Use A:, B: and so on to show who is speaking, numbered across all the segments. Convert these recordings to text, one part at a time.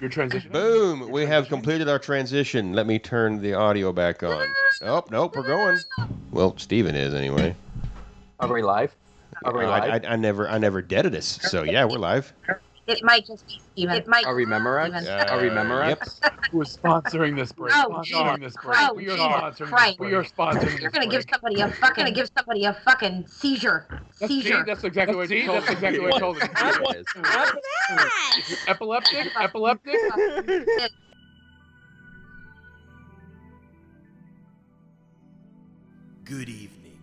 A: Your transition.
B: Boom! We have completed our transition. Let me turn the audio back on. Oh, nope, we're
C: E-,
B: going. Well, Steven is anyway.
C: Are we live? Are we
B: Uh,
C: live?
B: I, I, I never, I never did us. So yeah, we're live.
D: It might just be Steven. It might.
C: Are we memorized?
D: Steven.
B: Uh,
C: Are we memorized?
B: Yep.
A: We're sponsoring this break.
D: Oh,
A: We're
D: Jesus
A: sponsoring this break.
D: Christ.
A: we are
D: Jesus
A: sponsoring
D: Christ.
A: this break. We are sponsoring
D: You're
A: this
D: gonna give
A: break.
D: somebody a fucking gonna give somebody a fucking seizure.
A: That's- see,
D: Seizure.
A: That's exactly what
E: See,
A: you told
E: that's
A: him.
E: exactly what I told him.
A: That's what
F: that?
A: Epileptic? Epileptic?
G: Good evening.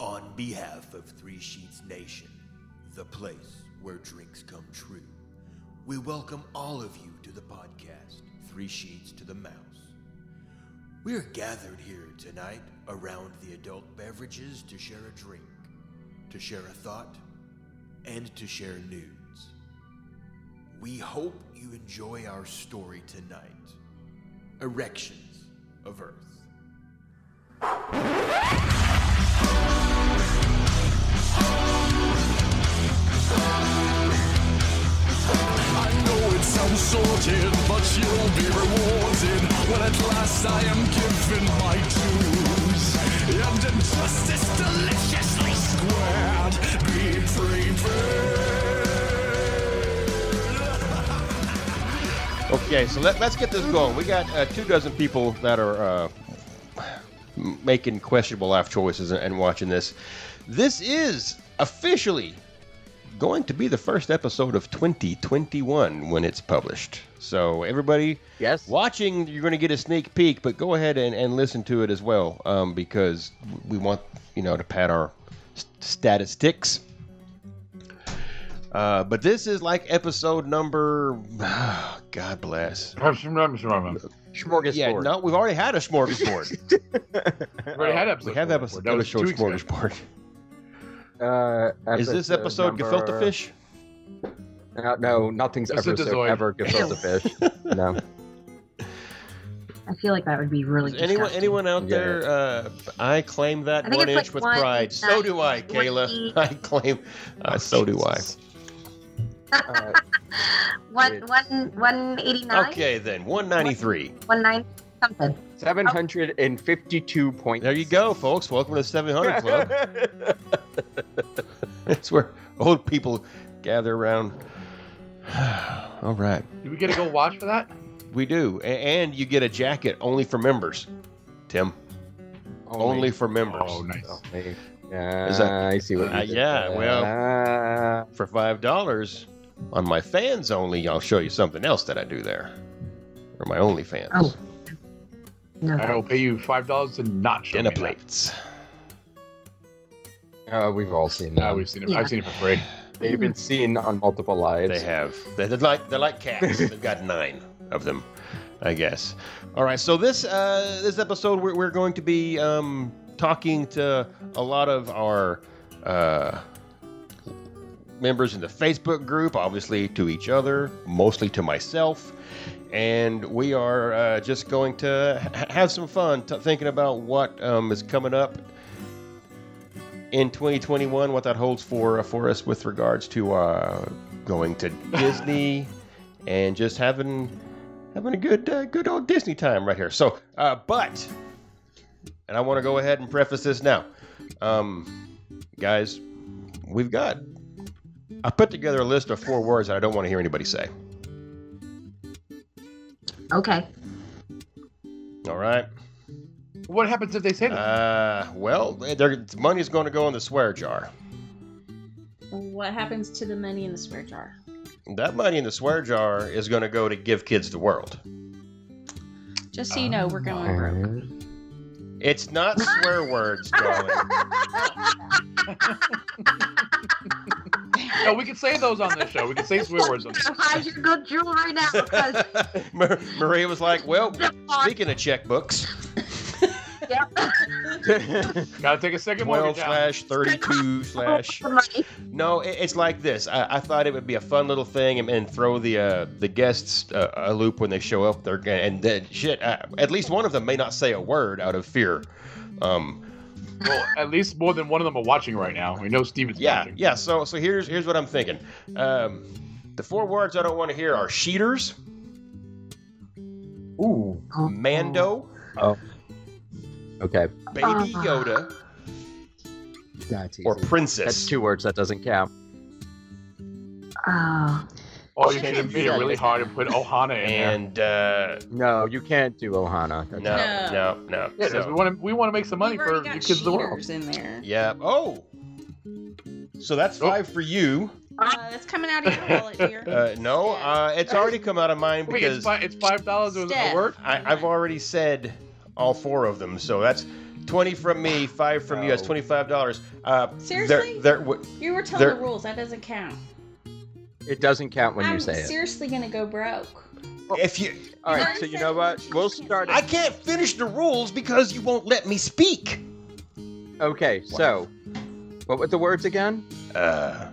G: On behalf of Three Sheets Nation, the place where drinks come true, we welcome all of you to the podcast, Three Sheets to the Mouse. We're gathered here tonight around the adult beverages to share a drink, to share a thought, and to share nudes. We hope you enjoy our story tonight Erections of Earth.
H: I know it sounds sorted, but you'll be rewarded when at last I am given my dues. And injustice deliciously squared, be prepared.
B: Okay, so let, let's get this going. We got uh, two dozen people that are uh, m- making questionable life choices and, and watching this. This is officially going to be the first episode of 2021 when it's published. So everybody
C: Yes.
B: watching, you're going to get a sneak peek, but go ahead and, and listen to it as well um, because we want you know to pad our st- statistics. Uh, but this is like episode number, God bless.
C: Smorgasbord.
B: Yeah, no, we've already had a smorgasbord.
A: We already had episode.
B: we have
A: four.
B: episode,
A: That was
B: episode
A: two weeks ago.
B: smorgasbord.
C: Uh,
B: Is this episode
C: number-
B: gefilte fish?
C: No, no nothing's
A: It's a
C: ever so,
A: desoid.
C: ever gefilte fish. No.
D: I feel like that would be really.
B: Is anyone
D: disgusting.
B: anyone out
C: Yeah.
B: there? Uh, I claim that
D: I think
B: one
D: it's
B: inch
D: like
B: with
D: one
B: pride. So do I,
D: nine,
B: Kayla.
D: twenty.
B: I claim. Uh, so do I.
C: Uh,
D: One one one eighty nine.
B: Okay, then 193.
D: One nine something.
C: Seven hundred and fifty-two points.
B: There you go, folks. Welcome to the 700 Club. it's where old people gather around. All right,
A: Do we get to go watch for that?
B: we do, A- and you get a jacket only for members. Tim, only, for members.
A: Oh, nice.
C: Only. Yeah,
B: Is that-
C: I see what.
B: Uh,
C: you did
B: yeah,
C: there. Uh,
B: For five dollars on my fans only, I'll show you something else that I do there, or my only fans.
D: Oh,
A: I
D: No.
A: will pay you five dollars to not show
B: dinner
A: me that.
B: plates.
C: uh, we've all seen that.
A: No, we've seen it.
D: Yeah.
A: I've seen it for free.
C: They've been seen on multiple
B: They
C: lives.
B: have. They're they're like they're like cats. They've got nine of them, I guess. All right. So this uh, this episode, we're, we're going to be um, talking to a lot of our uh, members in the Facebook group, obviously to each other, mostly to myself. And we are uh, just going to ha- have some fun t- thinking about what um, is coming up in 2021, what that holds for uh, for us with regards to uh, going to Disney and just having having a good uh, good old Disney time right here. So, uh, but and I want to go ahead and preface this now, um, guys. We've got I put together a list of four words that I don't want to hear anybody say.
D: Okay.
B: All right.
A: What happens if they say that?
B: Uh, well, their money's going to go in the swear jar.
F: What happens to the money in the swear jar?
B: That money in the swear jar is going to go to give kids the world.
F: Just so you know, we're
C: Oh
F: going broke.
B: It's not swear words, darling.
A: no, we can say those on this show. We can say swear words on this.
D: Hide your good jewel right now because
B: Mar- Maria was like, "Well,
D: the font-
B: speaking of checkbooks,
D: yeah,
A: Gotta take a second
B: twelve
A: mortgage out.
B: slash thirty-two slash."
D: the money.
B: No, it, it's like this. I, I thought it would be a fun little thing and, and throw the uh, the guests uh, a loop when they show up. They're gonna- and then shit. Uh, at least one of them may not say a word out of fear. Um,
A: Well, at least more than one of them are watching right now. We know Steven's
B: yeah,
A: watching.
B: yeah. So so here's here's what I'm thinking. Um, the four words I don't want to hear are sheeters,
C: Ooh.
B: Mando,
C: Okay.
B: Oh. Baby Yoda,
E: That's easy.
B: or
C: That's
B: Princess.
C: two words. That doesn't count.
D: Oh.
A: Oh, you made it made it really hard and put Ohana in there.
B: And uh,
C: No, you can't do Ohana.
B: no,
C: That's-
B: no,
F: No.
B: no.
A: Yeah, 'cause we
B: So,
A: want to we want to make some money
F: We've
A: for
F: already
A: the
F: got
A: kids of the world.
F: cheaters in there.
B: yeah. Oh. So that's
A: Oh.
B: five for you.
F: Uh, that's coming out of your wallet here.
B: Uh, no, uh, it's already come out of mine
A: Wait, it's
B: because
A: five, it's five dollars. Was it
F: Steph.
A: work?
B: I, I've already said all four of them. So that's twenty from me, five from you. That's
C: No.
B: twenty-five dollars. Uh,
F: Seriously?
B: There, there, w-
F: you were told
B: there-
F: the rules. That doesn't count.
C: It doesn't count when
F: I'm
C: you say it.
F: seriously gonna go broke.
B: if you,
C: All right.
F: I
C: So you
F: said
C: know what?
F: you
C: We'll
F: can't
C: start.
F: say
B: I can't finish the rules because you won't let me speak.
C: Okay. So, what were the words again?
B: Uh,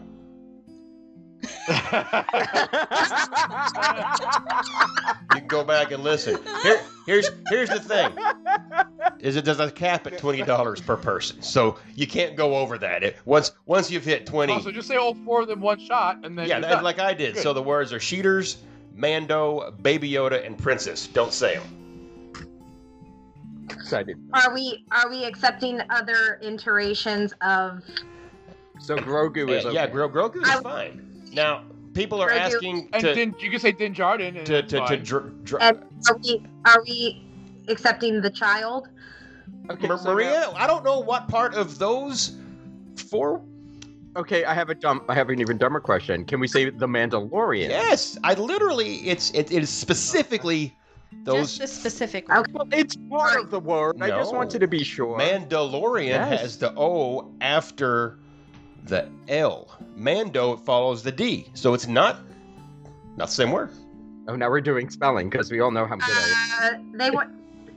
B: you can go back and listen. Here, here's here's the thing: is it does a cap at twenty dollars per person, so you can't go over that. It, once once you've hit twenty,
A: Oh, so just say all four of them one shot, and then
B: yeah,
A: you're
B: that,
A: done.
B: like I did. So the words are Sheeters, Mando, Baby Yoda, and Princess. Don't say them.
C: So I did.
D: Are we are we accepting other iterations of
C: So Grogu is
B: yeah,
C: okay.
B: yeah, Gro- Grogu is fine. Now people are
D: Grogu-
B: asking
A: and
B: to
A: Din, you can say Din Djarin. And
B: to
A: it's
B: to, to
A: fine.
B: dr- dr-
D: And- are we are we accepting the child?
C: Okay,
B: Ma-
C: so now-
B: Maria. I don't know what part of those four
C: Okay, I have a dumb. I have an even dumber question. Can we say the Mandalorian?
B: Yes, I literally it's it, it is specifically those
F: Just the specific
D: Okay.
C: Well,
F: one.
C: it's part of the word. I just
B: No.
C: wanted to be sure.
B: Mandalorian
C: Yes.
B: has the O after the L. Mando follows the D, so it's not not the same word.
C: oh, now we're doing spelling because we all know how good I am.
D: Uh, they want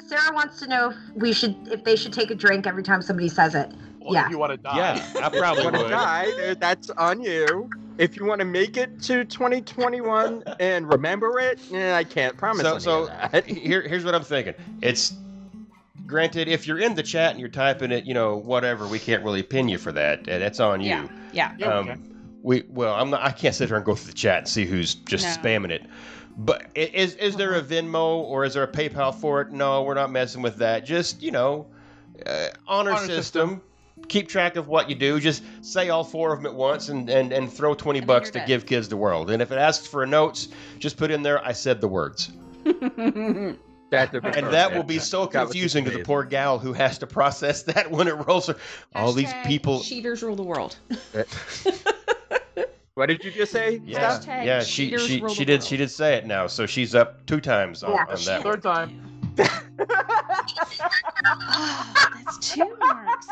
D: Sarah wants to know if we should if they should take a drink every time somebody says it.
A: Or
D: yeah.
A: If you want to die.
B: Yeah, I
C: If
B: probably
C: you want to
B: would.
C: die, uh, that's on you. If you want to make it to 2021 and remember it, eh, I can't promise
B: So
C: any
B: so
C: of that.
B: here here's what I'm thinking. It's granted if you're in the chat and you're typing it, you know, whatever, we can't really pin you for that. Uh, That's on you.
F: Yeah. Yeah.
A: Yeah, we can.
B: um, we well, I'm not. I can't sit here and go through the chat and see who's just
F: No. Uh-huh.
B: spamming it. But i- is is there a Venmo or is there a PayPal for it? No, we're not messing with that. Just you know, uh, honor,
A: Honor
B: system. Keep track of what you do. Just say all four of them at once and and, and throw twenty
F: And then
B: bucks
F: you're
B: to
F: good.
B: give kids the world. And if it asks for notes, just put in there. I said the words,
C: That would
B: and
C: be
B: that will
C: perfect.
B: be so
C: That would be
B: confusing to the
C: amazing.
B: poor gal who has to process that when it rolls. Her. All these
F: Hashtag
B: people.
F: Cheaters rule the world.
C: Uh, What did you just say?
B: Yeah,
F: Hashtag
B: yeah, she
F: cheaters
B: she
F: rule
B: she
F: the
B: did
F: world.
B: she did say it now, so she's up two times on,
D: Yeah.
B: on that. one.
A: Third time.
F: Oh, that's two marks.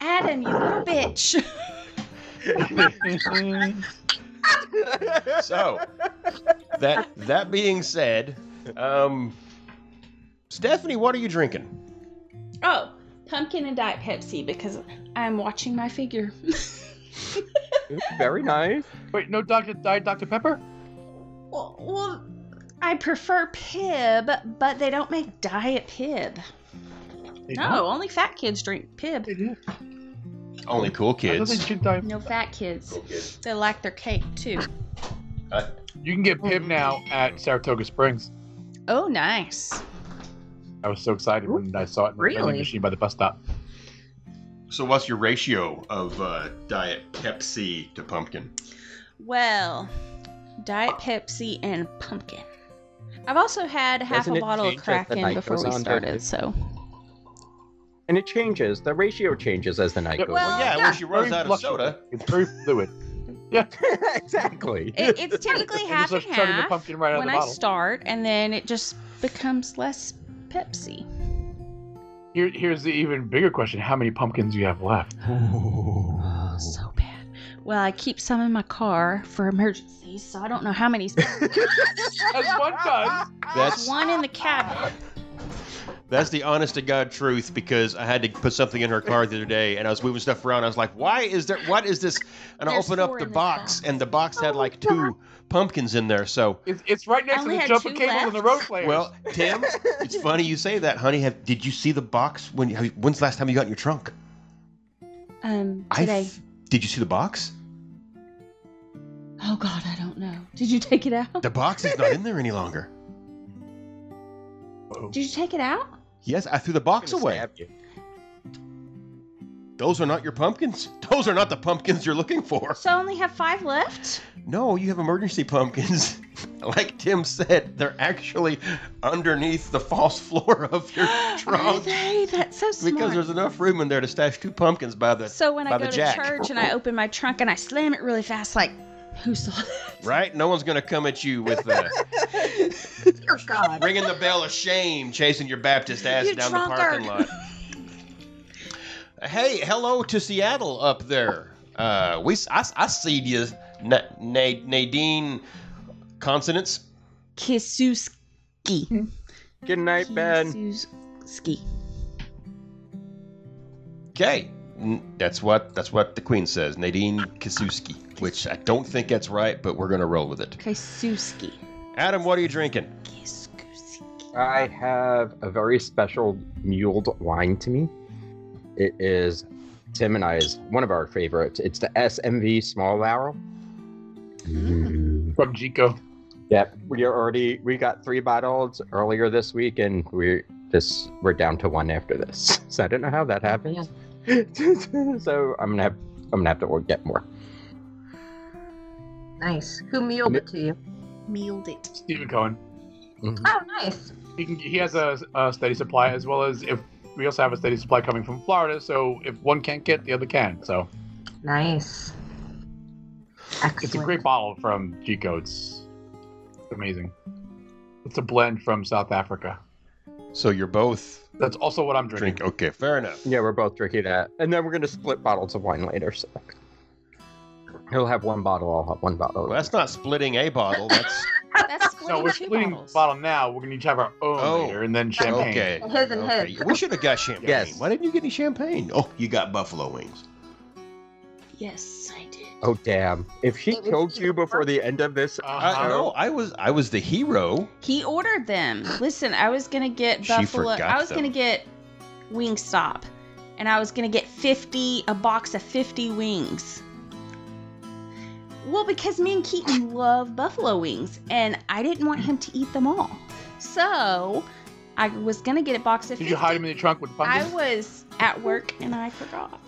F: Adam, you little bitch.
C: Oh.
B: So that that being said, um, Stephanie, what are you drinking?
F: Oh, pumpkin and Diet Pepsi because I'm watching my figure.
C: Ooh, Very nice.
A: Wait, no, Doctor died. Doctor Pepper.
F: well, well, I prefer Pib, but they don't make Diet Pib. No, only fat kids drink Pib.
B: Only cool
A: I thought they
B: kids.
A: should die.
F: No fat kids. They like their cake too.
B: Uh,
A: You can get Pib now at Saratoga Springs.
F: Oh, nice.
A: I was so excited when I saw it in the vending
D: Really?
A: machine by the bus stop.
B: So what's your ratio of uh, diet Pepsi to pumpkin?
F: Well, Diet Pepsi and pumpkin. I've also had half
C: Doesn't
F: a
C: it
F: bottle of
C: change as the
F: Kraken
C: night
F: before
C: goes
F: we
C: on, doesn't
F: started,
C: it?
F: so.
C: And it changes. The ratio changes as the night
A: Yeah,
C: goes
F: well,
B: yeah,
F: yeah.
B: when she runs
A: Very
B: out of
A: fluctuating.
B: soda.
A: It's very fluid.
C: on. exactly.
F: It, it's technically
A: It
F: half
A: just
F: and
A: started the
F: half
A: pumpkin right out of
F: when
A: the
F: I
A: bottle.
F: start, and then it just becomes less Pepsi.
A: Here, here's the even bigger question: How many pumpkins do you have left?
F: Oh, so bad. Well, I keep some in my car for emergencies, so I don't know how many.
A: As one does.
B: That's
F: one in the cabinet.
B: That's the honest to God truth because I had to put something in her car the other day and I was moving stuff around. I was like, why is there, what is this? And I
F: There's
B: opened up
F: four
B: the
F: in this
B: box
F: box. Oh,
B: and the box had like two pumpkins in there. So,
A: It's, it's right next to
F: I only
A: the
F: had
A: jumping
F: two
A: cable and the
F: left.
A: road players.
B: well, Tim, it's funny you say that, honey. Have, did you see the box? When, have you- when's the last time you got in your trunk?
F: Um,
B: I
F: today.
B: f- did you see the box?
F: Oh God, I don't know. Did you take it out?
B: The box is not in there any longer.
A: Whoa.
F: Did you take it out?
B: Yes, I threw the box
C: gonna
B: away.
C: stab you.
B: Those are not your pumpkins. Those are not the pumpkins you're looking for.
F: So I only have five left?
B: No, you have emergency pumpkins. like Tim said, they're actually underneath the false floor of your
F: Are
B: trunk
F: they? That's so smart.
B: because there's enough room in there to stash two pumpkins by the
F: so when I
B: by
F: go
B: the
F: to
B: jack.
F: church and I open my trunk and I slam it really fast, like, who saw that?
B: right. No one's gonna come at you with uh,
D: Dear God.
B: ringing the bell of shame, chasing your Baptist ass
F: You
B: down the parking lot.
F: drunkard.
B: hey, hello to Seattle up there. Uh, we s- I, I see you, Na- Na- Nadine. Consonants.
F: Kisuski.
C: Good night, Ben.
F: Kisuski.
B: Okay. N- That's what that's what the queen says, Nadine Kisuski, which I don't think that's right, but we're gonna roll with it.
F: Kisuski.
B: Adam, what are you drinking?
F: Kisuski.
C: I have a very special muled wine to me. It is Tim and I's one of our favorites. It's the SMV Small Barrel.
A: From Jico.
C: Yep, we are already we got three bottles earlier this week, and we're this we're down to one after this. So I don't know how that happens. so I'm gonna have I'm gonna have to get more.
D: Nice. Who muled it to you?
F: Mealed it.
A: Stephen Cohen.
C: Mm-hmm.
D: Oh, nice.
A: He, can, he has a, a steady supply as well as if we also have a steady supply coming from Florida. So if one can't get, the other can. So
D: Nice. Excellent.
A: it's a great bottle from Jico. It's amazing. It's a blend from South Africa.
B: So you're both
A: That's also what I'm drinking.
B: drink. Okay, fair enough.
C: Yeah, we're both drinking that, and then we're gonna split bottles of wine later. So he'll have one bottle, I'll have one bottle.
B: Well, that's not splitting a bottle. That's
F: That's splitting
A: So we're
F: two
A: splitting
F: bottles.
A: bottle now. We're gonna each have our own
B: Oh.
A: later, and then champagne.
B: okay.
D: His and
B: okay.
D: his.
B: We should have got champagne.
C: Yes.
B: Why didn't you get any champagne? Oh, you got buffalo wings.
F: Yes, I did.
C: oh damn! If she
D: It was
C: killed you
D: even
C: before
D: worse.
C: the end of this,
A: Uh-huh.
B: I know. I was I was the hero.
F: He ordered them. Listen, I was gonna get
B: She
F: buffalo.
B: forgot
F: I was
B: them.
F: gonna get Wingstop, and I was gonna get fifty a box of fifty wings. Well, because me and Keaton love buffalo wings, and I didn't want him to eat them all, so I was gonna get a box of.
A: Did
F: 50.
A: you hide him in the trunk with
F: I
A: pumpkins?
F: was at work and I forgot.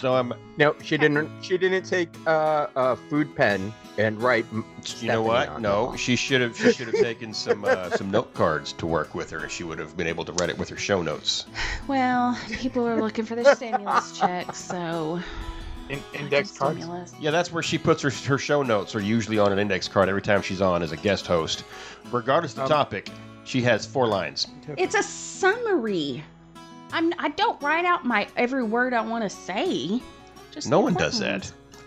B: So I'm.
C: no, she didn't. She didn't take uh, a food pen and write. m-
B: You know
C: Stephanie
B: what?
C: on
B: No,
C: it.
B: she should have. She should have taken some uh, some note cards to work with her. She would have been able to write it with her show notes.
F: Well, people were looking for their stimulus check, so
A: In, index cards.
F: Stimulus.
B: Yeah, that's where she puts her her show notes are usually on an index card every time she's on as a guest host, regardless of the
C: Um,
B: topic. She has four lines.
F: It's a summary. I'm. I don't write out my every word I want to say. Just
B: No
F: the
B: one does
F: important
B: that.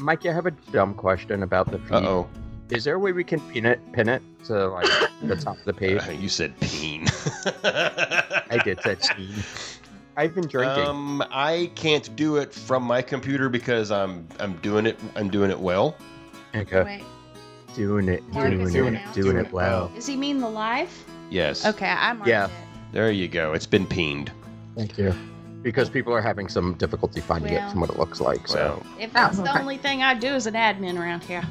C: Mike, I have a dumb question about the feed.
B: Uh oh.
C: Is there a way we can pin it, pin it to like the top of the page?
B: You said peen.
C: I did that. I've been drinking.
B: Um, I can't do it from my computer because I'm I'm doing it I'm doing it well.
C: okay.
F: ones.
C: Doing it,
F: Marcus
C: doing it, doing
F: doing it.
C: it, doing it well.
F: Wait, does he mean the live?
B: Oh. Yes.
F: Okay, I marked
C: Yeah.
F: it.
B: There you go. It's been peened.
C: Thank you. Because people are having some difficulty finding
F: Well.
C: it from what it looks like. So
B: So
F: If that's
D: Oh,
F: the
D: okay.
F: only thing I do as an admin around here,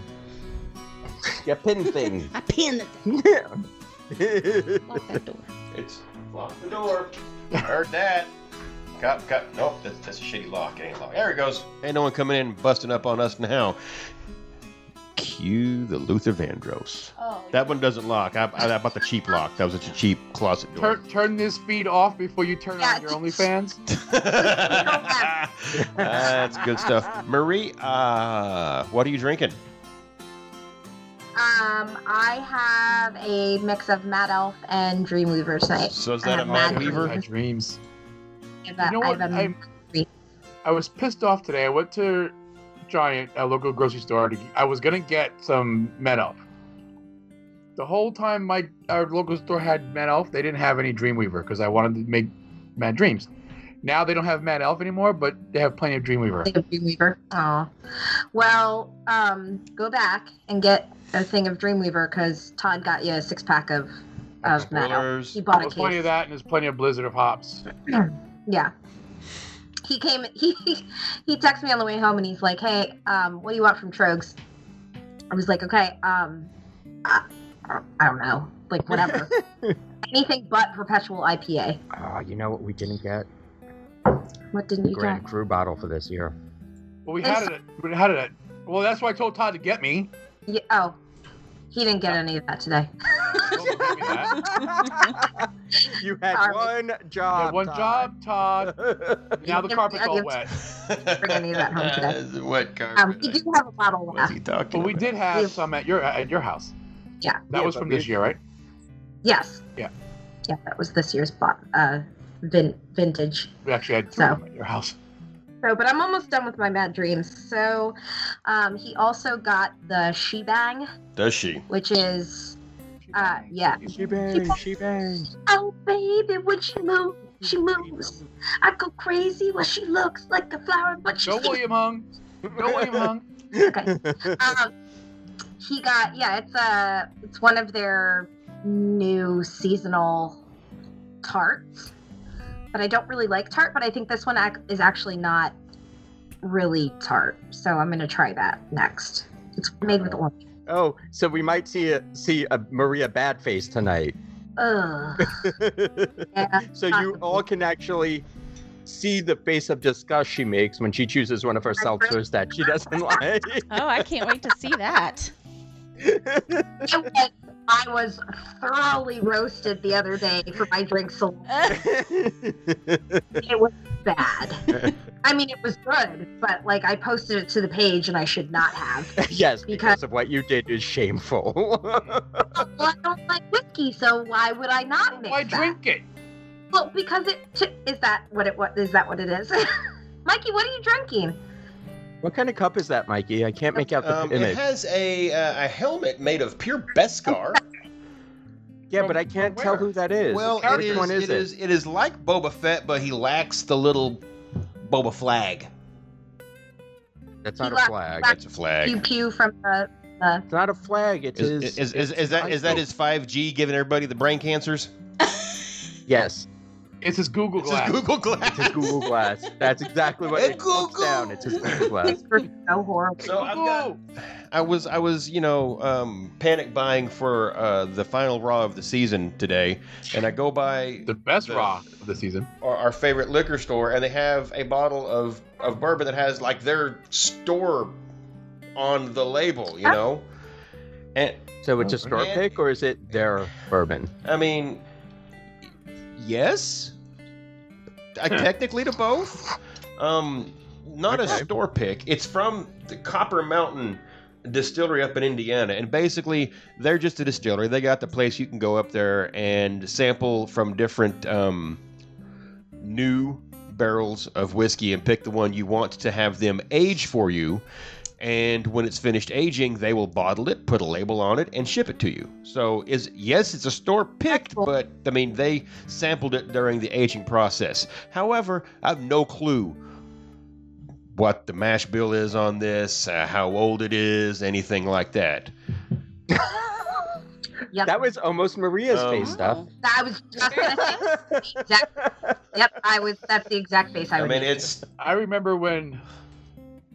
C: yeah, pin thing.
F: I pin the thing. Lock that door.
B: it's lock the door. Heard that. Cop, cop. Nope, that's, that's a shitty lock. It ain't locked. There it goes. Ain't no one coming in and busting up on us now. Cue the Luther Vandross.
F: Oh.
B: That one doesn't lock. I, I, I bought the cheap lock. That was a cheap closet door.
A: Turn, turn this feed off before you turn
D: Yeah,
A: on your
D: just-
A: OnlyFans.
B: That's good stuff. Marie, uh, what are you drinking?
D: Um, I have a mix of Mad Elf and Dreamweaver tonight.
B: So is
D: I
B: that a
D: have Mad
B: Mad Weaver?
A: My dreams.
D: I have a-
A: You know
D: I
A: what?
D: have a-
A: I, I was pissed off today. I went to Giant, a local grocery store. To, I was gonna get some Met Elf. The whole time my our local store had Met Elf, they didn't have any Dreamweaver because I wanted to make Mad Dreams. Now they don't have Mad Elf anymore, but they have plenty of Dreamweaver.
D: thing of Dreamweaver. Oh, well, um, go back and get a thing of Dreamweaver because Todd got you a six pack of of Mad Elf.
B: Spoilers.
D: He bought a
A: There's plenty
D: case.
A: of that, and there's plenty of Blizzard of Hops.
D: Yeah. He came. He he texted me on the way home, and he's like, "Hey, um, what do you want from Trogs?" I was like, "Okay, um, I, I don't know, like whatever." Anything but perpetual IPA.
C: Oh, you know what we didn't get?
D: What didn't
C: The
D: you
C: Grand
D: get?
C: Cru bottle for this year.
A: Well, we had it. at- We had it. at- Well, that's why I told Todd to get me.
D: Yeah, oh, he didn't get any of that today.
A: Don't give me that.
C: You had
D: Sorry.
C: one
A: You
C: job.
A: had one job, Todd. Now the
D: Yeah,
A: carpet's
D: I
A: all
D: guess-
A: wet.
D: Bring any of that home today.
B: Is it Uh, What carpet?
D: Um, we do have a bottle
B: What's
D: left.
B: he talking
A: But we
B: about?
A: did have some at your at your house.
D: Yeah.
A: That
C: Yeah,
A: was
C: but
A: from
C: we-
A: this year, right?
D: Yes.
A: Yeah.
D: Yeah, that was this year's bot, uh, vin- vintage.
A: We actually had two
D: So.
A: of them at your house.
D: So, but I'm almost done with my mad dreams. So, um, he also got the shebang,
B: Does she?
D: which is, uh, yeah.
C: She bang, she bang.
D: Oh, baby, when she moves, she moves. I go crazy when she looks like a flower, but she's
A: Go William Hung. Go William Hung.
D: um, he got yeah it's a it's one of their new seasonal tarts but i don't really like tart but i think this one ac- is actually not really tart so i'm gonna try that next it's made with orange
C: Oh, so we might see a see a Maria Badface tonight.
D: Ugh. Yeah.
C: so you all can actually see the face of disgust she makes when she chooses one of her seltzers that she doesn't like.
F: Oh, I can't wait to see that.
D: It was- i was thoroughly roasted the other day for my drink so it was bad i mean it was good but like i posted it to the page and i should not have
C: yes,
D: Because-
C: because of what you did is shameful.
D: Well, I don't like whiskey, so why would I not mix
A: Why
D: that?
A: drink it?
D: Well, because it t- is that what it what is that what it is? Mikey, what are you drinking?
C: what kind of cup is that, Mikey? I can't make out the
B: Um, it
C: image.
B: has a uh, a helmet made of pure Beskar.
C: Yeah, but I can't
A: From
C: tell
A: where?
C: who that is.
B: well, it
C: which
B: is,
C: one is
B: it is it is like Boba Fett, but he lacks the little Boba flag.
C: That's not
D: He
C: a
D: left-
C: flag.
B: It's
D: left-
B: a
D: Pew
B: flag.
D: pew from the. the
C: It's not a flag. It
B: Is
C: is.
B: is, is, is, that is that his five G giving everybody the brain cancers?
C: Yes,
A: It's his Google
B: It's his
A: Glass.
B: Google Glass.
C: it's his Google Glass. That's exactly what it
B: It's
C: puts
B: Google.
C: down. It's his Google Glass.
D: so horrible.
B: So I've got, I was I was you know um, panic buying for uh, the final raw of the season today, and I go by
A: The best
B: The-
A: raw of the season.
B: our, our favorite liquor store, and they have a bottle of, of bourbon that has like their store on the label, you know. And
C: So it's a store
B: Okay.
C: pick, or is it their bourbon?
B: I mean, yes, I technically to both. Um, not
C: Okay.
B: a store pick. It's from the Copper Mountain distillery up in Indiana, and basically they're just a distillery. They got the place you can go up there and sample from different um, new barrels of whiskey and pick the one you want to have them age for you. And when it's finished aging, they will bottle it, put a label on it, and ship it to you. So is yes, it's a store picked, but I mean they sampled it during the aging process. However, I have no clue what the mash bill is on this, uh, how old it is, anything like that.
D: Yep.
C: That was almost Maria's
B: Um,
C: face stuff.
D: I was just gonna say. Yep, I was. That's the exact face I,
B: I
D: would
B: mean,
D: make.
B: it's
A: I remember when.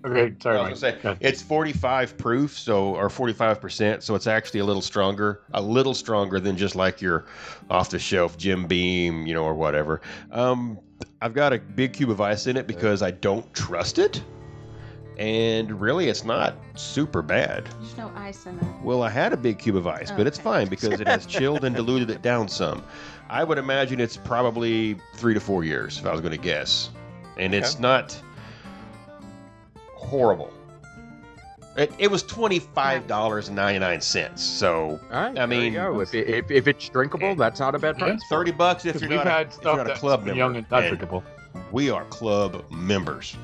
A: Okay,
B: I
A: sorry.
B: was gonna
A: Mike.
B: say it's 45 proof, so or 45 percent, so it's actually a little stronger, a little stronger than just like your off-the-shelf Jim Beam, you know, or whatever. Um, I've got a big cube of ice in it because I don't trust it, and really, it's not super bad.
F: There's no ice in it.
B: Well, I had a big cube of ice, but it's
F: Okay.
B: fine because it has chilled and diluted it down some. I would imagine it's probably three to four years, if I was going to guess. And it's not horrible. It, it was $25.99, so
C: All right.
B: I
C: there you
B: mean-
C: go. if, it, if, if it's drinkable, that's not a bad
A: Yeah.
C: price.
B: 30 bucks if
A: Because
B: you're
A: we've
B: not, a-
A: had
B: if you're
A: stuff
B: not a
A: that's
B: club
A: been
B: member.
A: young and not
B: And
A: drinkable.
B: we are club members.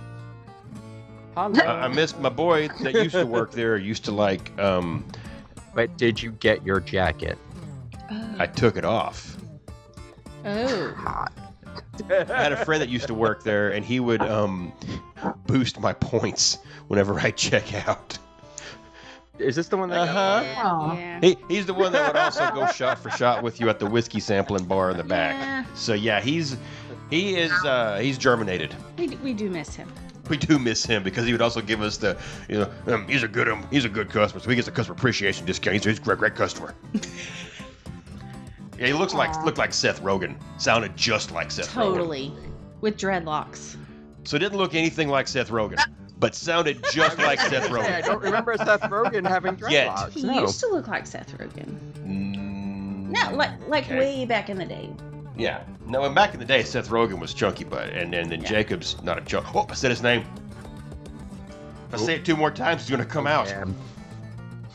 C: Hello.
B: I, I miss my boy that used to work there, used to like, um,
C: but did you get your jacket?
B: I took it off.
F: Oh.
C: Hot.
B: I had a friend that used to work there, and he would um, boost my points whenever I check out.
C: Is this the one that?
B: Uh-huh.
D: Aw.
F: Yeah.
B: He, he's the one that would also go shot for shot with you at the whiskey sampling bar in the back.
F: Yeah,
B: So yeah, he's he is uh, he's germinated.
F: we, d- we do miss him.
B: We do miss him because he would also give us the you know um, he's a good um, he's a good customer, so he gets a customer appreciation discount. He's, he's a great great customer. Yeah, he looks like
F: Aw.
B: looked like Seth Rogen. Sounded just like Seth Rogen.
F: Totally. With dreadlocks.
B: So didn't look anything like Seth Rogen, but sounded just like Seth
C: Hey, I
B: Rogen.
C: don't remember Seth Rogen having
B: Yet.
C: dreadlocks.
F: He
C: No.
F: used to look like Seth Rogen.
B: Mm,
F: No, like like
B: Okay.
F: way back in the day.
B: Yeah. No, and back in the day, Seth Rogen was chunky butt, and and then
F: Yeah.
B: Jacob's not a chunk. Oh, I said his name. If I say it two more times, he's gonna come out.
C: Damn.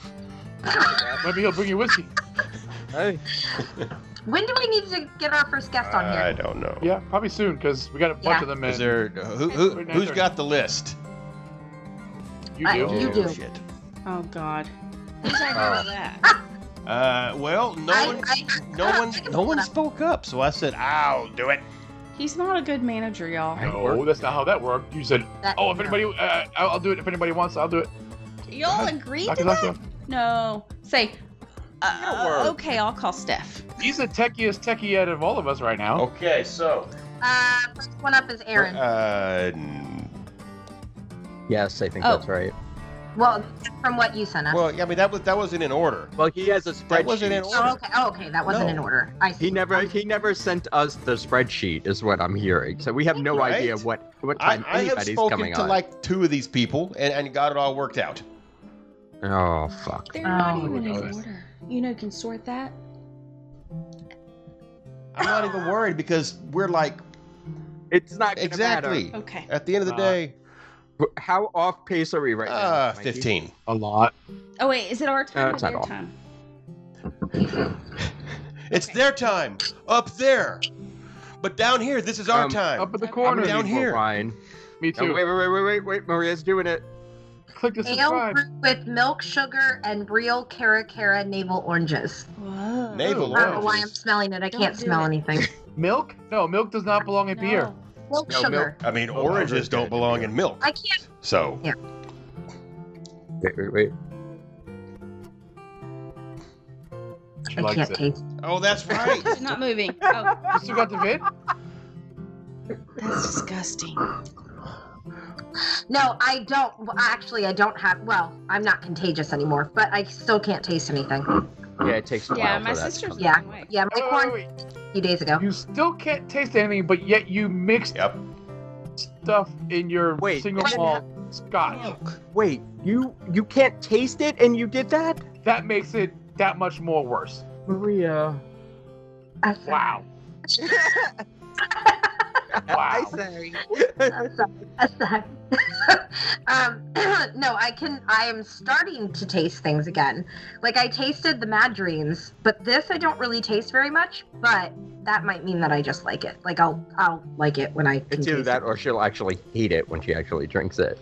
A: Oh, Maybe he'll bring you whiskey.
C: Hey,
D: When do we need to get our first guest on
B: Uh, I
D: here?
B: don't know.
A: Yeah, probably soon because we got a bunch
D: Yeah.
A: of them.
B: Is
A: In.
B: there who, who
A: Right now,
B: who's
A: sir.
B: got the list?
A: you
D: Uh,
A: do.
D: you do.
B: Shit.
F: Oh God. Who's I
C: Oh.
F: know that?
B: Uh, well, no
D: I-
B: one,
D: I-
B: no
D: I
B: one,
D: can
B: no
D: pull it
B: one
D: up.
B: spoke up. So I said, "I'll do it."
F: He's not a good manager, y'all.
A: No, that's not how that worked. You said,
D: That-
A: "Oh, if anybody, uh, I'll I'll do it. If anybody wants, I'll do it."
F: Y'all agree
A: Knock
F: to
A: it off,
F: that?
A: though.
F: No. Say. Uh,
C: word.
F: okay, I'll call Steph.
A: He's the techiest techie out of all of us right now.
B: Okay, so
D: Uh, first one up is Aaron.
B: Uh, n-
C: Hmm. Yes, I think
F: Oh.
C: that's right.
D: well, from what you sent us.
B: well, yeah, I mean that was that wasn't in order.
C: Well, he has a
B: That wasn't in
C: spreadsheet.
B: order.
D: oh, okay. Oh, okay. That wasn't
B: No.
D: in order. I see.
C: He never he never sent us the spreadsheet, is what I'm hearing. So we have no
B: Right?
C: idea what what
B: I,
C: time
B: I have
C: anybody's
B: spoken
C: coming
B: to
C: on.
B: like two of these people and, and got it all worked out.
C: Oh fuck!
F: They're not
D: Oh,
F: even in
A: goodness.
F: order. You know, you can sort that.
B: I'm not even worried because we're like
C: It's not gonna
B: exactly
F: Okay.
B: at the end of the
C: Uh,
B: day.
C: matter. How off pace are we right
B: Uh,
C: now? Mikey?
B: fifteen.
A: A lot.
F: Oh wait, is it our time
C: No,
F: or
C: it's not
F: their
C: all.
F: time?
B: It's their time up there, but down here, this is our
C: Um,
B: time.
A: Up at the
F: I'm
C: I'm
A: corner.
C: gonna
B: down
C: need more
B: here.
C: wine.
A: Me
C: No,
A: too.
C: wait, wait, wait, wait, wait, wait! Maria's doing it.
A: Click to
D: Ale
A: subscribe.
D: brewed with milk, sugar, and real Cara Cara navel oranges.
F: Whoa.
B: Naval
A: Oh,
D: I don't know why I'm
B: oranges.
D: smelling it. I
F: Don't
D: can't
F: do
D: smell
F: it.
D: anything.
A: Milk? No, milk does not belong in beer.
F: No.
D: Milk,
C: No,
D: sugar.
C: milk.
B: I mean,
C: Oh,
B: oranges
C: oranges
B: don't
C: did.
B: belong in milk.
D: I can't.
B: So
C: Wait, wait, wait.
A: She
D: I
A: likes
D: can't
A: it.
D: taste.
B: oh, that's right.
F: It's not moving. Oh,
A: You still got the vid?
F: that's disgusting.
D: No, I don't. well, Actually, I don't have. Well, I'm not contagious anymore, but I still can't taste anything.
C: Yeah, it takes a
F: Yeah,
C: while
F: my
C: for that to
F: sister's
C: come.
F: the
D: Yeah.
F: same way.
D: Yeah, my
A: Wait,
D: corn
A: wait, wait,
D: a few days ago.
A: You still can't taste anything, but yet you mixed
B: Yep.
A: stuff in your
C: Wait,
A: single
C: I didn't
A: malt scotch.
C: Wait, you you can't taste it, and you did that,
A: That makes it that much more worse.
C: Maria.
D: I said-
A: Wow.
C: I
A: Wow.
C: say.
D: I'm sorry. I'm sorry. um, no, I can. I am starting to taste things again. Like I tasted the Mad Dreams, but this I don't really taste very much. But that might mean that I just like it. Like I'll I'll like it when I can
C: It's either
D: taste
C: that,
D: it.
C: or she'll actually hate it when she actually drinks it.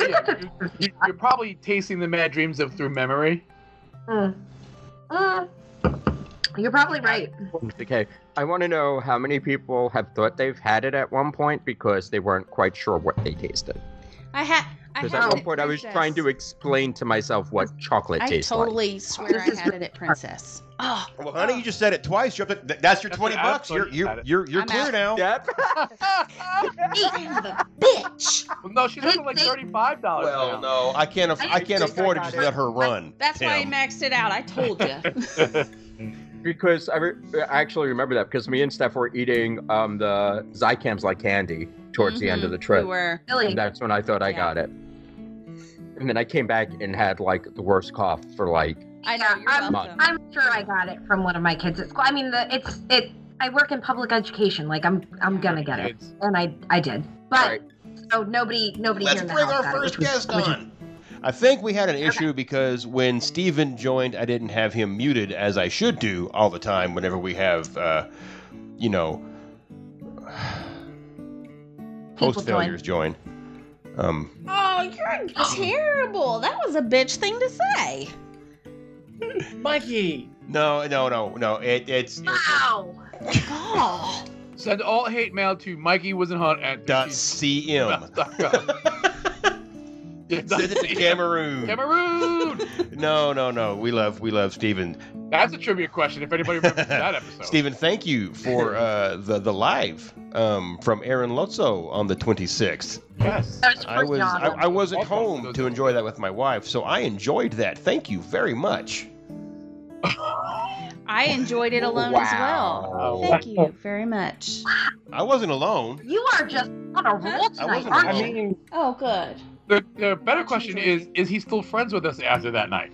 A: Yeah, you- you- you're probably tasting the mad dreams of through memory.
D: Mm. Mm. You're probably right.
C: Okay, I want to know how many people have thought they've had it at one point because they weren't quite sure what they tasted.
F: I had. I
C: Because
F: had
C: at
F: it
C: one point I was
F: Princess.
C: trying to explain to myself what chocolate
F: I
C: tastes
F: totally swear
D: This
F: I
D: is
F: had it at Princess. Oh,
B: Well, honey, you just said it twice. You're up to, th- that's your
A: That's
B: twenty
A: what I
B: bucks.
A: thought
B: You're
A: you
B: you're
A: had it.
B: you're, you're
F: I'm
B: clear
F: out.
B: now.
C: like.
F: son of a bitch!
A: Well, no, she's up to like thirty-five
F: Oh,
A: dollars.
B: Well, no, I can't. Aff- I can't
C: I think I
B: afford to
C: got
B: just
C: it.
B: let her run.
F: That's why I
B: Tim.
F: maxed it out. I told you.
C: Because I, re- I actually remember that because me and Steph were eating um, the Zycams like candy towards the end of the trip.
F: We were.
D: Mm-hmm. Really.
C: And that's when I thought I
F: Yeah.
C: got it. And then I came back and had like the worst cough for like.
F: I know.
D: Yeah,
F: You're
D: I'm-
F: welcome.
D: I'm sure I got it from one of my kids at school. I mean, the it's it. I work in public education. Like I'm I'm gonna get it, and I I did. But
C: Right.
D: so Oh, nobody nobody
B: Let's
D: here in the
B: bring
D: house
B: our
D: got it,
B: first
D: which was-
B: guest
D: which was-
B: on. I think we had an issue because when Steven joined, I didn't have him muted as I should do all the time whenever we have, uh, you know,
D: People
B: host
D: join.
B: failures join. Um,
F: Oh, you're terrible. That was a bitch thing to say.
E: Mikey!
B: no, no, no, no. It, it's, it's
D: Wow.
F: God.
A: Send all hate mail to Mikey wasn't hunt at
B: dot cm. Send it to Cameroon.
A: Cameroon.
B: No, no, no. We love, we love Steven.
A: That's a trivia question. If anybody remembers that episode,
B: Stephen, thank you for uh, the the live um, from Aaron Lotso on the 26th.
A: yes,
D: That was
B: I was I, I wasn't
A: Welcome.
B: home to enjoy that with my wife, so I enjoyed that. Thank you very much.
F: I enjoyed it alone as well.
A: Wow.
F: Thank you very much.
B: I wasn't alone.
D: You are just on a roll tonight,
B: wasn't
A: I
D: aren't you?
A: mean,
F: Oh, good.
A: the, the better question is: Is he still friends with us after that night?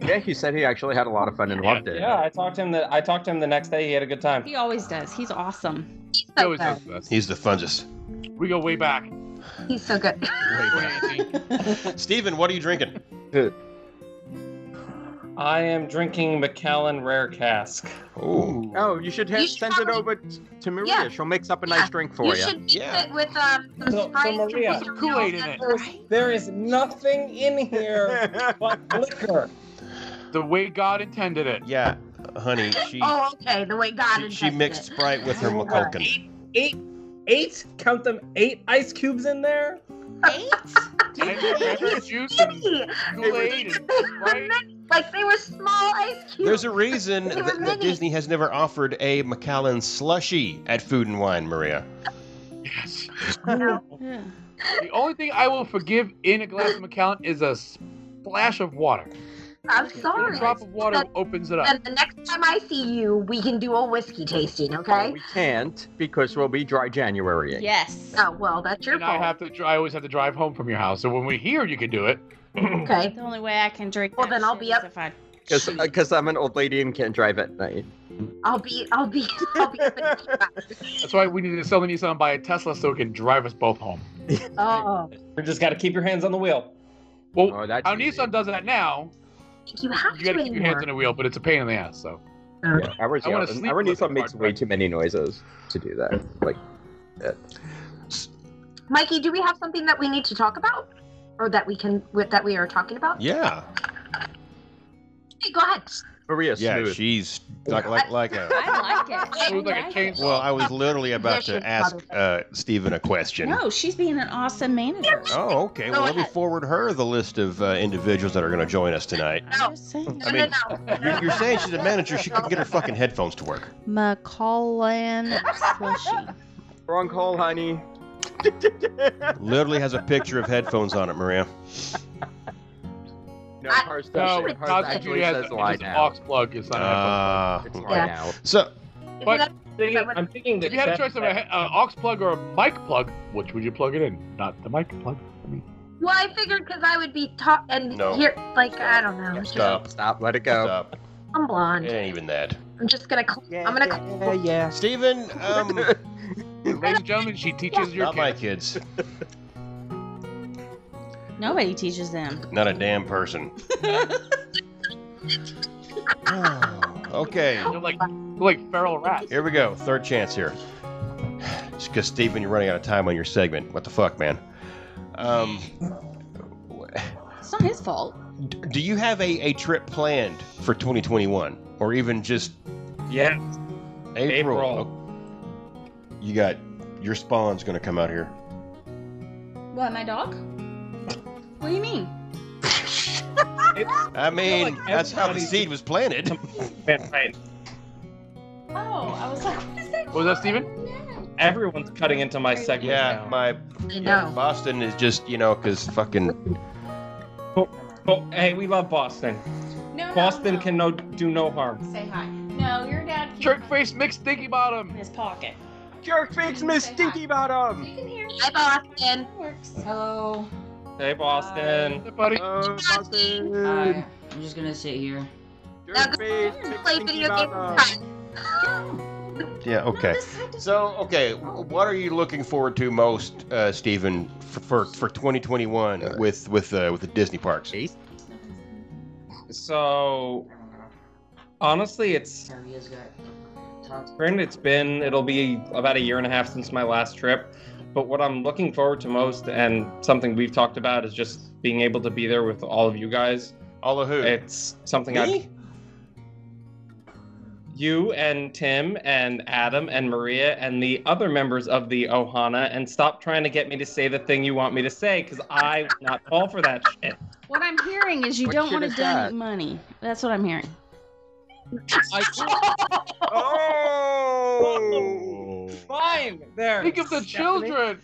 C: Yeah, he said he actually had a lot of fun and loved it.
I: Yeah, I talked to him. The, I talked to him the next day. He had a good time.
F: He always does. He's awesome.
D: He's
A: He
D: so
A: always
D: good.
A: does this.
B: He's the fungest.
A: We go way back.
D: He's so good.
B: Steven, what are you drinking?
I: I am drinking Macallan Rare Cask.
B: Oh,
C: Oh, you should, have,
D: You should
C: send it
D: probably-
C: over t- to Maria.
D: Yeah.
C: She'll mix up a
D: Yeah.
C: nice drink for
D: you
C: you.
D: should mix
B: Yeah.
D: it with um,
I: So-
D: some
I: so
D: Sprite. and
I: Maria-
D: some
A: Kool-Aid in
D: Coke.
A: it.
F: Right?
I: There is nothing in here but liquor.
A: The way God intended it.
B: yeah, honey. She
D: Oh, okay. The way God
B: she,
D: intended
B: she mixed
D: it.
B: Sprite with her McCulkin.
I: Eight, eight. Count them. Eight ice cubes in there.
F: Eight?
A: And grape juice and
D: Kitty!
A: Kool-Aid and Sprite.
D: Like they were small ice cubes.
B: There's a reason
D: It was
B: that, that
D: mini.
B: Disney has never offered a Macallan slushy at Food and Wine, Maria.
A: Yes.
D: No.
F: Yeah.
A: The only thing I will forgive in a glass of Macallan is a splash of water.
D: I'm
A: A
D: sorry.
A: drop of water opens it up.
D: Then the next time I see you, we can do a whiskey tasting, okay?
C: we can't because we'll be dry January.
F: Yes.
D: Oh well, that's your
A: And I
D: fault.
A: have to. dri- I always have to drive home from your house. So when we hear you can do it,
D: Okay.
F: The only way I can drink.
D: Well,
F: that
D: then I'll
F: shit
D: be
F: is
D: up.
F: if I-
C: Because uh, I'm an old lady and can't drive at night.
D: I'll be. I'll be. I'll be.
A: that's why we need to sell the Nissan, buy a Tesla, so it can drive us both home.
D: oh,
I: You just got to keep your hands on the wheel.
A: Well,
C: Oh, that's
A: our
C: easy.
A: Nissan does that now.
D: you have
A: You
D: to
A: got to keep your hands
D: anymore.
A: on the wheel, but it's a pain in the ass. So
C: Yeah, ours,
A: I wanna
C: yeah,
A: sleep
C: our
A: with the
C: Nissan makes
A: car.
C: way too many noises to do that. Like,
D: Mikey, do we have something that we need to talk about, or that we can with that we are talking about?
B: Yeah,
D: Hey, go ahead.
C: Maria,
B: yeah,
C: smooth.
B: she's like like like a.
F: I like it.
A: it was like a chainsaw.
B: Well, I was literally about to
D: Condition,
B: ask uh, Steven a question.
F: No, she's being an awesome manager.
B: Oh, okay. Well,
D: Go
B: let me
D: ahead.
B: forward her the list of uh, individuals that are going to join us tonight.
F: I'm just saying.
D: No,
B: I mean-
D: no, no.
B: You're, you're saying she's a manager. She can get her fucking headphones to work.
F: Macallan slushy.
C: Wrong call, honey.
B: Literally has a picture of headphones on it, Maria.
C: No,
D: I-
C: hers
A: no,
C: doesn't. hers
A: God's
C: actually
A: computer has
C: says
A: it
C: lie
A: has an aux
C: now.
A: plug. It's not an headphone.
B: Uh,
C: It's
D: Yeah.
C: lie now.
B: so,
A: But-
D: Is that-
I: Thinking- I'm thinking that
A: If you had a uh,
I: that-
A: choice of an aux plug or a mic plug, which would you plug it in? Not the mic plug. I mean,
D: well, I figured because I would be talk and
B: No.
D: here, like I don't know. Just-
B: stop.
C: Stop, let it go.
B: Stop.
D: I'm blonde.
B: It ain't even that.
D: I'm just gonna. Cl- I'm gonna. Cl-
C: Yeah, yeah.
B: Steven, um,
A: ladies and gentlemen, she teaches your
B: not my
A: kids.
B: kids.
F: Nobody teaches them.
B: Not a damn person. okay.
A: They're like, they're like feral rats.
B: Here we go. Third chance here. It's because Steven, you're running out of time on your segment. What the fuck, man? Um,
F: It's not his fault.
B: d- do you have a, a trip planned for 2021, or even just
I: Yeah.
B: April?
I: April.
B: Oh, You got your spawn's gonna come out here.
F: What, my dog? What do you mean?
B: I mean,
I: like
B: that's how the
I: everybody's-
B: seed was planted.
I: Man, right.
F: Oh, I was like, what is that?
A: What was that, Steven?
I: Everyone's cutting into my segment
B: yeah,
I: now.
B: my
D: I
B: yeah,
D: know.
B: Boston is just you know because fucking
I: Oh, hey, we love Boston.
F: No, no,
I: Boston
F: no.
I: can no do no harm.
F: Say hi. No, your dad can
A: Jerk face mixed stinky
F: in
A: bottom.
F: his pocket.
C: Jerk fix Miss Stinky Bottom!
F: You can hear me.
D: Hi, Boston.
F: Works. Hello.
I: Hey, Boston.
A: Hey, buddy.
C: Oh, Boston.
J: Hi. I'm just gonna sit here.
D: Now
C: Jerk
D: go
C: face
D: home and
C: mixed
D: play
C: Stinky
D: video
C: Bottom!
D: games.
B: yeah okay. So okay, what are you looking forward to most, uh, Stephen, for for, for 2021 with with uh, with the Disney parks?
I: So, honestly, it's
J: Maria's got tons
I: Friend, it's been it'll be about a year and a half since my last trip, but what I'm looking forward to most and something we've talked about is just being able to be there with all of you guys.
B: All of who?
I: It's something
B: Me?
I: I you and Tim and Adam and Maria and the other members of the Ohana and stop trying to get me to say the thing you want me to say cuz I would not fall for that shit.
F: What I'm hearing is you
C: What
F: don't
C: shit
F: want to
C: is that?
F: donate money. That's what I'm hearing.
I: I
B: Oh,
I: fine there.
A: Think of the
I: Stephanie.
A: children.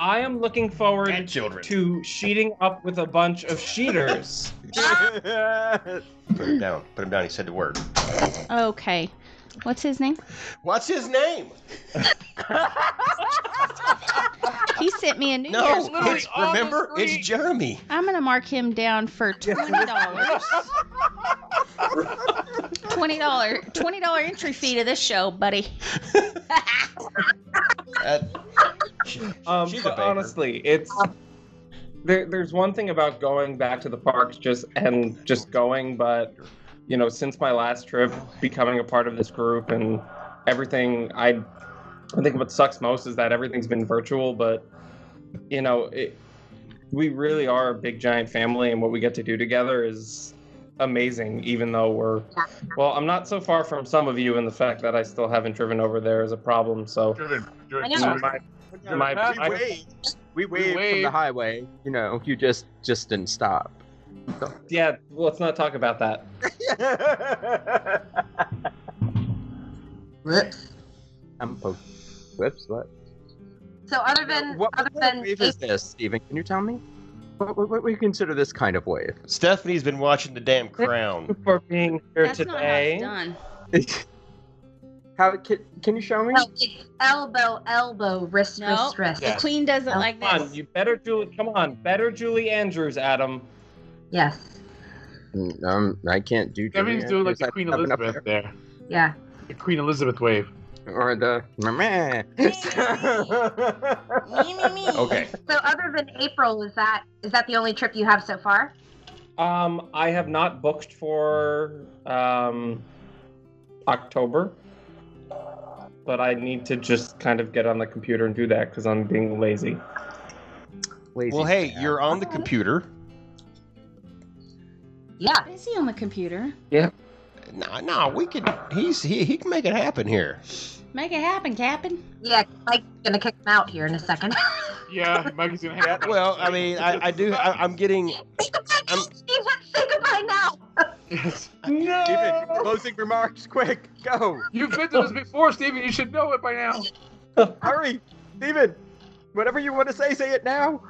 I: I am looking forward
B: and children.
I: to sheeting up with a bunch of sheeters.
B: Put him down. Put him down. He said the word.
F: Okay. What's his name?
B: What's his name?
F: He sent me a New
B: No,
F: Year's
B: it's,
F: card.
B: remember, it's Jeremy.
F: I'm gonna mark him down for twenty dollars. twenty dollar twenty dollar entry fee to this show, buddy.
B: Uh,
I: Um,
B: she's a
I: but
B: baker.
I: honestly, it's there, there's one thing about going back to the parks just and just going, but you know, since my last trip, becoming a part of this group and everything, I I think what sucks most is that everything's been virtual, but you know, it, we really are a big giant family, and what we get to do together is amazing. Even though we're well, I'm not so far from some of you in the fact that I still haven't driven over there is a problem. So
A: Driven,
D: I
A: driven.
D: know.
I: so my- my-
A: I-
C: we waved. We waved from the
A: waved.
C: highway. You know, you just just didn't stop.
I: yeah, well, let's not talk about that.
D: Whoops.
C: I'm po- Whoops, what?
D: So other than
C: what
D: other
C: what
D: than
C: wave is this, Steven? Can you tell me? What, what, what we consider this kind of wave?
B: Stephanie's been watching The Damn Crown.
I: for being here
F: That's not how
I: today.
F: it's done.
C: How can, can you show me?
D: no, it's elbow, elbow, wrist,
F: No.
D: wrist, wrist.
F: The queen doesn't like
I: Come on,
F: this.
I: you better Julie. Come on, better Julie Andrews, Adam.
D: Yes.
C: Mm, Um, I can't do.
A: Devin's
C: Julian
A: doing like
C: because
A: the
C: I
A: Queen
C: have enough
A: Elizabeth there.
D: Yeah.
A: The Queen Elizabeth wave.
C: hair. or the meh.
F: me, me, me.
B: Okay.
D: So other than April, is that is that the only trip you have so far?
I: Um, I have not booked for um October, but I need to just kind of get on the computer and do that because I'm being lazy.
C: Lazy
B: Well, hey,
C: man.
B: you're on the computer.
D: Yeah.
F: Busy on the computer.
B: No, no, we could. He's he, he can make it happen here.
F: Make it happen, Captain.
D: Yeah. Mike's gonna kick them out here in a second.
A: Yeah, Mike's gonna have.
B: Well, I mean, I, I do. I, I'm getting.
D: say goodbye, now,
B: I'm-
D: Steven. Say goodbye now.
A: Yes.
C: Steven, closing remarks, quick, go,
A: You've been to this before, Steven. You should know it by now.
C: hurry, Steven. Whatever you want to say, say it now.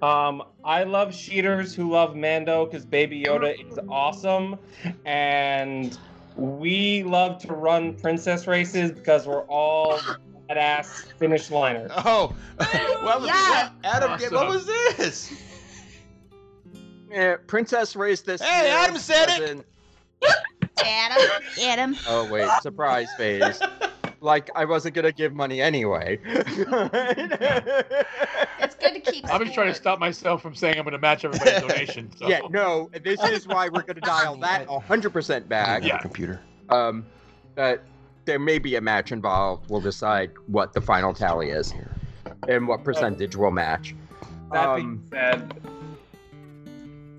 I: Um, I love cheaters who love Mando because Baby Yoda is awesome, and we love to run princess races because we're all badass finish liners.
B: Oh, what was,
D: Yeah.
B: what- Adam, get- what was this?
C: Yeah, Princess Race this.
B: Hey,
C: year
B: Adam said it.
C: wasn't-
F: Adam. Adam.
C: Oh wait, surprise phase. Like I wasn't gonna give money anyway.
F: It's good to keep.
A: I'm just trying to
F: score.
A: stop myself from saying I'm gonna match everybody's donation. So.
C: yeah, no. This is why we're gonna dial that 100% back.
A: Yeah.
B: computer.
C: Um, but there may be a match involved. We'll decide what the final tally is and what percentage will match.
I: That being
C: Um,
I: said,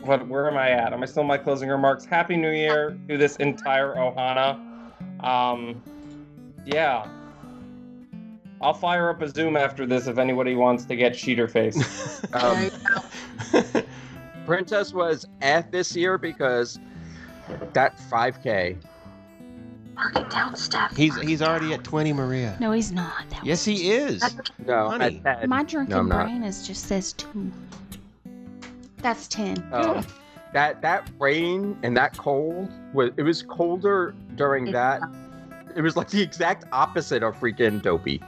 I: what? Where am I at? Am I still in my closing remarks? Happy New Year to this entire Ohana. Um, yeah. I'll fire up a Zoom after this if anybody wants to get cheater face.
C: um, Princess was F this year because that 5K.
D: Mark it down, Steph.
B: he's he's already at 20, Maria.
F: No, he's not. That
B: Yes, he is.
C: No, at
B: Money.
C: 10.
F: My drunken
C: No, I'm not.
F: brain is just says two. That's ten.
C: Um, that that rain and that cold was it was colder during
D: It's
C: that. It was like the exact opposite of freaking dopey.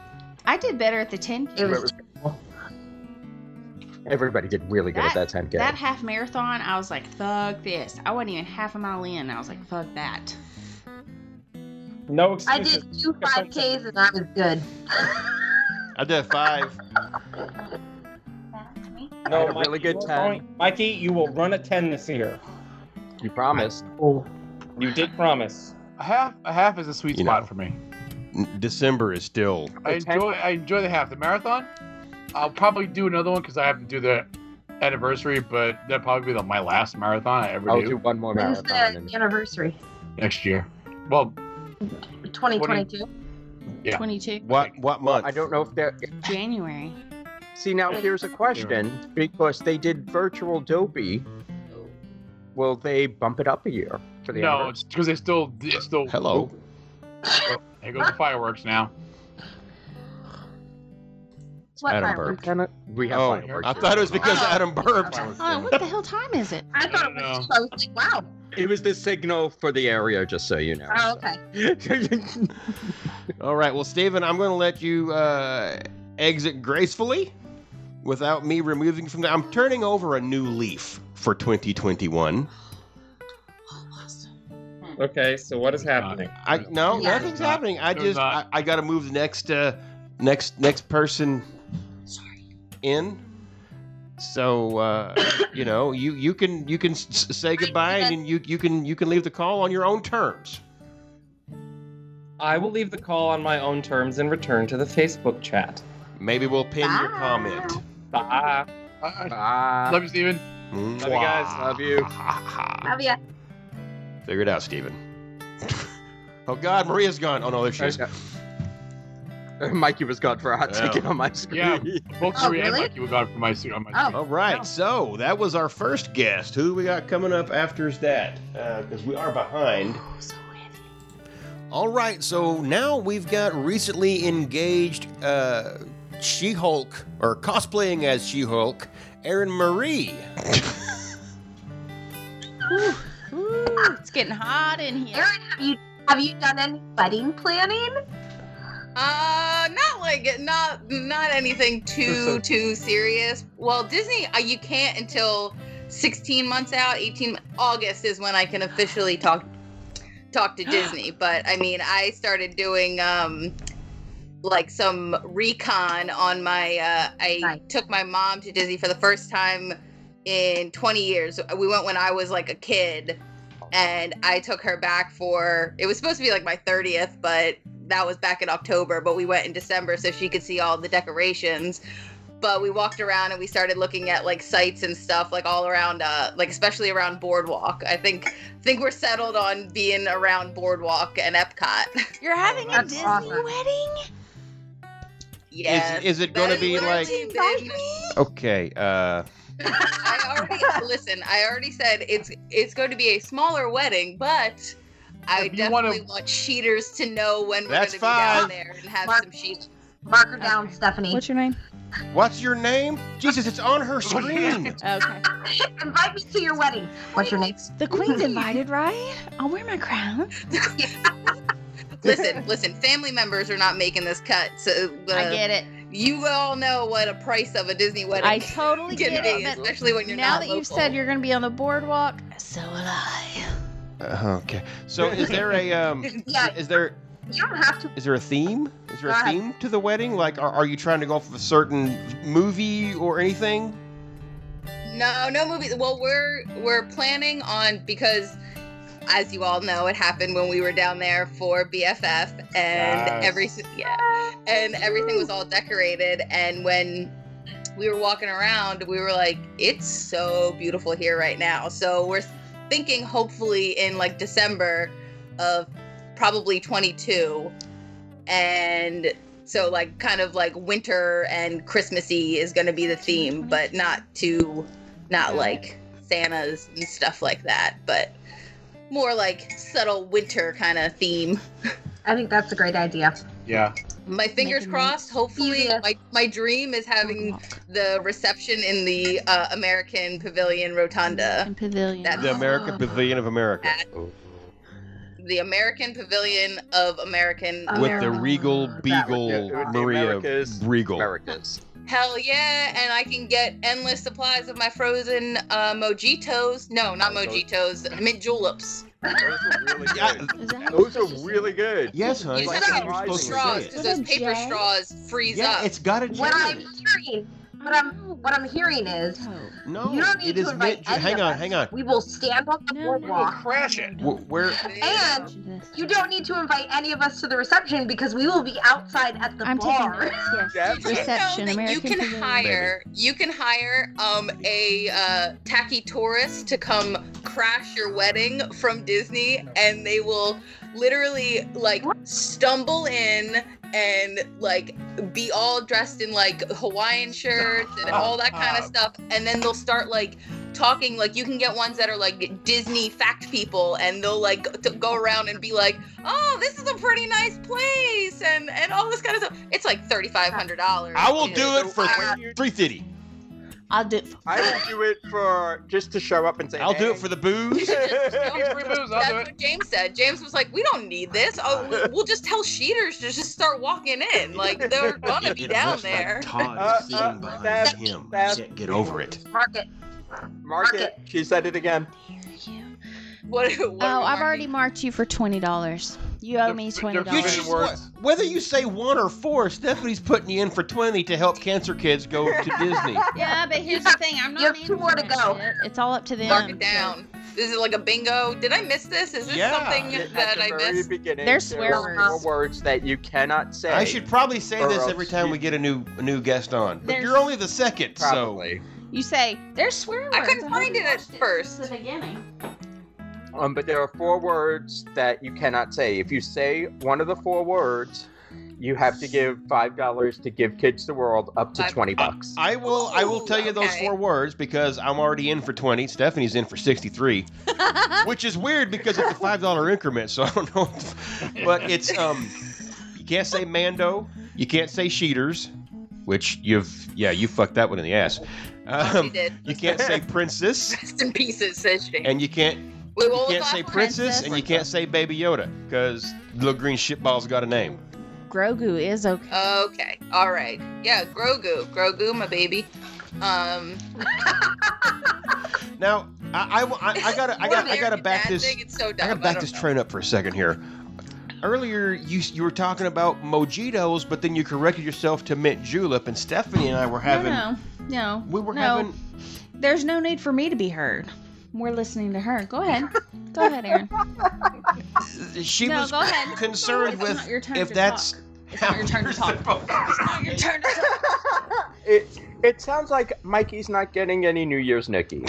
F: I did better at the ten.
D: It was
C: Everybody did really good at that 10K.
F: That half marathon, I was like, fuck this. I wasn't even half a mile in. I was like, fuck that.
I: No
D: I
I: excuses.
D: did two five Ks and I was good.
B: I did five.
C: I had a really good
I: you are
C: time.
I: going- Mikey, you will run a ten this year.
C: you promised.
I: You did promise.
A: A half, a half is a sweet
B: You
A: spot
B: know.
A: for me.
B: December is still.
A: I
C: It's ten-
A: enjoy, I enjoy the half. The marathon, I'll probably do another one because I have to do the anniversary, but that'll probably be the, my last marathon I ever
C: I'll
A: do,
C: do one more
D: When's
C: marathon.
D: the
C: And,
D: anniversary?
A: next year. Well,
D: 2022.
A: Yeah.
F: 22
B: What what month?
C: I don't know if they're.
F: January.
C: See, now here's a question because they did virtual dopey.
F: Oh.
C: Will they bump it up a year for the
A: no,
C: anniversary?
A: it's because they still, it's still.
B: Hello.
A: There goes the fireworks now.
D: What
B: Adam
D: fireworks?
B: burped.
C: Kinda- we have
B: oh,
C: fireworks
B: I
C: here.
B: thought it was because
D: Oh.
B: Adam burped.
F: Oh, what the hell time is it?
D: I thought it
A: I don't
D: was. I was like, wow.
C: It was the signal for the area, just so you know.
D: Oh, okay.
B: All right. Well, Steven, I'm going to let you uh, exit gracefully without me removing you from the. I'm turning over a new leaf for 2021.
I: Okay, so what is happening?
B: I no,
D: Yeah.
B: nothing's happening. I
A: There's
B: just I,
A: not.
B: I got to move the next uh, next next person in. So uh, you know you you can you can s- s- say goodbye and then you you can you can leave the call on your own terms.
I: I will leave the call on my own terms and return to the Facebook chat.
B: Maybe we'll pin your
D: Bye.
B: comment.
I: Bye.
A: I- I-
C: Ah,
A: love you, Steven.
B: Love
I: you guys.
C: Love you.
D: Have ya.
B: Figure it out, Steven. oh God, Maria's gone. Oh no, there she is.
C: Mikey was gone for a hot
B: Yeah.
C: second on my screen.
A: Yeah. Both
D: Oh,
A: Maria
D: really?
A: and Mikey were gone from my suit on my
D: Oh.
A: screen.
B: All right, so that was our first guest. Who do we got coming up after is that? Because we are behind.
D: Oh,
B: All right, so now we've got recently engaged uh, She Hulk, or cosplaying as She Hulk, Erin Marie.
F: Whew. Whew, it's getting hot in here.
D: Erin, have you have you done any wedding planning?
K: Uh, not like not not anything too too serious. Well, Disney, uh, you can't until 16 months out. 18 August is when I can officially talk talk to Disney. But I mean, I started doing um like some recon on my uh I
D: Nice.
K: took my mom to Disney for the first time in 20 years. We went when I was like a kid and I took her back for it was supposed to be like my 30th, but that was back in October, but we went in December so she could see all the decorations. But we walked around and we started looking at like sites and stuff like all around uh like especially around Boardwalk. I think think we're settled on being around Boardwalk and Epcot.
F: You're having a
D: That's
F: Disney
D: awesome.
F: wedding?
K: yes.
B: Is, is it going to
K: That's
B: be
K: literally
B: like.
F: Did you invite me?
B: Okay, uh,
K: I already listen. I already said it's it's going to be a smaller wedding, but I
A: If you wanna-
K: definitely want cheaters to know when we're going
B: That's
K: to be down
B: fine.
K: there and have
D: Mark-
K: some cheat.
D: Mark her down, Stephanie.
F: What's your name?
B: what's your name? Jesus, it's on
A: Oh,
B: her screen.
F: Okay.
D: Invite me to your wedding. What's your name?
F: The queen's invited, right? I'll wear my crown.
K: Listen, listen. Family members are not making this cut, so the,
F: I get it.
K: you all know what a price of a Disney wedding
F: I totally
K: can
F: get
K: be,
F: it. But
K: especially when you're
F: now
K: not
F: that
K: local.
F: you've said you're going to be on the boardwalk, so will I.
B: Uh, okay, so is there a. Um,
D: Yeah,
B: is there
D: you don't have to.
B: Is there a theme? Is there
D: Go
B: a
D: ahead.
B: theme to the wedding? Like, are, are you trying to go off of a certain movie or anything?
K: No, no movie. Well, we're we're planning on because, as you all know, it happened when we were down there for BFF, and
A: Yes.
K: every yeah, and everything was all decorated. And when we were walking around, we were like, "It's so beautiful here right now." So we're thinking, hopefully, in like December of probably 22, and so like kind of like winter and Christmassy is going to be the theme, but not too, not like Santas and stuff like that, but more like subtle winter kind of theme.
D: I think that's a great idea.
A: Yeah.
K: My fingers
F: Making
K: crossed. Hopefully,
D: Yeah.
K: my my dream is
D: Oh.
K: having
F: Boardwalk
K: the reception in the uh, American Pavilion Rotunda.
F: and pavilion.
K: That's-
B: The American
F: Oh.
B: Pavilion of America
D: Oh.
K: The American Pavilion of American.
D: Oh.
B: with the
D: America.
B: regal beagle
C: That would- that would be
B: Maria
C: America's-
B: Regal.
C: Americas.
K: Hell yeah! And I can get endless supplies of my frozen uh, mojitos. No, not
C: Oh, those-
K: mojitos. Mint juleps.
C: Those are really good.
F: Is that how
C: Those
F: you
C: are
F: say
C: really
F: it?
C: good.
B: Yes, honey.
K: You
C: Like
K: said
B: that's
C: a
K: that
B: what you're
K: with
C: rising
K: straws
B: supposed to
K: because
F: Is
B: say.
F: it
K: those paper
F: J?
K: straws freeze
B: Yeah,
K: up.
B: it's got a J
D: What I'm
B: in it.
D: hearing, what I'm, what I'm hearing is,
F: No.
B: No,
D: you don't need
B: it
D: to
B: is
D: invite
B: meant.
D: any
B: Hang
D: of
B: on,
D: us.
B: hang on.
D: we will stand on the
F: No, no,
A: We'll
D: boardwalk.
A: crash it.
F: no, no,
B: Wh- Where?
D: And
F: no.
D: You don't need to invite any of us to the reception because we will be outside at the
F: I'm
D: bar.
F: taking notes, yes.
C: That's-
F: Reception,
K: You know that
F: American
K: you can
F: Pavilion.
K: hire you can hire um a uh, tacky tourist to come crash your wedding from Disney and they will literally like stumble in and like be all dressed in like Hawaiian shirts and all that kind of stuff and then they'll start like talking like you can get ones that are like Disney fact people, and they'll like t- go around and be like, "Oh, this is a pretty nice place," and and all this kind of stuff. It's like thirty five hundred dollars.
B: I will do it for three fifty.
F: I'll do.
C: I will do it for just to show up and say.
B: I'll do it for the booze.
K: That's what James said. James was like, "We don't need this. Oh, we- we'll just tell Sheeters to just start walking in. Like they're gonna be down there."
B: Todd uh,
C: uh,
B: sitting behind him. Get- Get over it.
K: Market.
C: Mark it. She said it again.
K: What?
F: Oh, I've already marked you for twenty dollars. You owe me twenty
B: You
F: dollars.
B: just- whether you say one or four, Stephanie's putting you in for twenty to help cancer kids go to Disney.
F: Yeah, but here's the thing. I'm not. You have two more to go. It's all up to them.
K: Mark it down. This is like a bingo. Did I miss this? Is this something
C: At
K: that
C: the
K: I
C: very
K: missed?
C: beginning,
F: They're
C: there
F: swear
C: are
F: words.
C: words that you cannot say.
B: I should probably say
C: Or
B: this
C: else
B: every time
C: you-
B: we get a new a new guest on. But
F: There's-
B: you're only the second,
C: Probably.
F: You say there's swear words.
K: I couldn't
F: hope
K: find
F: you
K: it at
F: watched
K: first.
F: since the beginning.
C: Um, but there are four words that you cannot say. If you say one of the four words, you have to give five dollars to give kids the world up to
K: Five-
C: twenty bucks.
B: I will I will tell you those
K: okay.
B: four words because I'm already in for twenty. Stephanie's in for sixty three, which is weird because it's a five dollar increment, so I don't know. But it's um, you can't say Mando, you can't say Sheeters, which you've yeah you fucked that one in the ass.
K: Oh, she
B: Um,
K: did.
B: you can't say Princess,
K: Rest in pieces, says she.
B: and you can't
K: Wait,
B: you
K: what was
B: can't
K: the
B: say
K: last one?
B: Princess, and you can't say Baby Yoda because little green shitball's got a name.
F: Grogu is okay.
K: Okay. All right. Yeah, Grogu. Grogu, my baby. Um,
B: Now I I, I, I gotta I gotta I gotta
K: American
B: back
K: Dad
B: this.
K: thing, It's so dumb.
B: I gotta back
K: don't
B: this
K: know.
B: train up for a second here. Earlier, you you were talking about mojitos, but then you corrected yourself to mint julep, and Stephanie and I were having
F: No, no, no.
B: we were
F: no.
B: having
F: There's no need for me to be heard. We're listening to her. Go ahead. Go ahead, Aaron.
B: she
F: no,
B: was
F: go ahead.
B: concerned
F: It's
B: with
F: not your turn
B: if
F: to
B: that's
F: talk. It's not your turn to talk. It's not your turn to talk.
C: It it sounds like Mikey's not getting any New Year's nookie.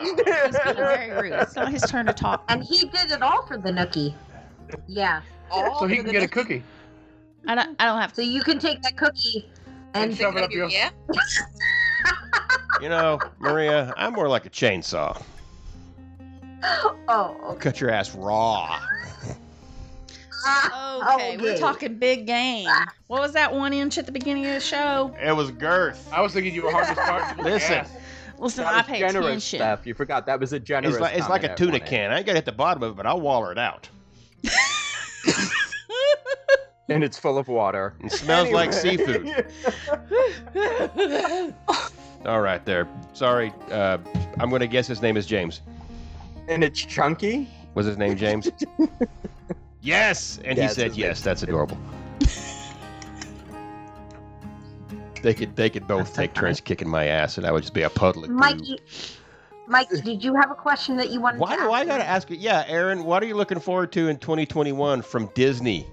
F: He's being very rude. It's not his turn to talk.
D: And he did it all for the nookie. Yeah.
K: All
A: So he
K: for
A: can
K: the
A: get a
K: nookie.
A: cookie.
F: I don't, I don't have
D: So you can take that cookie
A: And
D: and
A: shove it up your.
K: Yeah.
B: you know Maria, I'm more like a chainsaw.
D: oh,
B: Cut your ass raw.
D: ah,
F: Okay, we're
D: Okay.
F: talking big game. What was that one inch at the beginning of the show?
B: It was girth.
A: I was thinking you were hard to start.
B: Listen.
A: Yes.
F: Listen,
C: That
F: I
C: was
F: pay
C: generous
F: attention.
C: stuff. You forgot that was a generous.
B: It's like it's like a
C: comment I
B: tuna
C: wanted.
B: can. I ain't got to hit the bottom of it, but I'll waller it out.
C: and it's full of water.
B: It smells like
C: Anyway.
B: seafood. All right, there. Sorry, uh, I'm gonna guess his name is James.
C: and it's chunky.
B: Was his name James? yes, and
C: Yes,
B: he said
C: his name-
B: yes. That's adorable. they could they could both take turns kicking my ass, and I would just be a puddle of goo.
D: Mikey. Mike, did you have a question that you wanted
B: Why
D: to
B: do I
D: ask?
B: gotta ask? you? Yeah, Aaron, what are you looking forward to in 2021 from Disney?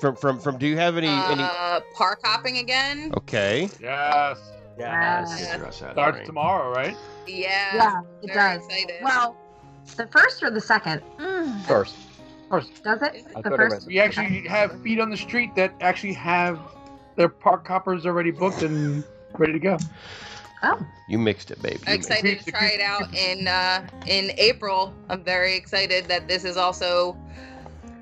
B: From from from? Do you have any any?
K: Uh, park hopping
B: Oh.
K: again.
B: Okay.
A: Yes.
D: Yes.
A: Starts tomorrow, right?
K: Yeah.
D: Yeah, it
K: Very
D: does.
K: excited.
D: Well, the first or the second?
F: Mm.
C: First,
D: Does it?
C: I
D: The
C: thought I
D: first?
A: We actually have feet on the street that actually have their park hoppers already booked and ready to go.
D: Oh,
B: You mixed it, baby. You
K: I'm
B: mixed it.
K: excited to try it out in uh, in April. I'm very excited that this is also.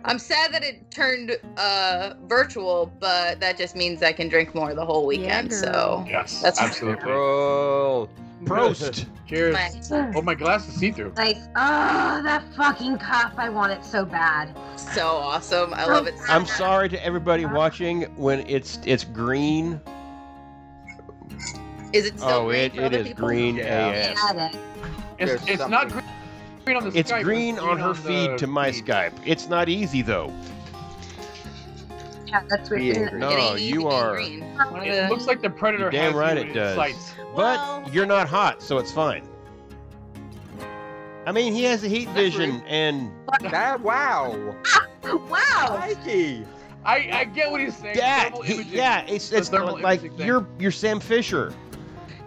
K: I'm sad that it turned uh, virtual, but that just means I can drink more the whole weekend.
F: girl.
K: so
A: Yes.
K: That's-
A: absolutely.
C: bro.
B: Prost.
A: Cheers.
K: Right.
A: Oh, my glass is see through.
D: nice. Oh, that fucking cup. I want it so bad.
K: so awesome. I love it. so
B: I'm
K: much.
B: sorry to everybody watching when it's it's green.
K: Is it still
B: oh,
K: green
B: it,
K: for
B: it
K: other
B: is
K: people?
B: green
C: Yeah.
B: AF.
D: Had it.
A: It's,
C: There's
A: it's not
C: something.
A: green on the
B: It's
A: Skype, but
B: green on her
A: the
B: feed to my
A: feed.
B: Skype. It's not easy though.
D: Yeah, that's weird.
C: Yeah.
K: It
B: No,
K: ain't easy
B: you
K: being
B: are-
K: green.
A: It looks like the predator
B: You're damn
A: has
B: right
A: you in
B: it
A: its
B: does.
A: sights.
F: Well-
B: But you're not hot, so it's fine. I mean, he has the heat vision, and
C: That wow,
D: Wow.
C: Mikey.
A: I, I get what he's saying.
B: yeah,
A: Double
B: he-
A: imaging.
B: yeah, it's it's
A: thermal
B: like
A: imaging thing.
B: you're you're Sam Fisher.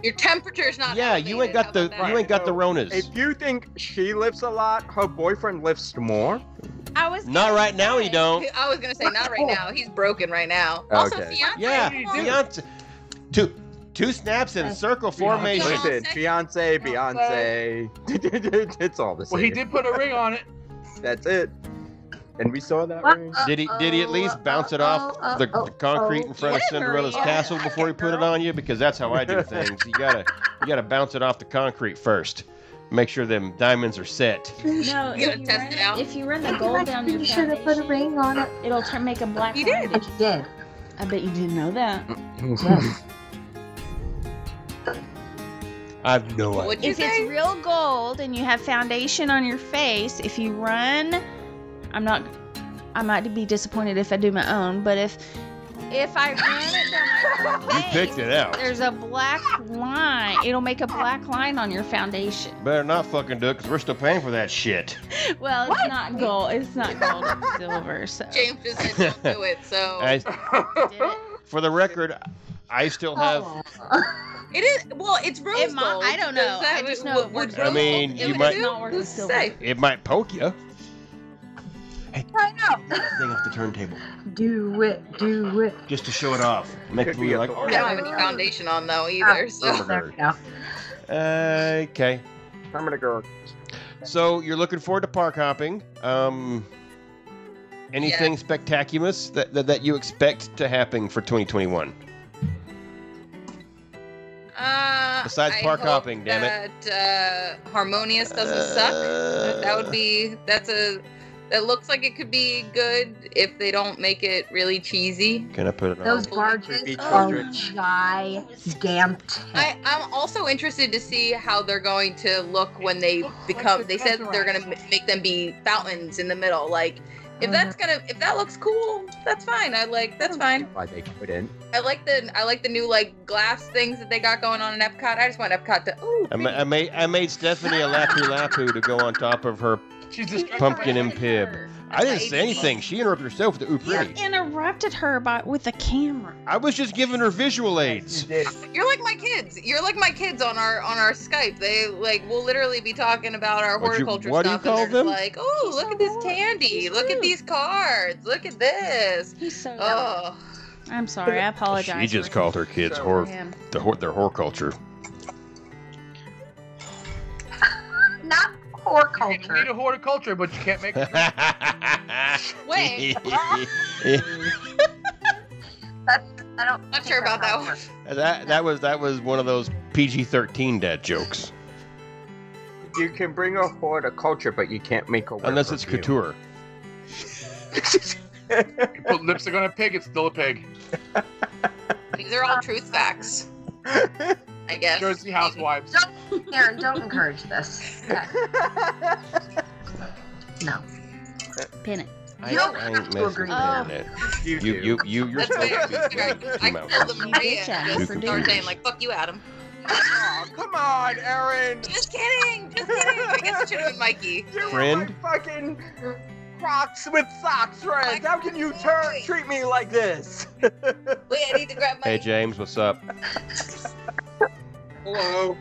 K: Your temperature's not.
B: Yeah, you ain't got
K: elevated.
B: the
K: How about
B: you ain't got the Ronas.
C: If you think she lifts a lot, her boyfriend lifts more.
F: I was
B: Not right now, you
F: say-
B: don't.
K: that? I was gonna say not right now. He's broken right now. Also,
C: Okay.
K: fiance.
B: Yeah,
A: Hey, dude.
B: fiance. To Two snaps in circle formation.
C: Listen, Beyonce, Beyonce. it's all the same.
A: Well, he did put a ring on it.
C: That's it. And we saw that ring.
B: Did he did he at least bounce it off the, the concrete in front of Cinderella's castle before he put it on you? Because that's how I do things. You gotta you gotta bounce it off the concrete first. Make sure them diamonds are set.
F: No, if you,
K: test it
F: run,
K: out.
F: if you run the gold down your
D: You should have put a
F: foundation,
D: ring on it.
F: it'll turn, make a black
K: You
F: line.
K: did.
D: But you did.
F: I bet you didn't know that.
B: I've no idea.
K: What'd you
F: If
K: say?
F: it's real gold and you have foundation on your face, if you run, I'm not. I might be disappointed if I do my own, but if if I ran it down my
B: You
F: face,
B: picked it out.
F: there's a black line. It'll make a black line on your foundation.
B: Better not fucking do it, because we're still paying for that shit.
F: Well, it's not gold. It's not gold. It's silver. So.
K: James just said don't do it, so
B: I,
F: Did it?
B: for the record, I still have.
K: it is. Well, it's rose
F: It might-
K: gold.
F: I don't know.
K: Does that-
F: I just know
K: would-
F: it
K: would
F: works.
B: I
K: rose
B: mean,
K: gold
B: you
K: do it
B: might-
K: too?
F: Not worth
K: Who's
F: the
K: to
F: silver.
K: say?
B: It might poke you.
D: I know.
B: Thing off the turntable,
D: Do it. Do it.
B: just to show it off. Make it
C: Could be
B: look
C: a
B: like.
C: door.
K: I
B: "Oh,
K: don't have any foundation on though either. So
D: There we go.
B: Okay.
C: I'm gonna go.
B: So you're looking forward to park hopping. Um, anything spectacular that, that that you expect to happen for 2021?
K: uh,
B: Besides
K: I
B: park
K: hope
B: hopping, damn
K: that, it. Uh, harmonious doesn't suck. That would be. That's a. That looks like it could be good if they don't make it really cheesy.
B: Can I put it on?
D: Those
K: Beach
D: barges
C: Beach
D: are
C: Eldritch.
D: gigantic.
K: I, I'm also interested to see how they're going to look when they become. They said they're going to make them be fountains in the middle. Like, if that's gonna, if that looks cool, that's fine. I like that's fine.
C: Why they couldn't?
K: I like the I like the new like glass things that they got going on in Epcot. I just want Epcot to. Ooh,
B: I, ma- I made I made Stephanie a lapu lapu to go on top of her.
A: She's distracted.
B: Pumpkin and Pib. I didn't say anything. She interrupted herself with the ooh
F: You
B: pretty.
F: interrupted her by with a camera.
B: I was just giving her visual aids.
K: You're like my kids. You're like my kids on our on our Skype. They like will literally be talking about our
B: What'd you-
K: horticulture
B: what do you
K: stuff.
B: call
K: and they're
B: them?
K: just like, oh, look at this candy. Look at these cards. Look at this.
F: He's so.
K: Oh,
F: I'm sorry. I apologize.
B: She just
F: for
B: called her kids
C: So-
B: hor-
F: him.
B: the hor- their horticulture.
D: Not poor
A: You can
D: culture.
A: lead a horticulture, but you can't make.
K: wait.
D: I don't.
K: Not
D: think
K: sure
D: that's
K: about that
D: how it
K: one.
D: works.
B: that that was that was one of those PG-13 dad jokes.
C: You can bring a horticulture, but you can't make a. word
B: Unless it's
C: review.
B: couture.
A: You put lipstick on a pig, it's still a pig.
K: These are all truth facts. I guess.
A: Jersey housewives.
D: Aaron, don't encourage this. Okay. no.
F: Pin it.
B: I,
D: You
B: I ain't messing with the
F: Oh.
B: internet.
C: You,
B: You, you, you, you're
K: That's
B: supposed
K: fair.
B: to be
K: That's fair.
B: with
K: I
B: Mickey
K: called
B: Mouse.
K: them
F: You
K: Maria
F: bitch ass.
K: just for
B: You
K: Darth
B: confused.
K: saying like, "Fuck you, Adam."
C: Aw, come on, Aaron.
K: Just kidding. Just kidding. I guess it should have been Mikey.
C: You
B: Friend?
C: were my fucking Crocs with socks, friend.
K: Like-
C: How can you tur- treat me like this?
K: Wait, I need to grab my.
B: Hey James, what's up?
C: Hello.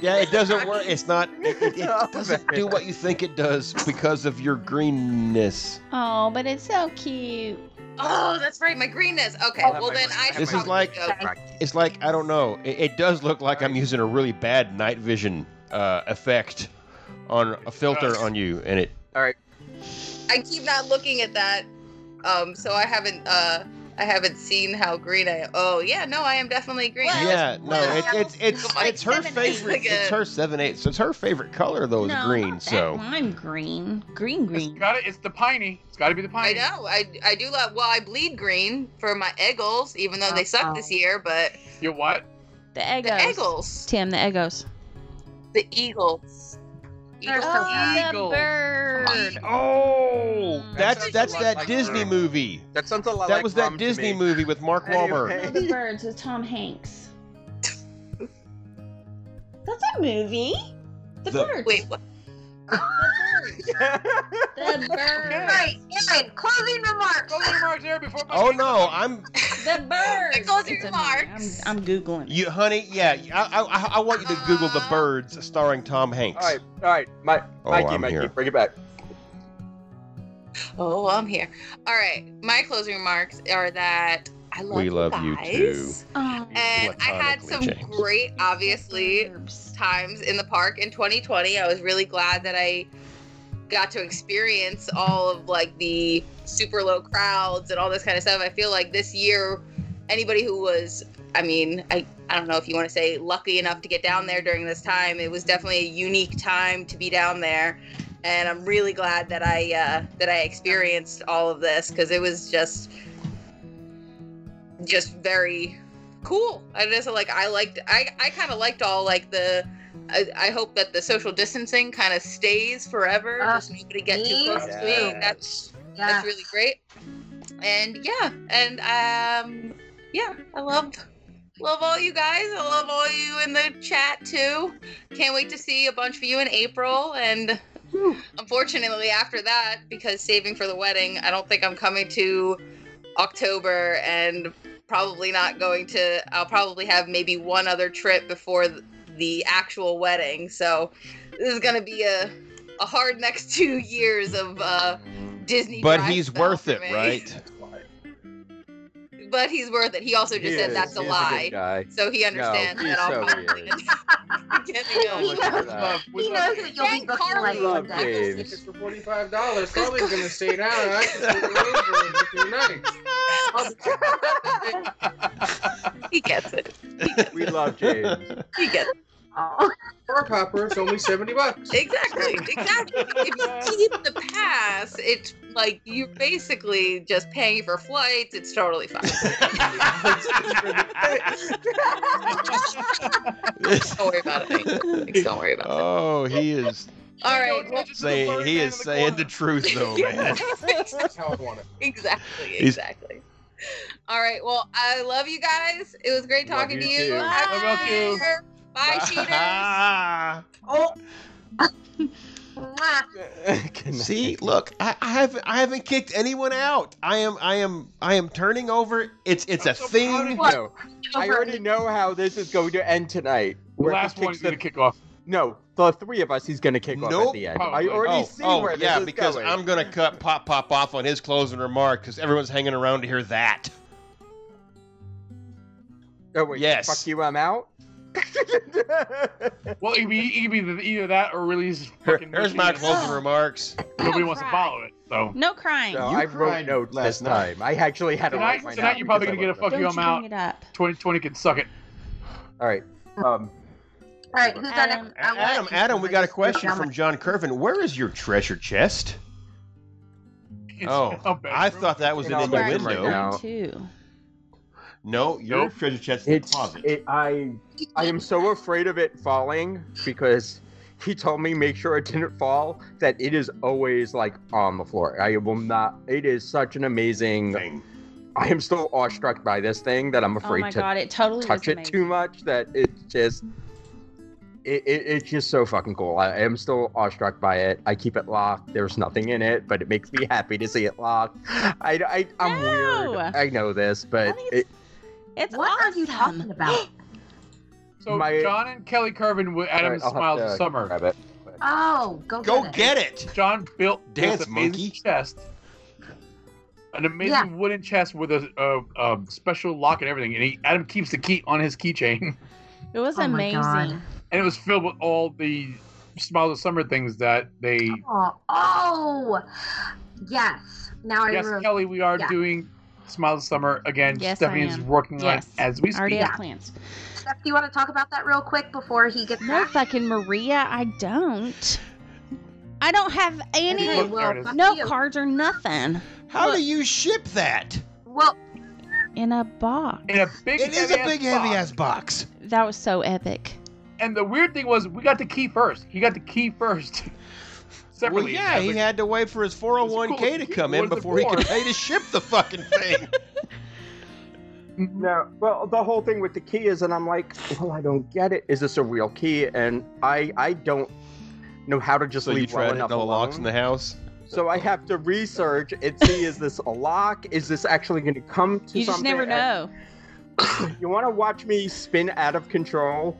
B: Yeah, it doesn't work. It's not. It, it- it
C: Oh,
B: doesn't
C: man.
B: do what you think it does because of your greenness.
F: Oh, but it's so cute.
K: Oh, that's right, my greenness. Okay,
C: Oh,
K: well
C: my
K: then I.
C: greenness.
K: should
B: This is
K: probably
B: like-
K: go.
B: It's like I don't know. It, it does look like I'm using a really bad night vision uh, effect on a filter on you, and it.
K: I keep not looking at that, um, so I haven't. Uh, I haven't seen how green I am. Oh yeah, no, I am definitely green. I was-
B: yeah, no, it, it's it's
K: Like
B: it's her
K: seven eighths
B: favorite.
K: again.
B: It's her seven eight. So it's her favorite color though is
F: no,
B: green.
F: not
B: So
F: that lime green, green,
A: It's
F: green.
A: got it. It's the piney. It's got to be the
K: I
A: piney.
K: know. I, I do love. Well, I bleed green for my Eggles, even though they suck this year. But
A: You what?
F: The
K: the
F: Eggos.
K: Eggles,
F: Tim, the Eggos.
K: the Eagles.
D: They're so
K: Eagles.
D: bad.
A: Eagles.
F: the bird.
B: Oh,
F: Mm.
B: that's
C: That
B: that's
C: sounds a lot
B: that
C: like
B: Disney
C: Rum.
B: movie.
C: That sounds a lot
B: That
C: like
B: was that
C: rum to
B: Disney
C: me.
B: movie with Mark Wahlberg.
C: Anyway.
F: No, the birds with Tom Hanks. That's a movie. The,
B: The-
F: birds.
K: Wait, what?
F: The birds.
D: Right, Aaron, closing remarks.
A: Closing remarks there before. my
B: Oh
A: pig-
B: no, I'm
F: The birds. It's
K: Those are
F: a movie.
K: remarks.
F: I'm, I'm googling. it.
B: you, honey. Yeah, I I, I- I want you to Google the
K: Uh,
B: birds starring Tom Hanks.
C: all right, all right, my,
B: Oh,
C: Mikey,
B: I'm
C: Mikey,
B: here.
C: bring it back.
K: Oh, I'm here. All right. My closing remarks are that I love
B: we
K: you
B: love you
K: guys.
B: too.
K: And I had some
B: Platonically, James.
K: great, obviously, times in the park in 2020. I was really glad that I got to experience all of like the super low crowds and all this kind of stuff. I feel like this year, anybody who was, I mean, I, I don't know if you want to say lucky enough to get down there during this time, it was definitely a unique time to be down there. And I'm really glad that I uh, that I experienced all of this because it was just just very cool. I just like I liked I I kind of liked all like the I, I hope that the social distancing kind of stays forever. just nobody get too
D: me
K: close to me.
D: too.
K: That's
D: Yes.
K: that's really great. And yeah, and um yeah, I loved love all you guys. I love all you in the chat too. Can't wait to see a bunch of you in April and unfortunately after that because saving for the wedding, I don't think I'm coming to October and probably not going to I'll probably have maybe one other trip before th- the actual wedding. So this is going to be a a hard next 2 years of uh Disney
B: But
K: drive
B: he's
K: style
B: worth
K: for
B: it,
K: me.
B: right?
K: But he's worth it. He also just
C: He
K: said
C: is.
K: that's a
C: He's a good
K: lie.
C: guy.
K: So he
C: No,
K: understands
C: he's
K: that I'll
C: so
K: probably getting
C: Don't look at that.
D: He knows that you'll be booking like
C: love
I: Tickets
C: James.
I: for forty-five dollars. Sally's gonna stay down. and I can stay in the room for two nights. I'll be-
K: He gets it.
C: We love James.
K: He gets it.
I: Car popper, it's only seventy bucks.
K: Exactly. Exactly. if you keep the pass, it's like you're basically just paying for flights. It's totally fine. Don't worry about it. Thanks, Don't worry about
B: Oh, he is
K: it. All right. well,
B: saying he is saying the truth though, man.
I: That's how I want it.
K: exactly.
B: He's-
K: Exactly. All right. Well, I love you guys. It was great
B: Love
K: talking
B: you
K: to you.
B: too.
K: Happy
A: Love
K: New
A: you.
K: Year. Bye, cheaters.
D: Oh. Mwah.
B: See, look, I, I haven't I haven't kicked anyone out. I am I am I am turning over. It's it's a thing.
C: No, I already know how this is going to end tonight.
A: The last one's gonna kick off.
C: No, the three of us he's going to kick off at
B: Nope.
C: the end.
A: Probably.
C: I already
B: oh,
C: see
B: oh,
C: where
B: yeah,
C: this is
B: because
C: going.
B: I'm gonna cut pop pop off on his closing remark because everyone's hanging around to hear that.
C: Oh, wait,
B: yes.
C: Fuck you, I'm out.
A: Well, it'd be, it'd be the- either that or release.
B: Here-
A: fucking
B: here's my
A: Michigan.
B: closing remarks.
A: Nobody wants to follow it. So
F: No crying.
C: So
B: You
C: I wrote
B: cried
C: notes
B: last
C: this time. I actually had to
A: Tonight-
C: write mine
A: tonight
C: out
A: you're probably
C: because
A: gonna
C: I
A: get a
C: wasn't-
A: fuck
F: Don't
A: you,
F: you
A: I'm
F: bring
A: out.
F: it up.
A: 2020 can suck it.
C: All right. Um,
D: All right, who's on
F: Adam,
D: next? I wanna
B: Adam,
D: see
B: Adam, we
D: somebody
B: got a
D: just put
B: question
D: down my-
B: from John Curvin. Where is your treasure chest?
A: It's
B: Oh,
A: a bedroom.
B: I thought that was
C: In
B: an
C: our bedroom
B: innuendo.
C: right now.
F: Too.
B: No, your
A: Nope.
B: treasure chest is in the
C: it's
B: closet.
C: it, I I am so afraid of it falling because he told me make sure it didn't fall. That it is always like on the floor. I will not. It is such an amazing.
B: Thing.
C: I am so awestruck by this thing that I'm
F: Oh
C: afraid
F: my
C: to
F: god, it totally
C: touch
F: was
C: it too
F: amazing.
C: much that it just it, it, it's just so fucking cool. I am still awestruck by it. I keep it locked. There's nothing in it, but it makes me happy to see it locked. I, I I'm
F: No.
C: weird. I know this, but
F: think
C: it,
F: it's- It's
D: What are you
F: awesome.
D: talking about?
A: So
C: my-
A: John and Kelly Curvin with Adam's
C: I'll have
A: Smiles of
C: to uh,
A: Summer.
C: grab it.
D: Oh, go
B: Go
D: get it.
B: get it.
A: John built
B: Dance
A: this amazing
B: monkey.
A: chest, an amazing
D: Yeah.
A: wooden chest with a, a, a special lock and everything. And he, Adam keeps the key on his keychain,
F: It was
D: Oh my
F: amazing.
D: God.
A: and it was filled with all the smiles of summer things that they.
D: Oh, oh, yes. Now I
A: yes,
D: remember.
A: Kelly, we are
D: yeah.
A: doing smiles of summer again.
F: Yes, I
A: Stephanie is
F: am.
A: working
F: Yes.
A: on it as we
F: I
A: speak.
F: already
D: Yeah.
F: have plans.
D: Steph, do you want to talk about that real quick before he gets
F: No
D: back?
F: fucking Maria, I don't. I don't have any
D: Okay,
A: Look,
D: well,
A: there it is.
D: fuck
F: no
D: you.
F: cards or nothing
B: How
F: Look.
B: do you ship that?
D: Well,
F: in a box.
A: In a big,
B: It is a
A: heavy-ass
B: big heavy
A: box.
B: ass box.
F: That was so epic.
A: And the weird thing was, we got the key first. He got the key first.
B: Well,
A: Separately.
B: yeah, he had to wait for his
A: It's
B: 401k to
A: cool.
B: come in
A: What is it
B: before he could
A: for?
B: pay to ship the fucking thing.
C: No, well, the whole thing with the key is, and I'm like, well, I don't get it. Is this a real key? And I I don't know how to just
B: so you
C: leave well
B: tried
C: enough
B: hitting all the
C: alone.
B: locks in the house.
C: So I have to research and see is this a lock? Is this actually going to come to
F: You just
C: something?
F: never know.
C: You want to watch me spin out of control?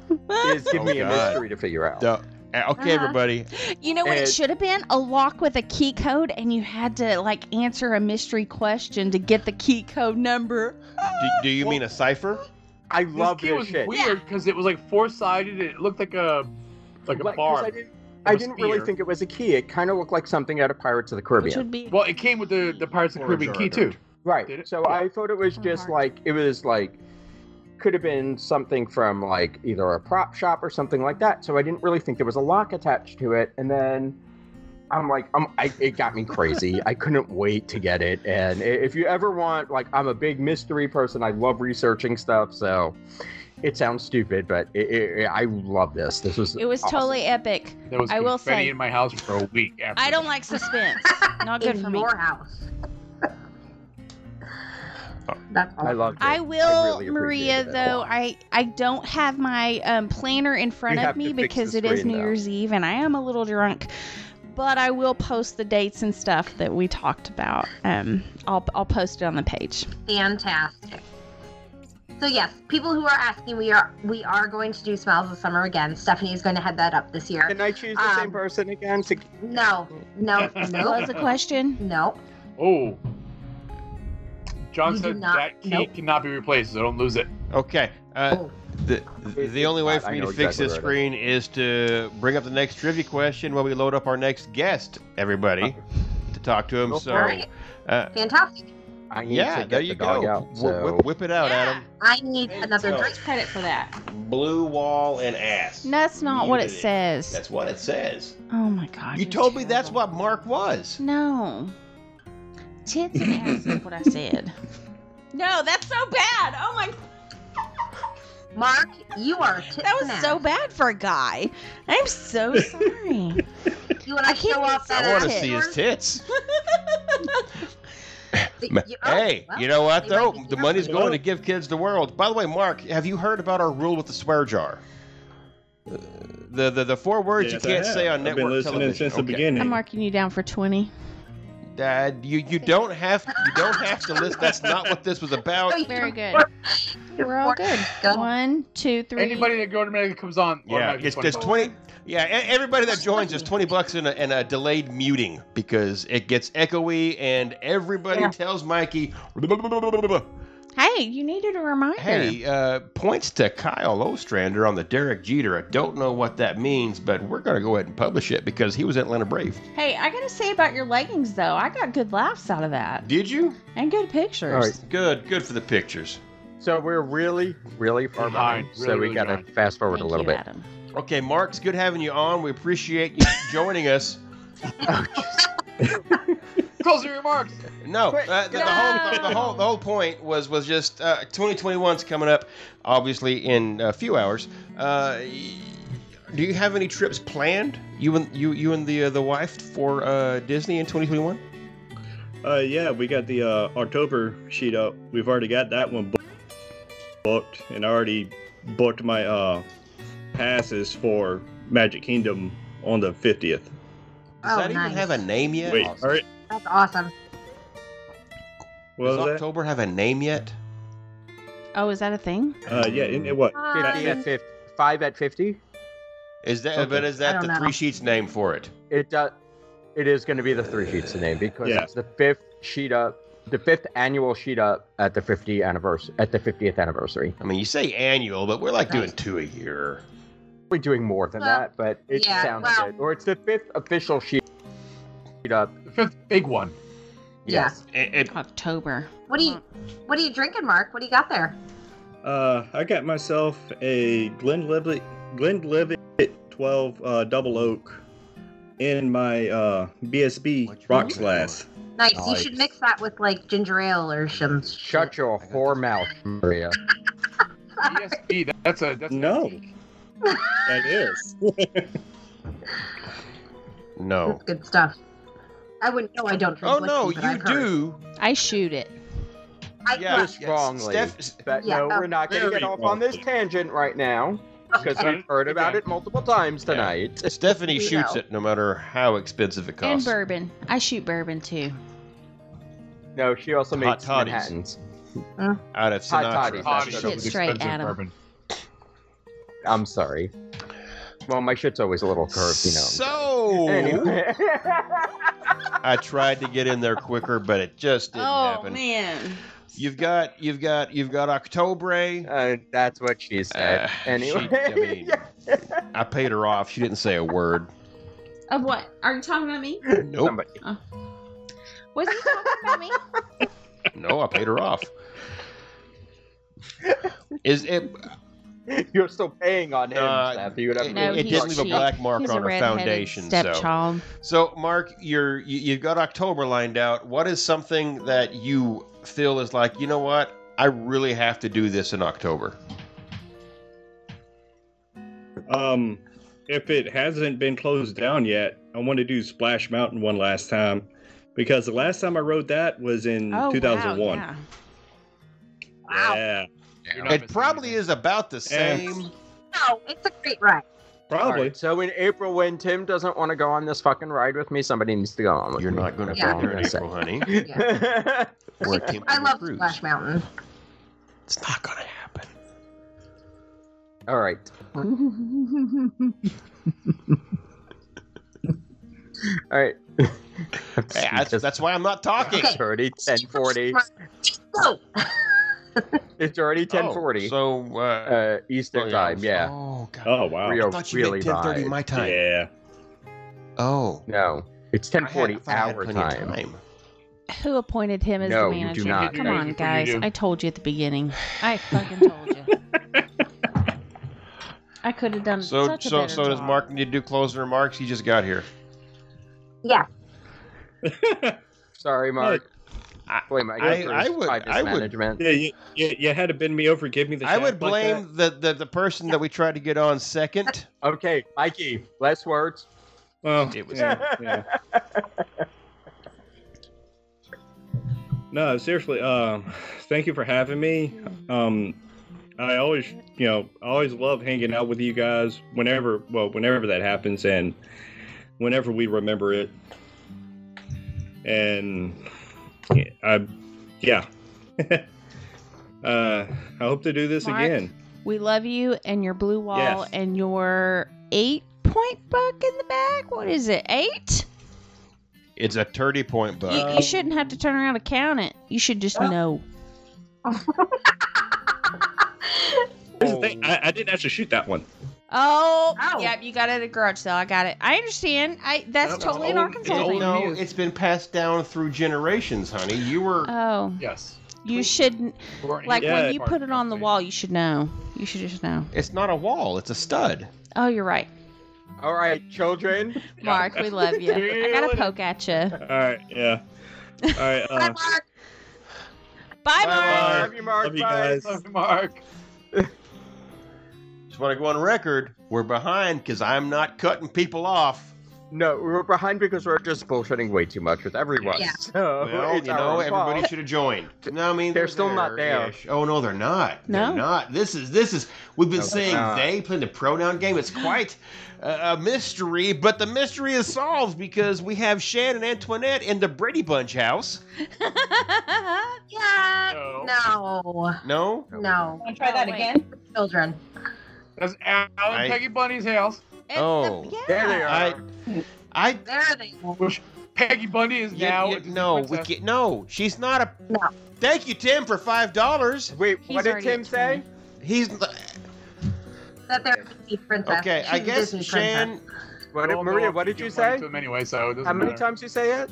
C: Is give
B: Oh,
C: me a
B: God.
C: mystery to figure out.
B: Duh. Eh, Okay,
F: Uh-huh.
B: everybody. Eh,
F: You know what
B: And-
F: it should have been? A lock with a key code, and you had to like answer a mystery question to get the key code number.
B: Do, do you mean a cipher?
C: I
A: love this key was weird because it was like four sided. It looked like a like a
C: Right, 'cause
A: bar.
C: I didn't- I didn't really think it was a key. It kind of looked like something out of Pirates of the Caribbean.
F: be.
A: Well, it came with the the Pirates of the
C: Or a
A: Caribbean
C: jar
A: key
C: of
A: too.
C: dirt. Right. So I thought it
F: Oh,
C: was just like it was like could have been something from like either a prop shop or something like that. So I didn't really think there was a lock attached to it. And then I'm like, I'm, I, it got me crazy. I couldn't wait to get it. And i- if you ever want, like, I'm a big mystery person. I love researching stuff. So it sounds stupid, but it, it, I love this. This was
F: It was
C: awesome.
F: totally epic.
A: There was
F: I will
A: confetti
F: say,
A: in my house for a week. After
F: I don't like suspense. Not good
D: in
F: for me.
D: your house. That's
C: I love.
F: I
C: it.
F: will,
C: really appreciated
F: Maria.
C: it a
F: Though
C: lot.
F: I I don't have my um, planner in front
C: You
F: of
C: have
F: me
C: to fix
F: because
C: the
F: it is
C: screen,
F: New
C: though.
F: Year's Eve and I am a little drunk, but I will post the dates and stuff that we talked about. Um, I'll I'll post it on the page.
D: fantastic. So yes, people who are asking, we are we are going to do Smiles of Summer again. Stephanie is going to head that up this year.
C: Can I choose the same
D: Um,
C: person again? To...
D: No, no,
F: What was
D: no,
F: the question?
D: no.
A: Oh. John
D: You do
A: said
D: not-
A: that key
D: nope.
A: cannot be replaced, so don't lose it.
B: Okay.
C: Oh.
B: Uh, the the only way
C: not.
B: for
C: I
B: me to
C: know
B: fix
C: exactly
B: this
C: where
B: screen is to bring up the next trivia question while we load up our next guest, everybody, to talk to him.
C: Go
B: So,
D: for it.
B: uh,
D: Fantastic.
C: I need to
B: yeah,
C: get
B: there
C: the
B: you
C: dog
B: go.
C: out.
B: Wh-
C: So.
B: whip, whip it out,
D: I need another
B: so-
D: drink.
F: Credit for that.
B: Adam. Blue wall and ass.
F: That's not what it
B: Muted it.
F: says.
B: That's what it says.
F: Oh my god.
B: You
F: you're
B: told me that's
F: terrible.
B: what Mark was.
F: No. Tits and ass is what I said. No, that's so bad. Oh my.
D: Mark, you are tits
F: That was
D: and
F: so
D: ass.
F: bad for a guy. I'm so sorry.
D: You want to
F: can't
D: show off that
B: I want to
D: ass
B: see
D: yours?
B: his tits.
D: Th-
B: Ma-
D: you- oh,
B: Hey,
D: well,
B: you know what
D: they
B: though?
D: might be
B: The money's
D: terrible.
B: going to give kids the world. By the way, Mark, have you heard about our rule with the swear jar? Uh, The the, the four words
L: Yes,
B: you
L: I
B: can't
L: have.
B: say on
L: I've
B: network
L: been listening
B: television.
L: since the
B: Okay.
F: I'm
L: beginning.
F: marking you down for 20.
B: Dad, you, you don't have you don't have to list. That's not what this was about.
D: Oh,
F: Very good.
D: you're
F: We're all good.
D: Go.
F: One, two, three.
A: Anybody that automatically comes on,
B: Yeah,
A: automatically
B: it's, it's twenty. Yeah, e- everybody that joins is twenty bucks and a, and a delayed muting because it gets echoey and everybody
F: Yeah.
B: tells Mikey,
F: Hey, you needed a reminder.
B: Hey, uh, points to Kyle Ostrander on the Derek Jeter. I don't know what that means, but we're going to go ahead and publish it because he was Atlanta Brave.
F: Hey, I gotta say about your leggings though. I got good laughs out of that
B: Did you?
F: and good
C: All
F: pictures.
C: right.
B: Good, good for the pictures.
C: So we're really, really far behind.
A: Behind,
C: so
A: really,
C: we
A: really
C: gotta
A: behind.
C: fast forward
F: Thank
C: a little
F: you,
C: bit.
F: Adam.
B: Okay, Mark's good having you on. We appreciate you joining us.
A: Closing remarks.
B: No, uh, the, the whole, the, whole, the whole point was was just uh, 2021's coming up, obviously in a few hours. Uh, do you have any trips planned, you and you you and the uh, the wife for uh, Disney in 2021?
L: Uh, yeah, we got the uh, October sheet up. We've already got that one book- booked, and I already booked my uh, passes for Magic Kingdom on the 50th.
B: Does
D: Oh,
B: that
D: nice.
B: even have a name yet?
L: Wait, all right.
D: That's awesome.
L: What was
B: Does
L: that?
B: October have a name yet?
F: Oh, is that a thing?
L: Uh, yeah, and it what?
C: Fifty at
D: Um,
C: fifty. Five at fifty.
B: Is that
C: Okay.
B: but is
D: I
B: that the
D: don't know.
B: three sheets name for it?
C: It does. It is gonna be the three sheets to name because
L: Yeah.
C: it's the fifth sheet up, the fifth annual sheet up at the 50 anniversary at the 50th anniversary.
B: I mean, you say annual, but we're like doing two a year.
C: We're doing more than
D: Well,
C: that, but it
D: yeah,
C: sounds
D: well-
C: good. Or it's the fifth official sheet sheet up.
A: The fifth big one.
D: yeah.
B: It, it-
F: October.
D: What do you What are you drinking, Mark? What do you got there?
L: Uh, I got myself a Glenlivet Glenlivet 12 uh, double oak in my uh,
B: What you
L: BSB rocks
B: doing?
L: glass.
D: Nice. You
C: Nice.
D: should mix that with like ginger ale or some.
C: Shut your whore mouth, Maria.
A: ESP. That, that's a that's
L: No, that is.
B: no.
D: That's good stuff. I wouldn't know. I don't drink.
B: Oh no,
D: whiskey, but
B: you
D: I've heard.
B: do.
F: I shoot it.
D: I,
B: Yeah,
C: Just wrongly.
B: Steph,
C: But
D: Yeah, um,
C: no, we're not going to
L: very
C: get off on this
L: wrongly.
C: tangent right now because
A: Okay.
C: we've heard about it multiple times
B: Yeah.
C: tonight.
B: Stephanie
D: No.
B: shoots it no matter how expensive it
F: And
B: costs.
F: bourbon. I shoot bourbon too.
C: No, she also
B: Hot
C: makes
B: toddies.
C: Manhattans.
B: Out of
C: Hot
B: Sinatra.
C: toddies.
A: Hot
C: That's
A: shit
C: so
A: with
F: straight,
A: expensive
F: Adam.
A: bourbon.
C: I'm sorry. Well, my shit's always a little curved, you know.
B: So
C: Anyway.
B: I tried to get in there quicker, but it just didn't happen.
F: man.
B: You've got you've got you've got Octobre.
C: Uh, that's what she said.
B: anyway, I, mean, I paid her off. She didn't say a word.
F: Of what? Are you talking about me?
B: Nope.
F: Was he talking about me?
B: No, I paid her off. Is it?
C: You're still paying on him, Steph. You would have
B: it,
C: to-
B: it didn't leave a black mark
F: He's a
B: on her
F: redheaded
B: foundation.
F: stepchild.
B: So, so Mark, you're you, you've got October lined out. What is something that you feel is like? You know what? I really have to do this in October.
L: Um, if it hasn't been closed down yet, I want to do Splash Mountain one last time because the last time I rode that was in 2001.
F: Wow,
L: yeah.
B: It probably is about the same.
D: No, it's a great ride.
L: Probably.
C: All right, so in April, when Tim doesn't want to go on this fucking ride with me, somebody needs to go on with You're me. You're not
B: going
D: go Yeah. there in
B: April, honey.
D: I, I love Splash Mountain.
B: It's not gonna
C: All right. All right.
B: that's, that's why I'm not talking.
C: It's already 1040.
D: Oh,
C: It's already 1040.
B: Oh, so, uh,
C: Eastern time, yeah.
B: Oh, God.
C: Oh, wow. We
B: I
C: are
B: thought you meant
C: really
B: 10:30
C: behind.
B: my time.
L: Yeah.
B: Oh.
C: No. It's
B: I
C: 1040
B: thought I had
C: hour
B: plenty of
C: time.
B: time.
F: Who appointed him as
C: No,
F: the
C: you
F: manager?
C: do not.
F: Come
C: No,
F: on,
C: you do.
F: guys. I told you at the beginning. I fucking told you. I could have done
B: So,
F: such a
B: so,
F: better
B: so does
F: job.
B: Mark need to do closing remarks? He just got here.
D: yeah.
C: Sorry, Mark. Blame my
B: I- I would- I would-
C: management.
L: Yeah, you, you, you had to bend me over, give me the.
B: I would
L: shaft like that.
B: blame the, the, the person that we tried to get on second.
C: Okay, Mikey, less words.
L: Well,
B: it was.
L: yeah, yeah. No, seriously. Um, thank you for having me. Um, I always, you know, I always love hanging out with you guys whenever, well, whenever that happens and whenever we remember it. And yeah, I, yeah. uh, I hope to do this
F: Mark?
L: again.
F: We love you and your blue wall
L: Yes.
F: and your eight point buck in the back. What is it? Eight?
B: It's a 30 point buck.
F: you, you shouldn't have to turn around and count it. You should just
C: Oh.
F: know.
L: Here's the thing, I, I didn't actually shoot that one.
F: Oh, yep, you got it at a garage sale. I got it. I understand. I that's totally an Arkansas thing.
B: No, it's been passed down through generations, honey. You were.
F: Oh.
A: Yes.
F: You shouldn't like
B: Yeah.
F: when you put it on the wall, you should know. You should just know.
B: It's not a wall. It's a stud.
F: Oh, you're right.
C: All right, children.
F: Mark, we love you. I got to poke at you.
L: All right, yeah. All right. Uh,
F: Bye, Mark.
C: Love you, Mark.
L: Love you
C: Bye.
L: guys.
A: Love you, Mark.
B: Just want to go on record. We're behind because I'm not cutting people off.
C: No, we were behind because we are just bullshitting way too much with everyone.
D: Yeah.
C: So
B: Well,
C: it's
B: you
C: our
B: know,
C: own fault.
B: everybody should have joined. No, I mean
C: They're still not there.
B: ish. Oh no, they're not.
F: No.
B: they're not. This is this is. We've been
C: No, they're
B: saying
C: not.
B: they playing the pronoun game. It's quite a, a mystery, but the mystery is solved because we have Shan and Antoinette in the Brady Bunch house.
D: Yeah. No.
B: No,
D: No.
J: Wanna try that
D: No, wait.
J: again?
D: Children.
A: That's Alan
B: I-
A: Peggy Bundy's house.
B: oh,
C: There they are.
B: I, I
D: There they are.
A: Which Peggy Bundy is
B: you-
A: now.
B: you- no, we
A: princess.
B: can't, no, she's not a.
D: No.
B: Thank you, Tim, for five dollars.
C: Wait,
F: He's
C: what did
F: already at
C: Tim say?
B: He's
D: That they're a Disney princess.
B: okay. I
D: She's a
B: guess
D: Disney
B: Shan.
C: What did,
A: Well,
C: Maria,
A: no,
C: what did
A: give
C: you
A: money
C: say?
A: To him anyway, so it doesn't
C: How many
A: matter.
C: times you say it?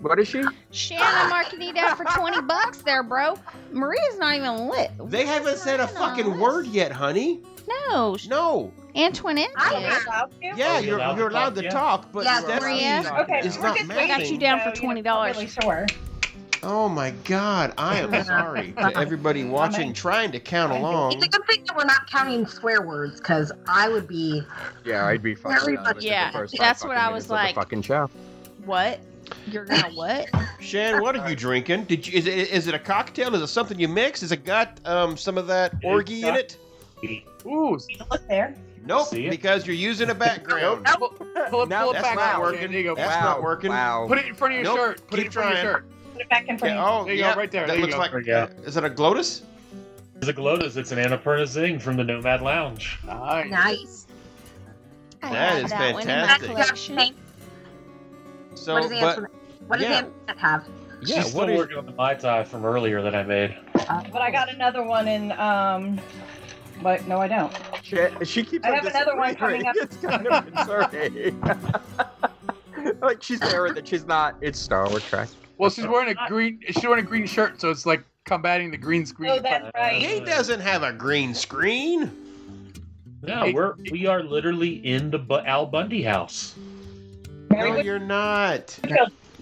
C: What is she?
F: Shannon marking you down for 20 bucks there, bro. Maria's not even lit.
B: They haven't said a fucking word yet, honey.
F: No,
B: No.
F: Antoinette.
D: I
F: did.
D: am.
J: Allowed to?
B: Yeah,
A: Are we
B: you're,
A: allowed to
B: you're allowed
A: talk
B: to
A: yet?
B: talk, but
D: Yes,
B: that's-
F: Maria.
J: Okay,
B: It's
J: we're
B: not
J: just
B: mapping.
J: waiting,
F: I got you down for
J: so, you know, I'm
F: $20.
J: Really sure.
B: Oh my God, I am sorry to everybody watching, trying to count along.
D: It's a good thing that we're not counting swear words because I would be.
C: Yeah, I'd be fucking.
D: Everybody-
C: done with the
F: Yeah,
C: first five
F: that's what
C: fucking
F: I was
C: minutes of the
F: like.
C: Fucking show.
F: What? You're gonna what?
B: Shan, what are you drinking? Did you, is it is it a cocktail? Is it something you mix? Is it got um some of that orgy in it?
A: Ooh,
J: Look there.
B: Nope,
L: See it?
B: because you're using a background.
A: pull, pull it,
C: Now
A: pull it
B: that's
A: back
B: not
A: out.
B: working.
A: Shan. There you go.
B: That's not working.
C: Wow.
A: Put it in front of your
B: Nope.
A: shirt. Put
B: Keep
A: it in front of your
B: trying.
A: shirt.
J: Put it back in front
B: Yeah,
J: of
B: oh,
M: There you
B: yeah,
M: go, right there,
B: That
M: there you
B: looks
M: go.
B: like.
M: There you go.
B: Is it a Glotus?
M: It's a Glotus. It's an Annapurna Zing from the Nomad Lounge.
A: Nice.
D: Nice.
F: I
B: That
F: have
B: is
F: that one in my
B: fantastic.
F: collection.
B: So,
D: what does the
B: but
D: answer? What
B: yeah.
D: does the answer have?
B: yeah,
M: She's
B: what
M: still
B: is-
M: working on the mai tai from earlier that I made.
N: Uh, But I got another one in. Um, but no, I don't.
C: She keeps.
N: I
C: on
N: have another one coming up.
C: It's kind of concerning. like she's there that she's not. It's Star Wars trash.
A: Well, she's wearing a green. She's wearing a green shirt, so it's like combating the green screen.
N: Oh, that's right.
B: He doesn't have a green screen.
M: Yeah, we're we are literally in the Bu- Al Bundy house.
B: No, you're not.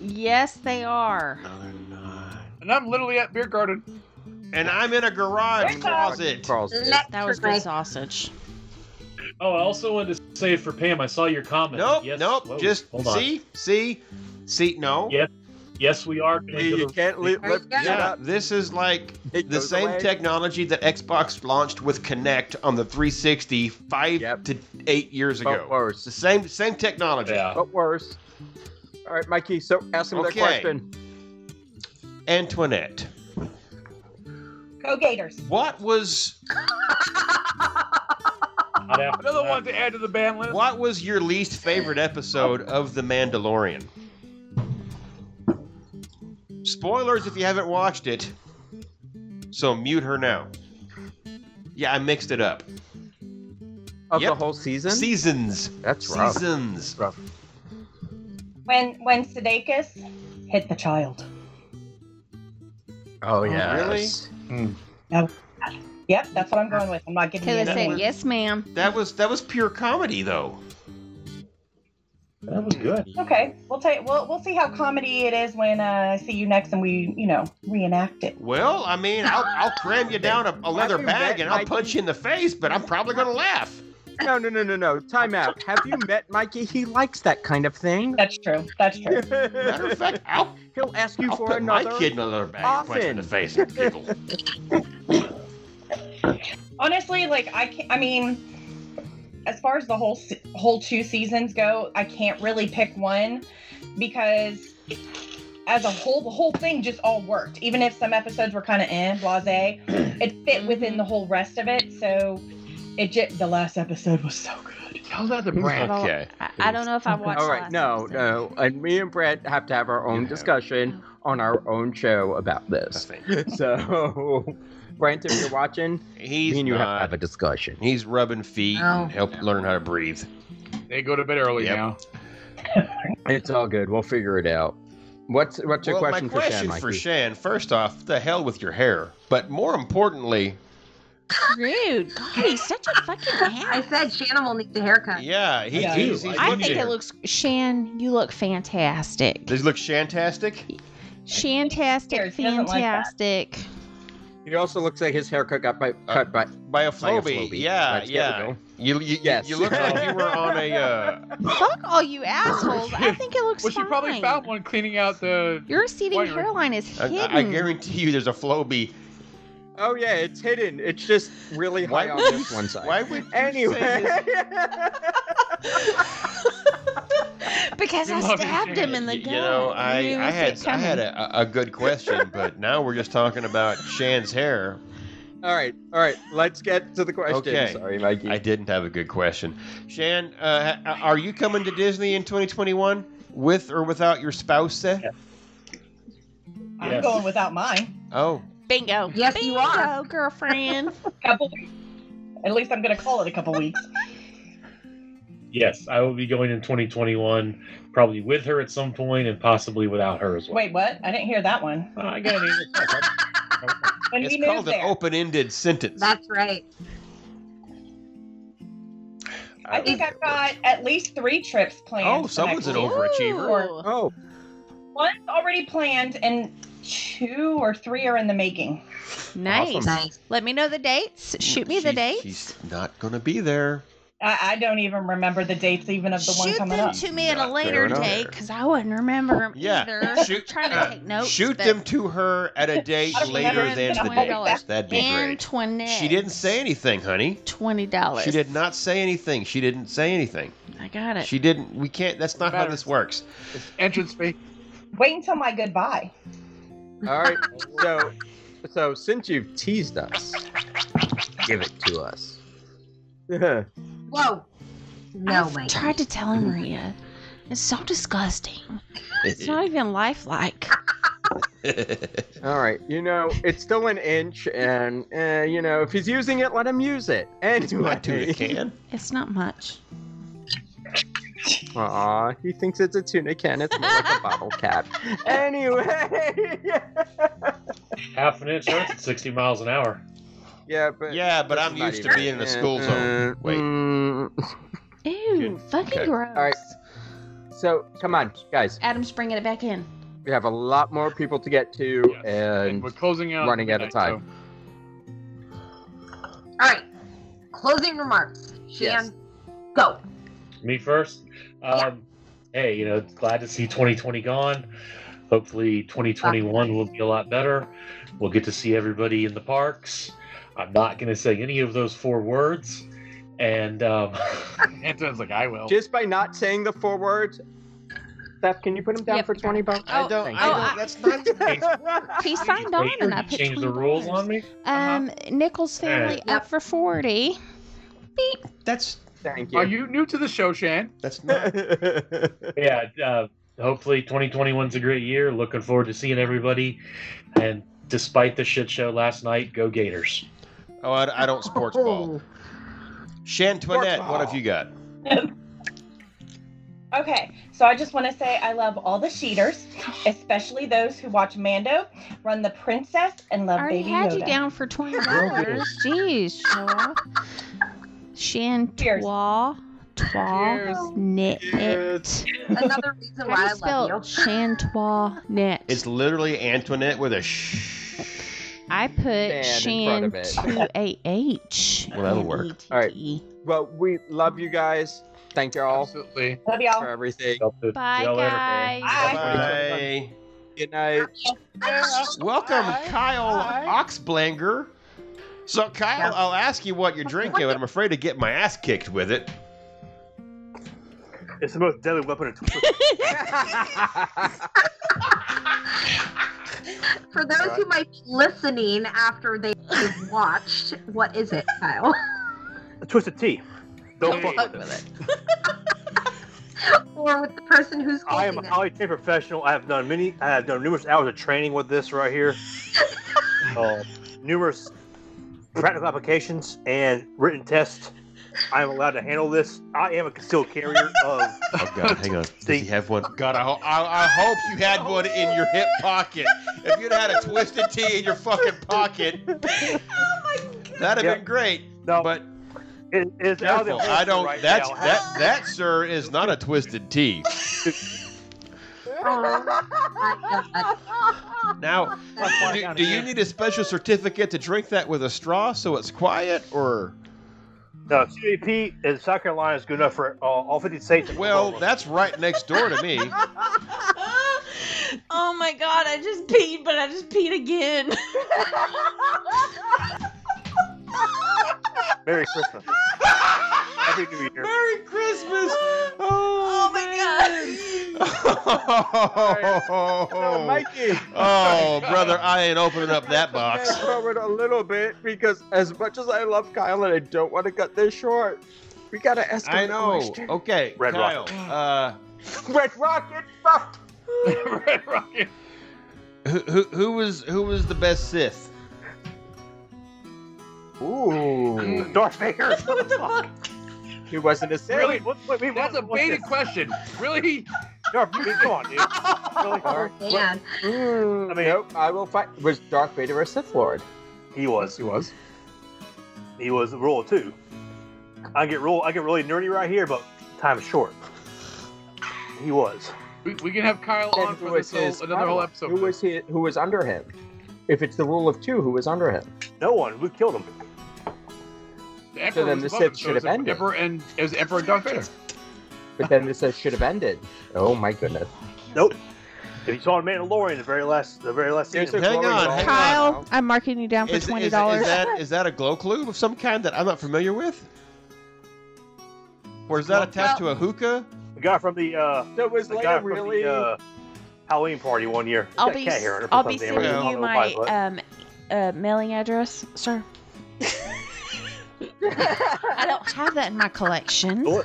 F: Yes, they are.
A: And I'm literally at beer garden.
B: And I'm in a garage closet.
F: That was good sausage.
M: Oh, I also wanted to say for Pam, I saw your comment.
B: Nope,
M: Yes,
B: nope.
M: whoa,
B: just
M: hold on.
B: see, see, see. No.
M: Yes, yes, we are.
B: You can't
M: lift- lift it
B: yeah,
M: up.
B: this is like the
M: goes
B: same
M: away.
B: technology that Xbox launched with Kinect on the 360 five to eight years ago.
C: But worse.
B: The same same technology.
C: But worse. All right, Mikey. So ask him
B: Okay.
C: that question.
B: Antoinette,
N: Go Gators.
B: what was
A: Another one to add to the ban list.
B: what was your least favorite episode of The Mandalorian? Spoilers if you haven't watched it. So mute her now. Yeah, I mixed it up.
C: Of the whole season?
B: Seasons.
C: That's rough.
B: Seasons.
N: When when Sudeikis hit the child.
C: Oh
B: yes.
N: No. Yep, that's what I'm going with. I'm not giving you
F: Kayla
N: anything.
F: said, "Yes, ma'am."
B: That was that was pure comedy though.
M: That was good.
N: Okay, we'll take we'll we'll see how comedy it is when uh, I see you next and we you know reenact it.
B: Well, I mean, I'll, I'll cram you down a, a leather bag and I'll punch you in the face, but I'm probably gonna laugh.
C: No, no, no, no, no. Time out. Have you met Mikey? He likes that kind of thing.
N: That's true. That's true.
B: Matter of fact, I'll
C: he'll ask you
B: I'll
C: for
B: put
C: another.
B: my kid in a leather bag and punch him in the face and giggle.
N: Honestly, like I can not I mean, as far as the whole se- whole two seasons go, I can't really pick one because as a whole, the whole thing just all worked. Even if some episodes were kind of eh, blase, it fit within the whole rest of it. So it j- the last episode was so good.
A: How's that the
C: brand? Okay.
F: I, I don't know if I watched.
C: All right,
F: last
C: no, no. And me and Brett have to have our own discussion on our own show about this. So, Brent, if you're watching,
B: He's
C: me and you have
B: not.
C: to have a discussion.
B: He's rubbing feet and help learn how to breathe.
A: They go to bed early now.
C: It's all good. We'll figure it out. What's what's your
B: well,
C: question,
B: my question
C: for Shan,
B: for
C: Mikey?
B: Shan, first off, the hell with your hair. But more importantly,
F: Rude. God, he's such a fucking
D: I said Shannon will need a haircut.
B: yeah, he,
F: Yeah,
B: he's, he's
F: I
B: looking-
F: think it looks. Shan, you look fantastic.
B: Does he look shantastic?
F: Shantastic,
N: he doesn't like that.
F: fantastic.
C: He also looks like his haircut got by, cut by
B: Uh, by a Phoebe, yeah,
C: Let's get
B: yeah.
C: real.
B: You, you,
C: Yes.
B: you look like you were on a. Uh,
F: Fuck all you assholes. I think it looks
A: Well, she
F: fine.
A: probably found one cleaning out the.
F: Your receding
A: Why-
F: hairline is hidden.
B: I, I guarantee you, there's a Floby.
C: Oh yeah, it's hidden. It's just really high
B: Why
C: on
B: would-
C: this one side.
B: Why would you say
C: Anyway,
B: this?
F: because I stabbed him in the
B: You
F: gut.
B: know, I,
F: knew
B: I
F: it
B: had I
F: coming.
B: had a, a good question, but now we're just talking about Shan's hair.
C: all right, all right. Let's get to the question.
B: Okay,
C: Sorry, Mikey.
B: I didn't have a good question. Shan, uh, ha- are you coming to Disney in 2021 with or without your spouse? eh?
N: I'm
B: Yes.
N: going without mine.
B: Oh,
F: Bingo.
D: Yes,
F: Bingo,
D: you are.
F: girlfriend.
N: Couple weeks. At least I'm gonna call it a couple weeks.
M: Yes, I will be going in 2021, probably with her at some point, and possibly without her as well.
N: Wait, what? I didn't hear that one.
M: I got an
N: When
B: it's
N: we moved
B: called an
N: there,
B: open-ended sentence.
D: That's right.
N: I think I've got at least three trips planned.
B: Oh,
N: for
B: someone's an
N: next year.
B: overachiever.
N: Or
C: Oh,
N: one's already planned, and two or three are in the making.
F: Nice.
B: Awesome. Nice.
F: Let me know the dates. Shoot me the
B: She-
F: dates.
B: She's not gonna be there.
N: I, I don't even remember the dates even of the one
F: Shoot
N: coming
F: them
N: up.
F: to me at a
B: Not
F: later
B: there, not
F: date
B: there.
F: because I wouldn't remember them
B: Yeah,
F: either.
B: shoot- uh,
F: trying to take notes.
B: Shoot
F: but-
B: them to her at a date
F: I don't
B: later
F: remember
B: than the
F: $20.
B: date. That'd be
F: and
B: great.
F: twenty.
B: She didn't say anything, honey.
F: twenty dollars.
B: She did not say anything. She didn't say anything.
F: I got it.
B: She didn't. We can't. That's not how this works.
A: Entrance fee.
N: Wait until my goodbye.
C: all right. So, so since you've teased us, give it to us.
D: Whoa. No
F: I've
D: way.
F: tried to tell him, Maria. It's so disgusting. It's not even lifelike.
C: All right, you know it's still an inch, and uh, you know if he's using it, let him use it. Anyway,
B: not to the can.
F: It's not much.
C: Aw, he thinks it's a tuna can. It's more like a bottle cap. Anyway.
M: Half an inch hurts at 60 miles an hour.
C: Yeah, but
B: yeah, but I'm
M: not
B: used to
M: even-
B: being in the
M: Eh,
B: school zone. Wait,
C: Uh,
F: Ew, fucking
C: mm. Okay.
F: gross.
C: All right. So come on, guys.
F: Adam's bringing it back in.
C: We have a lot more people to get to, and,
A: we're closing out
C: running out of
A: midnight,
C: time.
D: All right. Closing remarks. Shan, go.
M: Me first. Um, Hey, you know, glad to see 2020 gone. Hopefully, 2021 will be a lot better. We'll get to see everybody in the parks. I'm not going to say any of those four words. And um, Anton's like, I will.
C: Just by not saying the four words, Steph, can you put him down for twenty bucks?
F: I don't-
C: Thank
F: I
C: you.
F: don't- Oh, I-
B: that's not.
F: He signed on and I put
M: change the
F: 20
M: rules on me.
F: Um, Nichols family up for 40. Beep.
B: That's.
C: Thank
A: Are you new to the show, Shan?
B: That's not.
M: yeah, uh, hopefully 2021's a great year. Looking forward to seeing everybody. And despite the shit show last night, go Gators.
B: Oh, I, I don't sports ball. Shantoinette, what have you got?
N: Okay, so I just want to say I love all the cheaters, especially those who watch Mando, Run the Princess, and love
F: already
N: Baby
F: had
N: Yoda.
F: you down for twenty
N: Broken.
F: dollars. Jeez, Shaw. Shan twa twa knit.
D: Another reason why
F: How do
D: I
F: you spell
D: love you.
F: Shan twa knit?
B: It's literally Antoinette with a sh.
F: I put
C: Shan in front
F: Shan
C: of it.
F: two a h.
B: Well, that'll work.
C: All right. Well, we love you guys. Thank you all. Absolutely.
N: Love y'all.
C: For everything.
F: Bye, guys.
B: Bye.
C: Good night.
B: Welcome, Kyle Oxblanger. So, Kyle, I'll ask you what you're drinking, but I'm afraid to get my ass kicked with it.
O: It's the most deadly weapon in
D: For those who might be listening after they have watched, what is it, Kyle?
O: A twisted tea. Don't fuck with it.
D: or with the person who's
O: I am a
D: holding it.
O: highly trained professional. I have done many. I have done numerous hours of training with this right here. uh, numerous practical applications and written tests. I am allowed to handle this. I am a concealed carrier of.
B: Oh God, hang on. Does he have one? God, I, ho- I, I hope you had one in your hip pocket. If you'd had a twisted T in your fucking pocket, that'd have
O: Yeah.
B: been great.
O: No,
B: but
O: it is
B: careful. I don't. that's that. That sir is not a twisted T.
D: Oh,
B: Now, do, do you need a special certificate to drink that with a straw so it's quiet, or?
O: No, CAP in South Carolina is good enough for uh, all 50 states.
B: Well, that's right next door to me.
F: Oh my god, I just peed, but I just peed again.
O: Merry Christmas. Happy New Year.
B: Merry Christmas! Oh,
F: my
B: Oh,
C: Mikey.
B: Oh, brother, I ain't opening up that box.
C: Fast forward a little bit because as much as I love Kyle and I don't want to cut this short, we gotta ask him
B: I
C: a
B: know.
C: question.
B: Okay,
C: Red
B: Kyle.
C: Rocket.
B: Uh,
C: Red Rocket. Fuck.
A: Red Rocket.
B: who, who, who was who was the best Sith?
C: Ooh.
O: Darth Vader. what the fuck?
C: He wasn't a Sith.
A: Really?
O: What, what, what,
A: That's a
O: what's
A: baited
O: this?
A: question. Really?
O: Darth, you come on, dude. Really?
D: Man.
C: Mm,
O: I mean-
C: nope. I will fight. Was Darth Vader a Sith Lord?
O: He was.
A: He was.
O: He was rule two. I get rule. I get really nerdy right here, but time's short. He was.
A: We, we can have Kyle
C: Then
A: on
C: who
A: for
C: was
A: this whole,
C: his
A: another whole
C: follower?
A: episode.
C: Who was he? Who was under him? If it's the rule of two, who was under him?
O: No one. We killed him.
A: The Emperor
C: So then
A: was
C: the
A: above
C: Sith
A: him,
C: should
A: it was
C: have ended.
A: Emperor and it was Emperor and Darth Vader.
C: But then this uh, should have ended. Oh my goodness.
O: Nope. If you saw Mandalorian, the very last, the very last season.
B: Hang on, hang on.
F: Kyle, I'm marking you down for
B: Is, is,
F: twenty
B: is
F: dollars.
B: that is that a glow clue of some kind that I'm not familiar with? Or is that attached to a hookah?
O: The guy from the. Uh,
C: So was
O: the
C: Leia
O: guy from
C: really-
O: the uh, Halloween party one year.
F: I'll
O: Got a
F: be
O: cat hair on her for
F: I'll
O: some
F: be
O: damn
F: sending
O: reason. I
F: you
O: don't know
F: my
O: why, but-
F: um uh, mailing address, sir. I don't have that in my collection.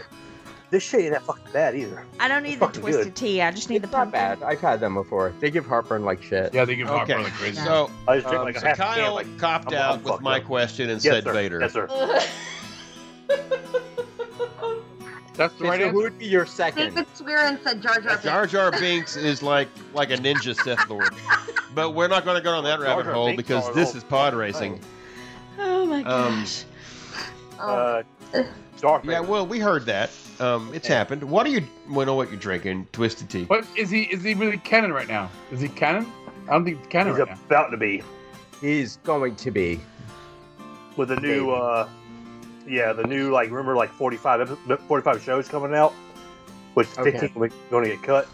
O: This shit ain't that fucking bad either.
F: I don't need the
O: fucking
F: twisted
O: good.
F: tea. I just need the
C: Not
F: pumpkin.
C: bad. I've had them before. They give heartburn like shit.
A: Yeah, they give
B: Okay. heartburn like crazy. So, I just drink um, like a so half can, Kyle like, copped I'm- I'm out with fucked my up. question and Yes, said sir. Vader. Yes, sir.
A: That's the
C: right Who would be your second?
D: David Swearin said Jar Jar. Binks.
B: Jar Jar Binks is like like a ninja Sith Lord. But we're not going to go down that rabbit
O: Jar
B: hole
O: Binks
B: because
O: are
B: this
O: all
B: is pod racing.
F: Oh my
B: Um,
F: gosh. Oh.
O: Uh,
B: yeah, well, we heard that. Um, it's happened. What are you? We know what you're drinking. Twisted tea.
A: But is he is he really canon right now? Is he canon? I don't think he's canon
O: He's
A: right now.
O: about to be
F: uh,
C: He's going to be.
O: with the new, uh, yeah, the new like remember like 45, epi- 45 shows coming out, which
C: Okay.
O: fifteen we going to get cut.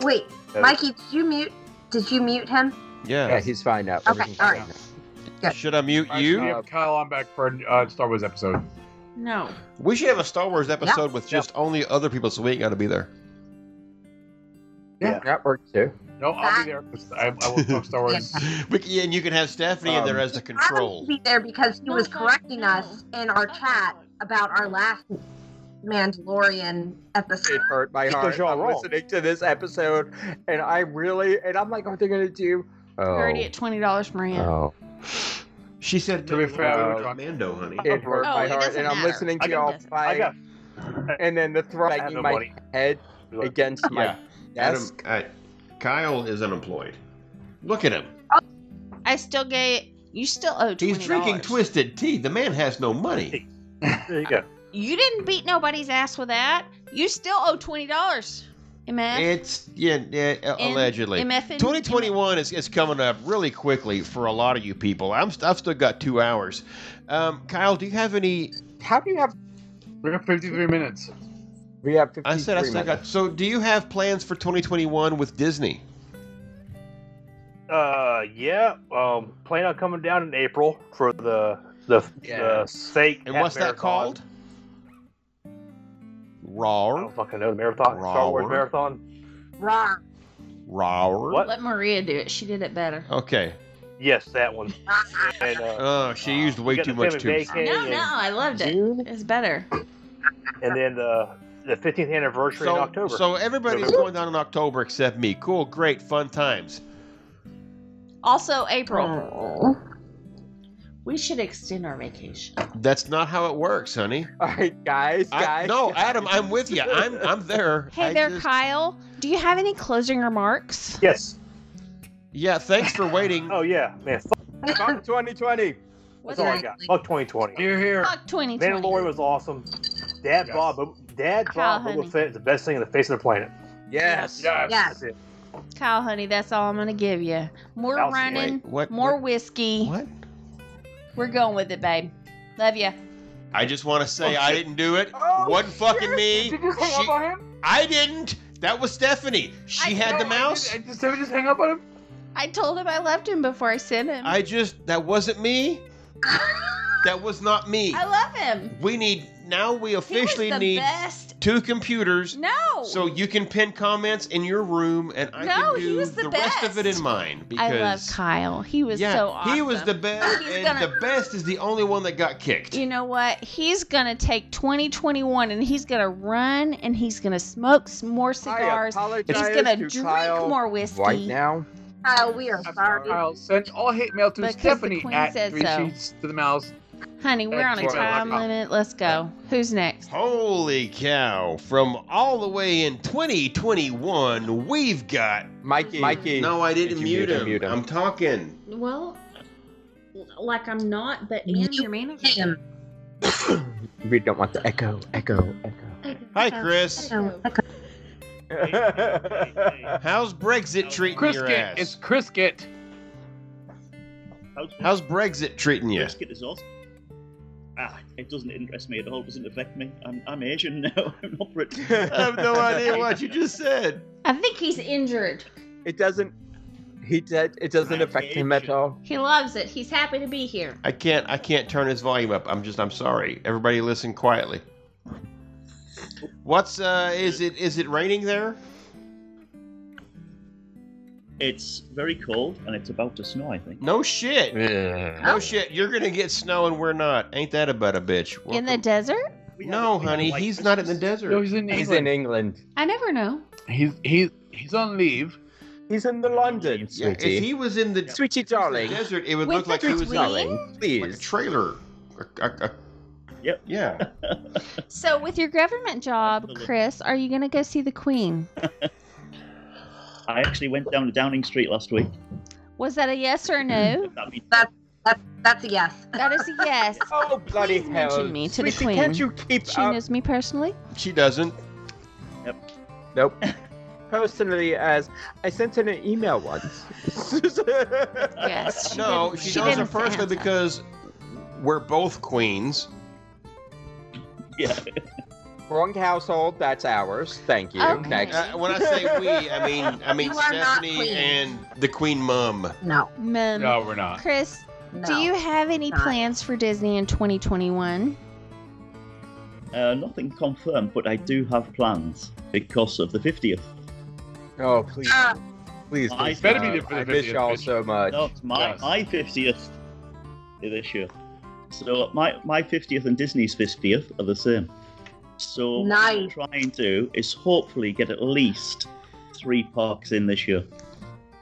D: Wait,
B: Uh,
D: Mikey, did you mute? Did you mute him?
B: Yeah.
C: Yeah, he's fine now.
D: Okay, all right.
B: Should I mute
A: you? We have Kyle on back for a uh, Star Wars episode.
F: No.
B: We should have a Star Wars episode with just only other people, so we ain't got to be there.
A: Yeah.
C: that works too.
A: No, Oh, I'll be there. I, I will talk Star Wars.
B: We can- and you can have Stephanie in there as the
D: He'll
B: control.
D: Be there because he was correcting us in
F: Oh,
D: our chat about our last Mandalorian episode.
C: It hurt my heart.
O: Because y'all
C: I'm
O: wrong.
C: listening to this episode, and I really and I'm like, are they gonna do?
F: You're
C: Oh,
F: already at twenty dollars per hand.
C: oh.
B: She said,
A: To be fair, we were talking-
B: Mando, honey.
C: It hurt
F: Oh,
C: my
F: it
C: heart,
F: doesn't
C: and I'm
F: matter.
C: listening
F: I
C: to
F: got
C: y'all
F: this.
C: fight, and then the throw
O: I have
C: banging
O: no
C: my
O: money.
C: head against my
B: Yeah.
C: desk.
B: Adam, I, Kyle is unemployed. Look at him.
F: I still get. You still owe twenty
B: He's drinking twisted tea. The man has no money.
O: There you go.
F: You didn't beat nobody's ass with that. You still owe twenty dollars. MF.
B: It's yeah, yeah uh,
F: In-
B: allegedly.
F: MFN?
B: 2021 is, is coming up really quickly for a lot of you people. I'm st- I've still got two hours. Um, Kyle, do you have any?
C: How do you have?
A: We have 53 minutes.
C: We have.
B: I said I
C: 53
B: still
C: minutes.
B: got. So, do you have plans for 2021 with Disney?
O: Uh, yeah. Um, plan on coming down in April for the the, the sake.
B: And what's that called?
O: I
B: Raw,
O: don't fucking know the marathon. Star Wars
B: Rawr.
O: marathon.
D: Raw.
B: raw.
F: Let Maria do it. She did it better.
B: Okay.
O: Yes, that one. And, uh,
B: Oh, she used way
O: got
B: too
O: the
B: much
O: Kevin
B: too.
O: Bacon
F: no,
O: and,
F: no, I loved it. It's better.
O: and then the the 15th anniversary in
B: So,
O: October.
B: so everybody's going down in October except me. Cool, great, fun times.
F: Also, April.
B: Oh.
F: We should extend our vacation.
B: That's not how it works, honey.
C: All right, guys,
B: I,
C: guys.
B: no, Adam, I'm with you. I'm I'm there.
F: Hey
B: I
F: there,
B: just-
F: Kyle. Do you have any closing remarks?
O: Yes.
B: Yeah, thanks for waiting.
O: Oh yeah, man. Fuck,
C: Fuck 2020.
F: What's
O: that's all I got. Fuck 2020.
A: You're here.
F: Fuck 2020.
O: Mandalorian was awesome. Dad Bob, Dad
F: Kyle,
O: Bob,
F: honey.
O: Boba Fett is the best thing on the face of the planet.
C: Yes.
A: Yes.
O: That's it.
F: Kyle, honey, that's all I'm gonna give you. More
O: Thousand-
F: running,
B: Wait, what-
F: more whiskey.
B: What?
F: We're going with it, babe. Love you.
B: I just want to say I didn't do it.
A: Oh,
B: Wasn't fucking me.
A: Did you just hang
B: She-
A: up on him?
B: I didn't. That was Stephanie. She had the
A: No, I
B: mouse.
A: did- I just, did we just hang up on him?
F: I told him I loved him before I sent him. I,
B: I just that wasn't me. that was not me.
F: love him.
B: We need now we
F: He was
B: officially
F: the
B: need
F: best.
B: two computers
F: No.
B: so you can pin comments in your room and I
F: No,
B: can
F: he
B: do
F: was the
B: rest of it
F: best.
B: in mine because
F: I love Kyle. He was
B: yeah,
F: so awesome.
B: he was the best
F: He's
B: and
F: gonna-
B: the best is the only one that got kicked.
F: You know what? He's gonna take 2021 and he's gonna run and he's gonna smoke some more cigars. He's
C: apologize
F: gonna
C: to
F: drink
C: Kyle
F: more whiskey.
C: Right now.
D: Kyle, we are sorry.
A: Kyle, send all hate mail to
F: Because the
A: Stephanie
F: queen
A: at
F: said
A: three
F: so.
A: sheets to the mouse.
F: Honey, we're on a
A: Excellent.
F: time limit. Let's go. Who's next?
B: Holy cow! From all the way in 2021, we've got.
C: Mikey. Mikey.
B: No, I didn't
C: Did you
B: mute,
C: mute him?
B: him.
C: Mute him.
B: I'm talking.
F: Well, like I'm not, but
D: Ann, your
F: manager.
C: We don't want the echo, echo,
B: Hi, Chris.
C: echo.
B: How's Brexit treating your
A: Crisket.
B: ass?
A: It's Crisket.
B: How's Brexit treating you?
P: Brisket is awesome. Ah, it doesn't interest me at all. It doesn't affect me. I'm, I'm Asian now. I'm not British.
B: I have no idea what you just said.
F: I think he's injured.
C: It doesn't. He did. It doesn't affect him at all.
F: He loves it. He's happy to be here.
B: I can't. I can't turn his volume up. I'm just. I'm sorry. Everybody, listen quietly. What's uh? Is it is it raining there?
P: It's very cold and it's about to snow, I think.
B: No shit. No shit. You're gonna get snow and we're not. Ain't that about a bitch?
F: In the desert?
P: we
B: No, honey,
P: like
B: he's not in the desert.
A: No, he's in
C: He's
A: England.
C: in England.
F: I never know.
A: He's he's he's on leave.
C: He's in the London,
B: Yeah, if
C: sweetie.
B: he was in the
C: sweetie darling,
B: desert, it would
F: With
B: look
F: the
B: like he was in
F: tween?
B: like a trailer. A- a- a-
P: Yep.
B: Yeah.
F: So, with your government job, Chris, are you going to go see the Queen?
P: I actually went down to Downing Street last week.
F: Was that a yes or a no?
D: That's that's that's a yes.
F: That is a yes.
C: oh bloody
F: Mention me to the
C: Sweetie,
F: Queen.
C: can't you keep
F: She
C: up?
F: knows me personally.
B: She doesn't.
C: Nope. Personally, as I sent in an email once.
F: Yes.
B: no, she, doesn't personally because we're both queens.
P: Yeah.
C: Wrong household. That's ours. Thank you.
B: Okay.
C: Next.
B: Uh, when I say we, I mean I mean
F: You are not
B: Stephanie
F: queen.
B: and the Queen Mum.
D: No.
F: Mum.
B: No, we're not.
F: Chris, do you have any plans for Disney in 2021?
P: Uh, nothing confirmed, but I do have plans because of the 50th.
C: Oh, please. Please,
P: I
C: please, better be there for the I miss 50th, y'all bitch. so much.
P: No, it's my,
C: Yes.
P: my 50th this year. So my, my 50th and Disney's 50th are the same. So
D: Nice.
P: what I'm trying to is hopefully get at least three parks in this year.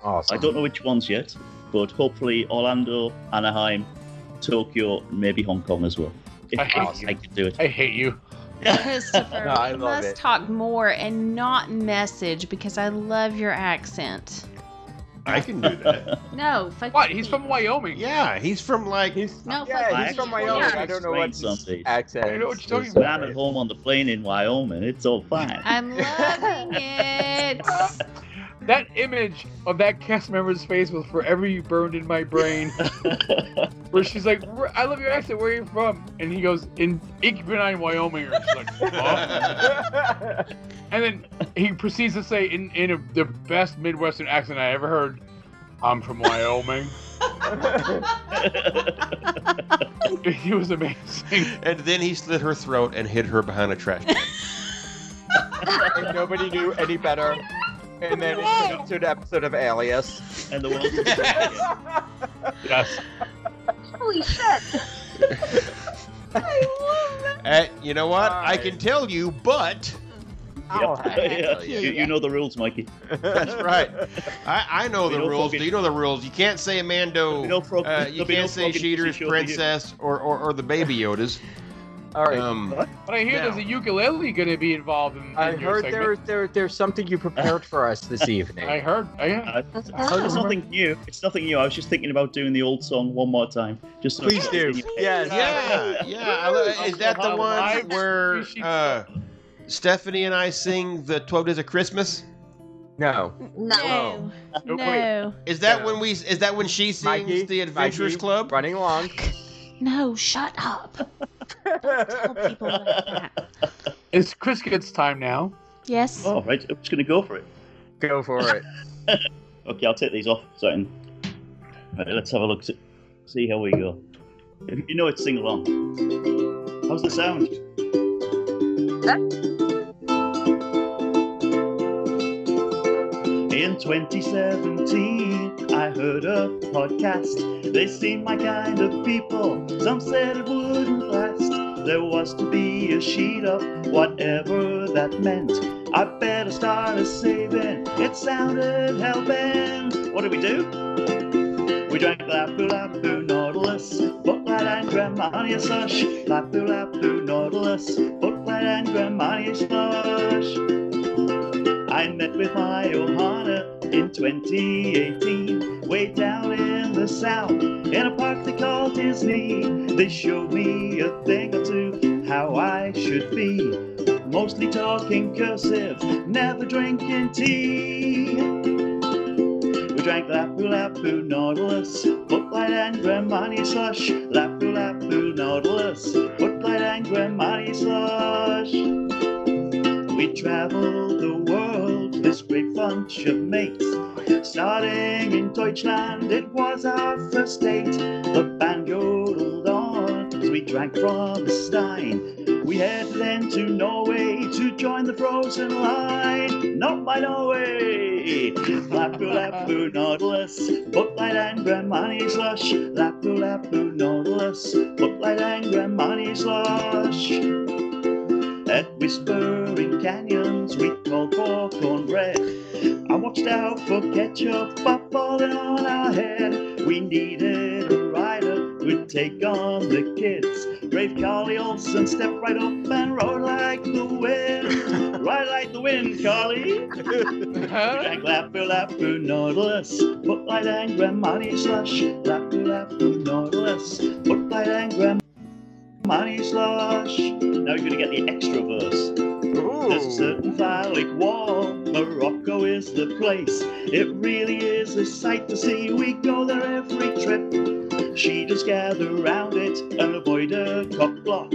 C: Awesome.
P: I don't know which ones yet, but hopefully Orlando, Anaheim, Tokyo, maybe Hong Kong as well. If
A: I hate
P: I, I can do it.
A: I hate you.
F: Christopher,
P: No, I
F: we
P: love
F: must
P: it.
F: talk more and not message because I love your accent.
B: I can do that.
F: No, fuck
A: What? He's from Wyoming.
B: Yeah, he's from like he's
F: No,
C: Yeah,
F: fuck
C: he's
F: you.
C: from Wyoming. I don't know what his accent.
P: I know what
C: is.
P: you're talking about. I'm at home on the plane in Wyoming. It's all fine.
F: I'm loving it.
A: That image of that cast member's face was forever burned in my brain. Where she's like, "Where- "I love your accent. Where are you from?" And he goes, "In Igbenine, Wyoming." Or she's like, "Huh?" and then he proceeds to say, in in a, the best Midwestern accent I ever heard, "I'm from Wyoming." he was amazing.
B: And then he slit her throat and hid her behind a trash can.
C: And nobody knew any better. And then it turned to an episode of Alias.
P: And the world.
A: yes.
D: Holy shit.
B: And Uh, you know what? I can tell you, but
P: yeah. You, you know the rules, Mikey.
B: That's right. I, I know
P: We
B: the
P: don't
B: rules.
P: fucking-
B: Do you know the rules? You can't say Mando.
P: don't fuck-
B: uh, you
P: we don't
B: can't say
P: fucking
B: Cheaters,
P: show me here.
B: Princess, or, or, or the Baby Yodas.
C: All right.
B: Um,
A: But I hear there's a ukulele going to be involved in. in
C: I
A: your
C: heard
A: segment.
C: there, there, there's something you prepared for us this evening.
A: I heard. I,
P: Uh, it's nothing new. It's nothing new. I was just thinking about doing the old song one more time. Just so
C: Please do. Yes.
B: yeah, yeah. I- Is that the one
A: Live
B: where uh, Stephanie and I sing the Twelve Days of Christmas?
C: No.
D: No.
A: No.
F: No.
B: Is that when we? Is that when she sings
C: Mikey,
B: the Adventurers
C: Mikey,
B: Club?
C: Running along.
F: No, shut up.
A: It's Chris Kids time now.
F: Yes.
P: Oh, right. I'm just going to go for it.
C: Go for it.
P: Okay, I'll take these off. Sorry. Right, let's have a look. See- See how we go. If you know it, sing along. How's the sound? In 2017, I heard a podcast. They seemed my kind of people. Some said it wouldn't last. There was to be a sheet up, whatever that meant. I better start a saving. It sounded hellbent. What did we do? We drank Lapu Lapu Nautilus, Bucklight and Grandmania slush. Lapu Lapu Nautilus, Bucklight and Grandmania slush. I met with my Ohana in 2018, way down in the south, in a park they call Disney. They showed me a thing or two, how I should be. Mostly talking cursive, never drinking tea. We drank Lapu Lapu Nautilus, Bucklight and Grandmani slush. Lapu Lapu Nautilus, Bucklight and Grandmani slush. We travel the world, this great bunch of mates. Starting in Deutschland, it was our first date. The band yodeled on as we drank from the Stein. We headed then to Norway to join the frozen line. Not my Norway! Lapu Lapu Nautilus, Bucklight and Grandmani Slush. Lapu Lapu Nautilus, Bucklight and Grandmani Slush. At whispering canyons, we called for cornbread. I watched out for ketchup by falling on our head. We needed a rider who'd take on the kids. Brave Carly Olsen stepped right up and rode like the wind. Ride like the wind, Carly. we drank Lapu Lapu Nautilus, Footlight and Grandmoney Slush. Lapu Lapu Nautilus, Footlight and Grandmoney Slush. Now you're gonna get the extra verse. There's a certain phallic wall. Morocco is the place. It really is a sight to see. We go there every trip. She just gather round it and avoid a cock block.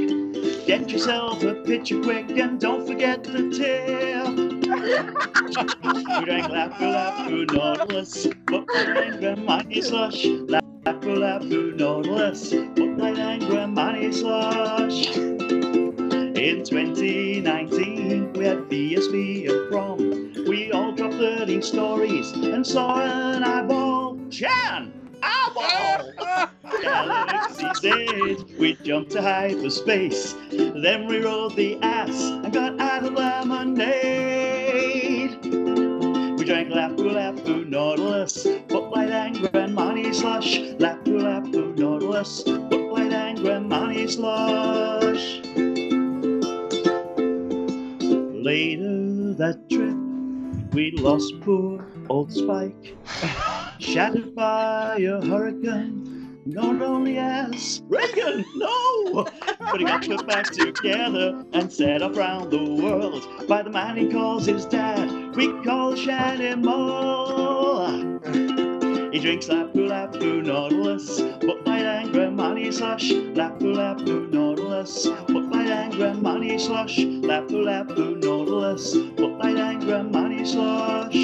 P: Get yourself a picture quick and don't forget the tip. we drank Lapu Lapu Nautilus, Footlight and Gramani Slush. Lapu Lapu Nautilus, Footlight and Gramani Slush. In 2019, we had BSB and prom. We all dropped 13 stories and saw an eyeball. Chan! Eyeball! LXZ, we jumped to hyperspace. Then we rolled the ass and got out of lemonade. We drank Lapu Lapu Nautilus, Footlight and Grandmoney Slush. Lapu Lapu Nautilus, Footlight and Grandmoney Slush. Later that trip, we lost poor old Spike, shattered by a hurricane, known only as Reagan. No, but he got put back together and set off round the world by the man he calls his dad. We call Shannon Moore. He drinks Lapu Lapu Nautilus, but my angry money slush. Lapu Lapu Nautilus, but my angry money slush. Lapu Lapu Nautilus, but my angry money slush.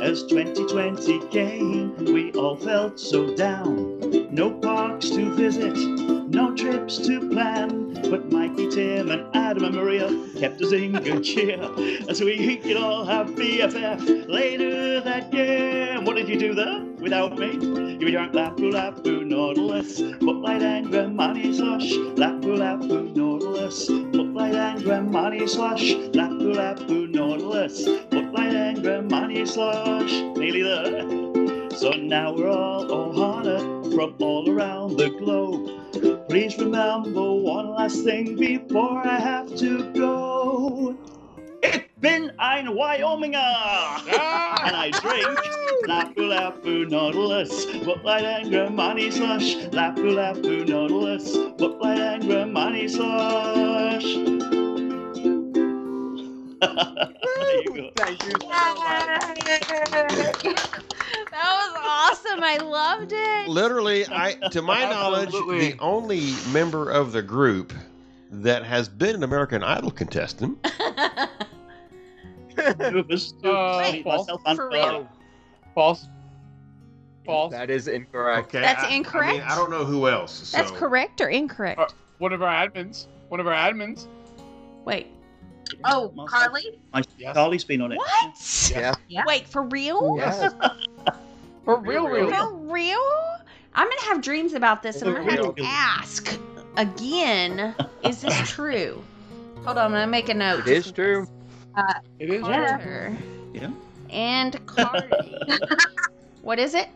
P: As 2020 came, we all felt so down. No parks to visit, no trips to plan. But Mikey, Tim, and Adam and Maria kept us in good cheer as we could all have BFF later that year. And What did you do there without me? You were drunk Lapu Lapu Nautilus, Spotlight and Grandmoney Slush, Lapu Lapu Nautilus, Spotlight and Grandmoney Slush, Lapu Lapu Nautilus, Spotlight and Grandmoney Slush. Nearly there. So now we're all Ohana from all around the globe. Please remember one last thing before I have to go. Ich bin ein Wyominger! ah! and I drink Lapu Lapu Nautilus, Spotlight and Gramani Slush, Lapu Lapu Nautilus, Spotlight and Gramani Slush. there you go. Thank you.
F: That was awesome. I loved it.
B: Literally, I to my knowledge, the only member of the group that has been an American Idol contestant.
A: Uh, false.
F: For real.
A: False. False.
C: That is incorrect.
A: Okay.
F: That's I- I mean, incorrect. I don't
B: know who else. So.
F: That's correct or incorrect?
A: uh, One of our admins. One of our admins.
F: Wait.
D: Oh, Carly?
P: My Carly's been on it.
F: What?
P: Yeah.
F: Wait, for real?
P: Yes.
A: For real, real.
F: For real? I'm gonna have dreams about this, and I'm gonna have to
A: Real.
F: ask again. Is this true? Hold on, I'm gonna make a note.
C: It is true.
D: Uh,
A: it is
F: Carter
P: Yeah.
F: and Cardi. what is it?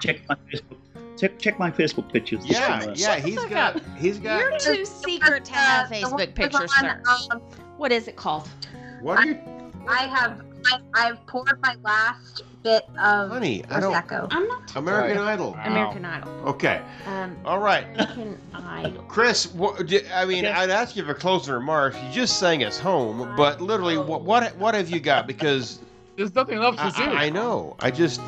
P: Check my Facebook. Check, check my Facebook pictures. It's
B: Yeah,
P: been, uh,
B: yeah, he's
F: fuck
B: got he's got
F: You're too secret to have Facebook pictures, sir. What is it called?
B: What are you
D: I have I, I've poured my last bit of
B: honey? I don't
D: Prosecco.
F: I'm not
B: American Idol.
F: American Idol.
B: Okay.
F: Um,
B: All right.
F: American Idol.
B: Chris, what, d- I mean, I'd ask you for closing remarks. You just sang us home, but literally, what what, what have you got? Because
A: there's nothing else
B: to do. I, I know. I just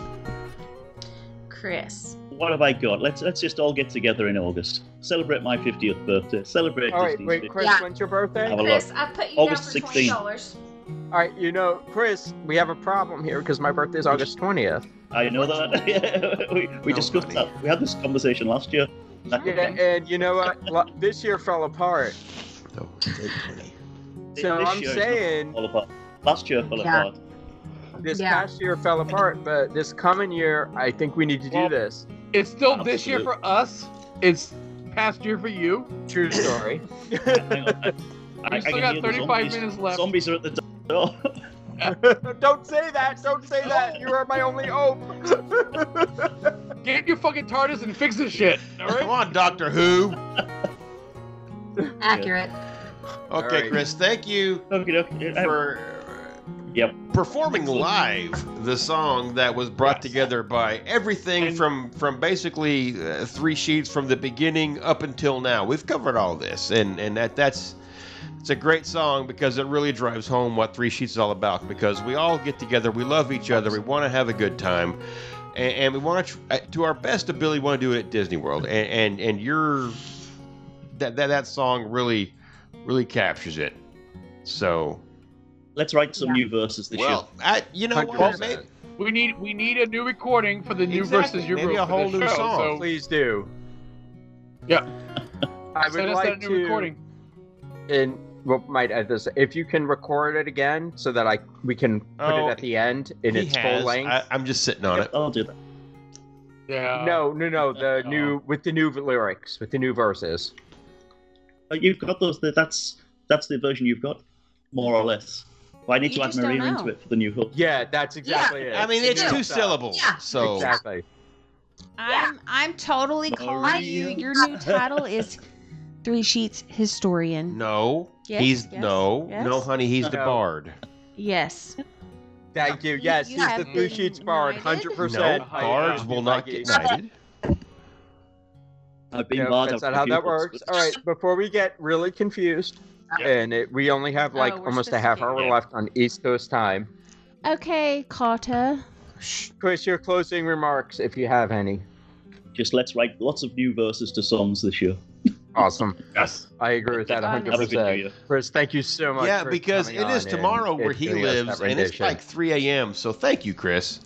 F: Chris.
P: What have I got? Let's let's just all get together in August. Celebrate my 50th birthday. Celebrate.
C: All right,
P: Disney's
C: wait,
P: 50th.
C: Chris,
P: Have
C: when's your birthday?
P: a look.
F: put
P: August 16th.
F: dollars.
C: All right, you know, Chris, we have a problem here because my birthday is August 20th.
P: I know that. Yeah, we we discussed that. We had this conversation last year.
C: Yeah, and you know what? Lo- This year fell apart. So
P: This
C: I'm
P: year is not
C: saying
P: Fall apart. Last year fell
C: Yeah.
P: apart.
C: this past year fell apart, but this coming year, I think we need to do this.
A: It's still this year for us. It's past year for you.
C: True story.
P: Hang on.
A: I- I still can got hear the 35 zombies. minutes left.
P: Zombies are at the door.
C: Don't say that. Don't say that. You are my only hope.
A: Get your fucking TARDIS and fix this shit. All right. Come
B: on, Doctor Who.
D: Accurate.
B: Okay,
A: right.
B: Chris, thank you for
P: yep.
B: performing live the song that was brought together by everything from from basically uh, three sheets from the beginning up until now. We've covered all this, and and that that's it's a great song because it really drives home what Three Sheets is all about. Because we all get together, we love each other, we want to have a good time, and, and we want to, tr- uh, to our best ability, want to do it at Disney World. And and, and your that, that that song really really captures it. So
P: Let's write some new verses this
B: Well,
P: year.
B: I, you know what? Maybe,
A: We need we need a new recording for the new
B: Exactly.
A: versus your
B: Maybe a whole new song.
C: Please do.
A: Yeah.
C: I would
A: Send us
C: like
A: that new
C: to-
A: recording.
C: And we might add this if you can record it again so that I we can put
B: Oh,
C: it at the end in
B: he
C: its
B: has.
C: full length.
B: I, I'm just sitting on it.
P: I'll do that.
A: Yeah.
C: No, no, no. The new with the new lyrics, with the new verses.
P: Oh, you've got those. That's that's the version you've got, more or less. Well, I need
F: You
P: to add
F: just don't
P: Marina
F: know.
P: into it for the new hook.
C: Yeah, that's exactly
B: I mean, it's two syllables. So
C: exactly.
F: I'm I'm totally calling you. Your new title is Three Sheets Historian.
B: No,
F: Yes,
B: he's
F: yes,
B: no,
F: yes.
B: no, honey. He's the
F: No.
B: bard.
F: Yes.
C: Thank you. Yes,
F: you
C: he's
F: have
C: the blue
F: been
C: sheets bard, hundred percent.
B: No, bards will not get knighted.
P: I've been
C: Nope,
P: barred
C: that's not
P: up for
C: how that
P: people.
C: works. All right, before we get really confused, and it, we only have like
F: we're
C: almost a half hour left on East Coast time.
F: Okay, Carter.
C: Chris, your closing remarks, if you have any.
P: Just let's write lots of new verses to songs this year.
C: Awesome.
P: Yes.
C: I agree with that
P: Have a good
C: 100%. Chris, thank you so much.
B: Yeah,
C: for
B: because
C: coming
B: it is
C: on
B: tomorrow
C: and
B: where he
C: doing us that
B: lives, and it's
C: rendition.
B: like 3 a.m. So thank you, Chris.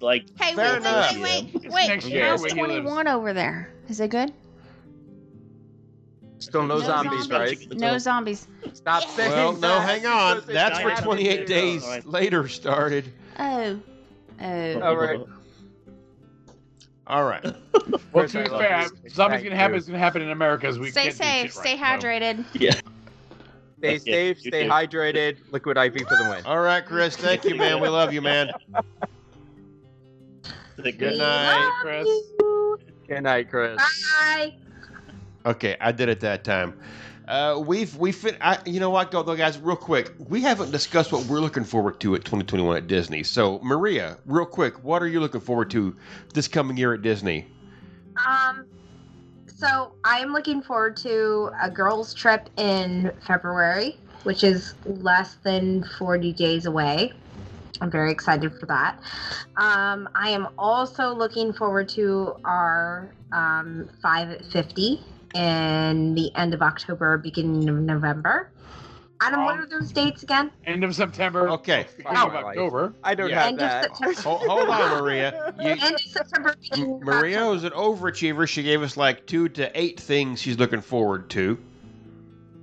P: Like
F: Hey,
B: Fair
F: wait,
B: enough.
F: wait, wait, wait, wait.
B: next year
F: How's
B: when he lives.
F: 21 over there? Is it good?
C: Still no, zombies, right?
F: No zombies.
C: Stop saying
B: Well, no,
C: that.
B: hang on.
C: Because
B: That's
C: Oh, I
B: where
C: haven't
B: 28
C: been
B: days
C: there.
B: later started.
F: Oh. Oh.
B: All right. All right.
A: Well,
B: Chris,
A: to
B: I
A: be
B: love
A: fair,
B: you.
A: zombies
B: Thank
A: gonna happen.
B: you.
A: It's gonna happen in America as we
F: Stay
A: can't do
F: safe.
A: shit right
F: Stay
A: now.
F: hydrated.
P: Yeah.
C: Stay safe,
A: you
C: stay
A: too.
C: hydrated. Liquid IV for the win.
B: All right, Chris. Thank you, man. We love you, man. Good night.
A: Chris.
C: Good night, Chris.
D: Bye.
B: Okay, I did it that time. Uh, we've we fit. I, you know what, though, guys, real quick. We haven't discussed what we're looking forward to at 2021 at Disney. So, Maria, real quick, what are you looking forward to this coming year at Disney?
D: Um, so I'm looking forward to a girls' trip in February, which is less than 40 days away. I'm very excited for that. Um, I am also looking forward to our um, 550 in the end of October, beginning of November. Adam, what are those dates again?
A: End of September.
B: Okay.
A: End of October.
C: I don't
B: Yeah.
C: have that.
B: Ho- hold on, Maria. You,
D: End of September, beginning of
B: Maria was an overachiever. She gave us like two to eight things she's looking forward to.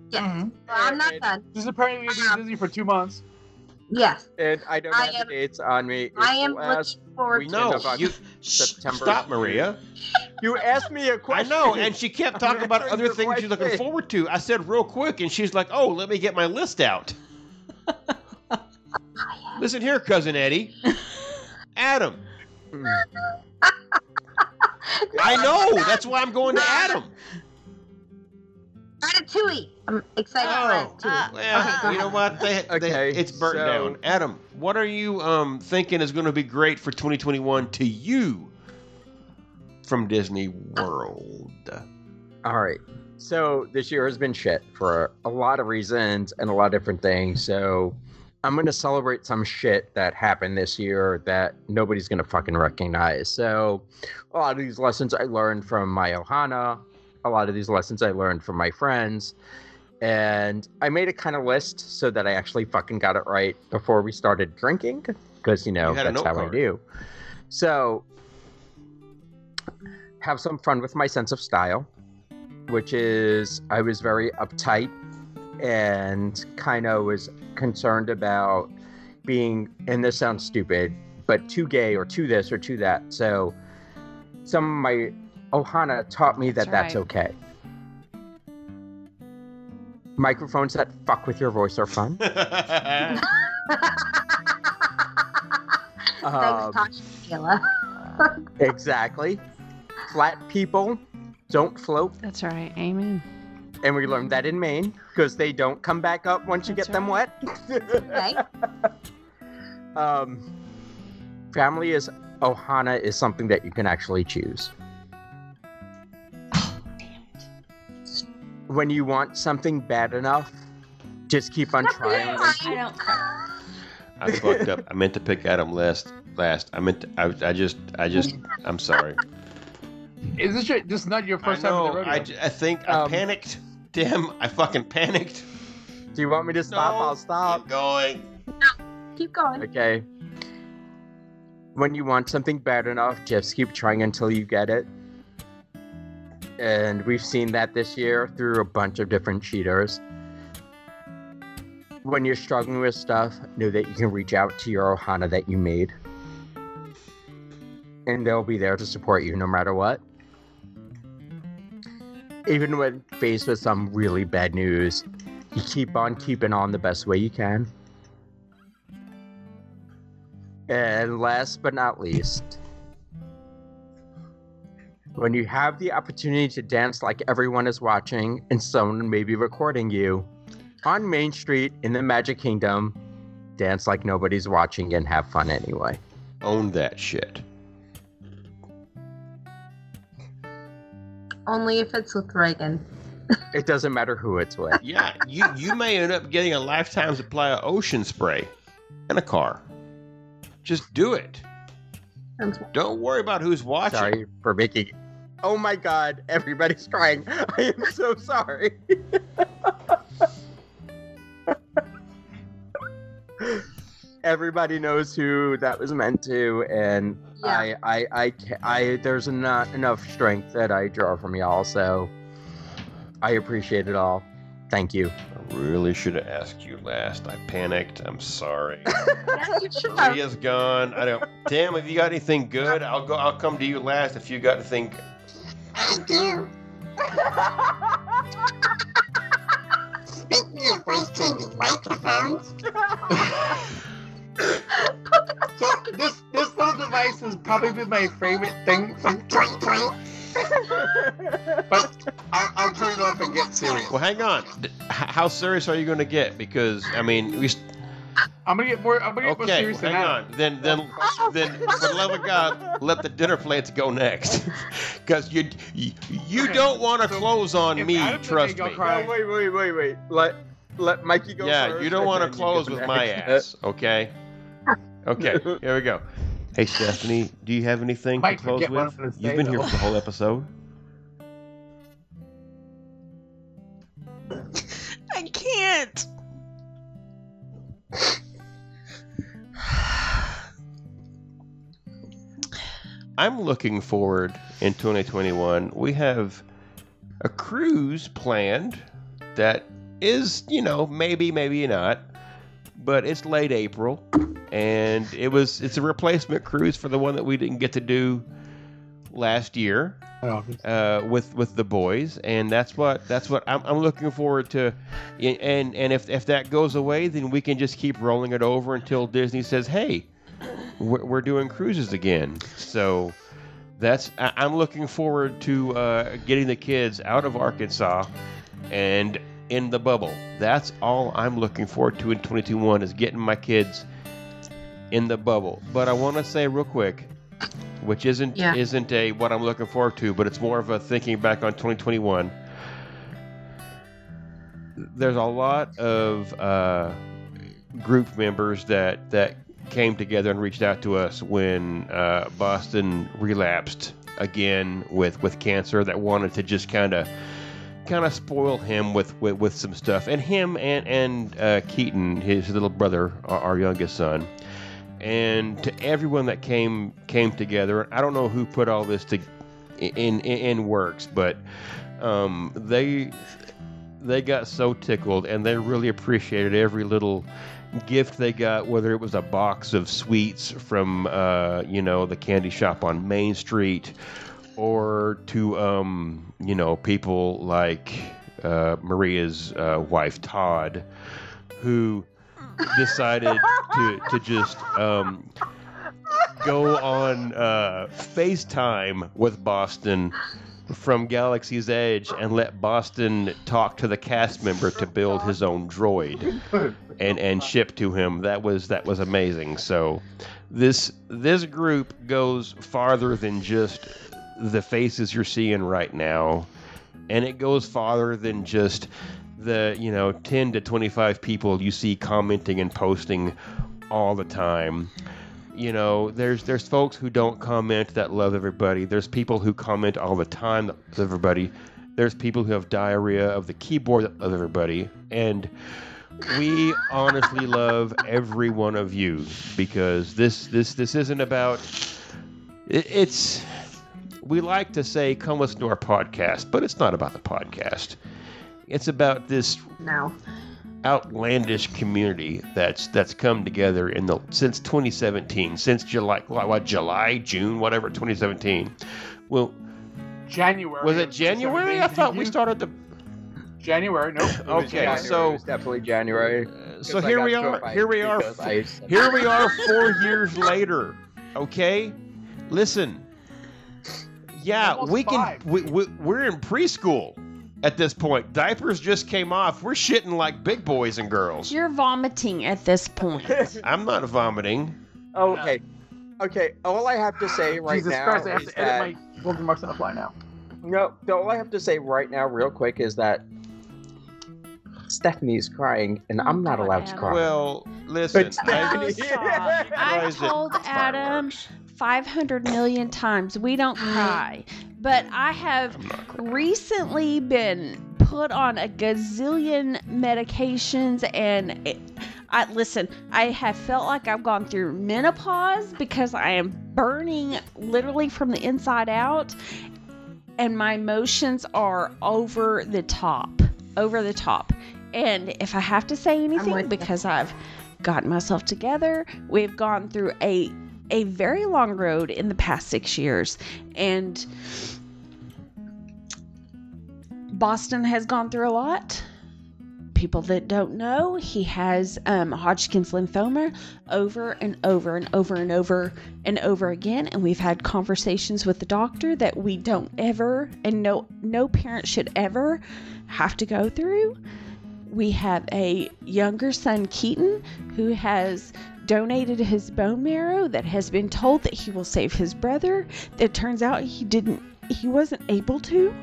D: Yes.
C: Mm-hmm.
D: Well, I'm not done. Um,
A: This is apparently going to be Disney for two months.
D: Yes.
C: And I don't
D: I
C: have
D: am-
C: the dates on me. It's
D: I am
C: the last
D: looking forward
C: weekend
B: No,
C: of Oc-
B: you
C: September.
B: stop, Maria.
C: You asked me a
B: I
C: question.
B: know, and she kept talking about
C: answering
B: other
C: your
B: things she's looking
C: question.
B: forward to. I said real quick, and she's like, "Oh, let me get my list out." Listen here, cousin Eddie, Adam. I know. That's why I'm going to Adam.
D: Ratatouille. I'm excited
B: Oh,
D: for Ratatouille.
B: Well,
D: okay, go
B: you know
D: ahead.
B: what? They, they,
C: Okay,
B: it's burnt
C: so-
B: down. Adam, what are you um, thinking is going to be great for 2021 to you from Disney World?
C: Uh, All right. So this year has been shit for a lot of reasons and a lot of different things. So I'm going to celebrate some shit that happened this year that nobody's going to fucking recognize. So a lot of these lessons I learned from my Ohana, a lot of these lessons I learned from my friends. And I made a kind of list so that I actually fucking got it right before we started drinking because, you know,
B: You had a
C: that's
B: note
C: how I
B: card.
C: do. So have some fun with my sense of style which is I was very uptight and kind of was concerned about being, and this sounds stupid, but too gay or too this or too that. So some of my Ohana taught me that
F: That's
C: that's
F: right.
C: okay. Microphones that fuck with your voice are fun.
A: Um,
C: Um, Um,
D: Thanks, Tasha Tequila.
C: exactly. Flat people don't float.
F: That's right. Amen.
C: And we learned that in Maine because they don't come back up once you get them wet. um, family is Ohana is something that you can actually choose.
F: Oh,
C: When you want something bad enough, just keep on trying.
F: I don't care.
B: I fucked up. I meant to pick Adam last. Last. I meant. To, I, I just. I just. I'm sorry.
A: Is this your, this is not your first
B: I
A: time in the
B: know,
A: rodeo? Um,
B: I j- I think I panicked. Damn. I fucking panicked.
C: Do you want me to stop? I'll stop.
B: Keep going.
D: Keep going.
C: Okay. When you want something bad enough, just keep trying until you get it. And we've seen that this year through a bunch of different cheaters. When you're struggling with stuff, know that you can reach out to your Ohana that you made. And they'll be there to support you no matter what. Even when faced with some really bad news, you keep on keeping on the best way you can. And last but not least, when you have the opportunity to dance like everyone is watching and someone may be recording you, on Main Street in the Magic Kingdom, dance like nobody's watching and have fun anyway.
B: Own that shit.
D: Only if it's with Reagan.
C: It doesn't matter who it's with.
B: Yeah. You you may end up getting a lifetime supply of ocean spray and a car. Just do it. Don't worry about who's watching.
C: Sorry for making. Oh my god, everybody's crying. I am so sorry. Everybody knows who that was meant to, and I, I, I, ca- I, there's not enough strength that I draw from y'all, so I appreciate it all. Thank you.
B: I really should have asked you last. I panicked. I'm sorry.
D: you should
B: He is gone. I don't. Damn. If you got anything good, I'll go. I'll come to you last. If you got anything.
H: Speaking of wasting microphones,
A: this this little device has probably been my favorite thing from 2020. but I'll, I'll turn it off and get serious.
B: Well, hang on. D- h- How serious are you going to get? Because I mean, we. s-
A: I'm gonna get more. I'm gonna get more
B: Okay.
A: serious
B: Hang
A: than
B: on. Then, then, then, for the love of God, let the dinner plates go next, because you, you you don't want to close on me. Trust me.
C: No, wait, wait, wait, wait. Let let Mikey go
B: yeah,
C: first,
B: you don't
C: and
B: want
C: then
B: to close
C: go
B: with my
C: next.
B: ass, okay? Okay, here we go. Hey, Stephanie, do you have anything
C: Mike,
B: to close
C: forget what I was
B: with?
C: gonna
B: You've
C: say,
B: been here
C: though.
B: for the whole episode.
F: I can't.
B: I'm looking forward in 2021. We have a cruise planned that is, you know, maybe, maybe not, but it's late April, and it was it's a replacement cruise for the one that we didn't get to do last year uh, with with the boys, and that's what that's what I'm, I'm looking forward to. And and if if that goes away, then we can just keep rolling it over until Disney says, "Hey, we're, we're doing cruises again." So that's I, I'm looking forward to uh, getting the kids out of Arkansas and in the bubble. That's all I'm looking forward to in 2021 is getting my kids in the bubble. But I want to say real quick, which isn't
M: Yeah.
B: isn't a what I'm looking forward to, but it's more of a thinking back on 2021. There's a lot of uh, group members that that came together and reached out to us when uh, Boston relapsed again with with cancer that wanted to just kind of kind of spoil him with, with, with some stuff. And him and, and uh, Keaton, his little brother, our, our youngest son. And to everyone that came came together, I don't know who put all this to in in, in works, but um, they they got so tickled and they really appreciated every little gift they got whether it was a box of sweets from uh, you know the candy shop on main street or to um, you know people like uh, Maria's uh, wife Todd, who decided to to just um, go on uh, FaceTime with Boston from Galaxy's Edge and let Boston talk to the cast member to build his own droid and and ship to him. That was that was amazing. So this this group goes farther than just the faces you're seeing right now, and it goes farther than just the you know 10 to 25 people you see commenting and posting all the time you know, there's there's folks who don't comment that love everybody. There's people who comment all the time that love everybody. There's people who have diarrhea of the keyboard that love everybody. And we honestly love every one of you because this this this isn't about it, it's we like to say come listen to our podcast, but it's not about the podcast. It's about this
Q: no
B: outlandish community that's that's come together in the since 2017, since July, what July, June, whatever, 2017. Well,
A: January.
B: was it January? I thought we started the
A: January. No.
B: It was Okay, January. so- It was
C: definitely January.
B: so here we are. Here we are. f- Here we are. Four years later. Okay. Listen. Yeah, we can. We, we, we're in preschool at this point. Diapers just came off. We're shitting like big boys and girls.
R: You're vomiting at this point.
B: I'm not vomiting.
C: Oh, Okay. Okay. All I have to say right
A: Jesus
C: now
A: Christ, I have
C: is
A: to
C: that
A: edit my Logan marks on the fly now.
C: no. the- All I have to say right now, real quick, is that Stephanie's crying, and I'm not allowed to cry.
B: Well, listen.
C: Stephanie-
R: So sorry. I've
C: Noise it.
R: told Adam 500 million times we don't cry, but I have recently been put on a gazillion medications and. It, I listen. I have felt like I've gone through menopause because I am burning literally from the inside out, and my emotions are over the top, over the top. And if I have to say anything, because I've gotten myself together, we've gone through a a very long road in the past six years, and Boston has gone through a lot. People that don't know, he has um, Hodgkin's lymphoma over and over and over and over and over again. And we've had conversations with the doctor that we don't ever and no no parent should ever have to go through. We have a younger son, Keaton, who has donated his bone marrow that has been told that he will save his brother. That turns out he didn't, he wasn't able to.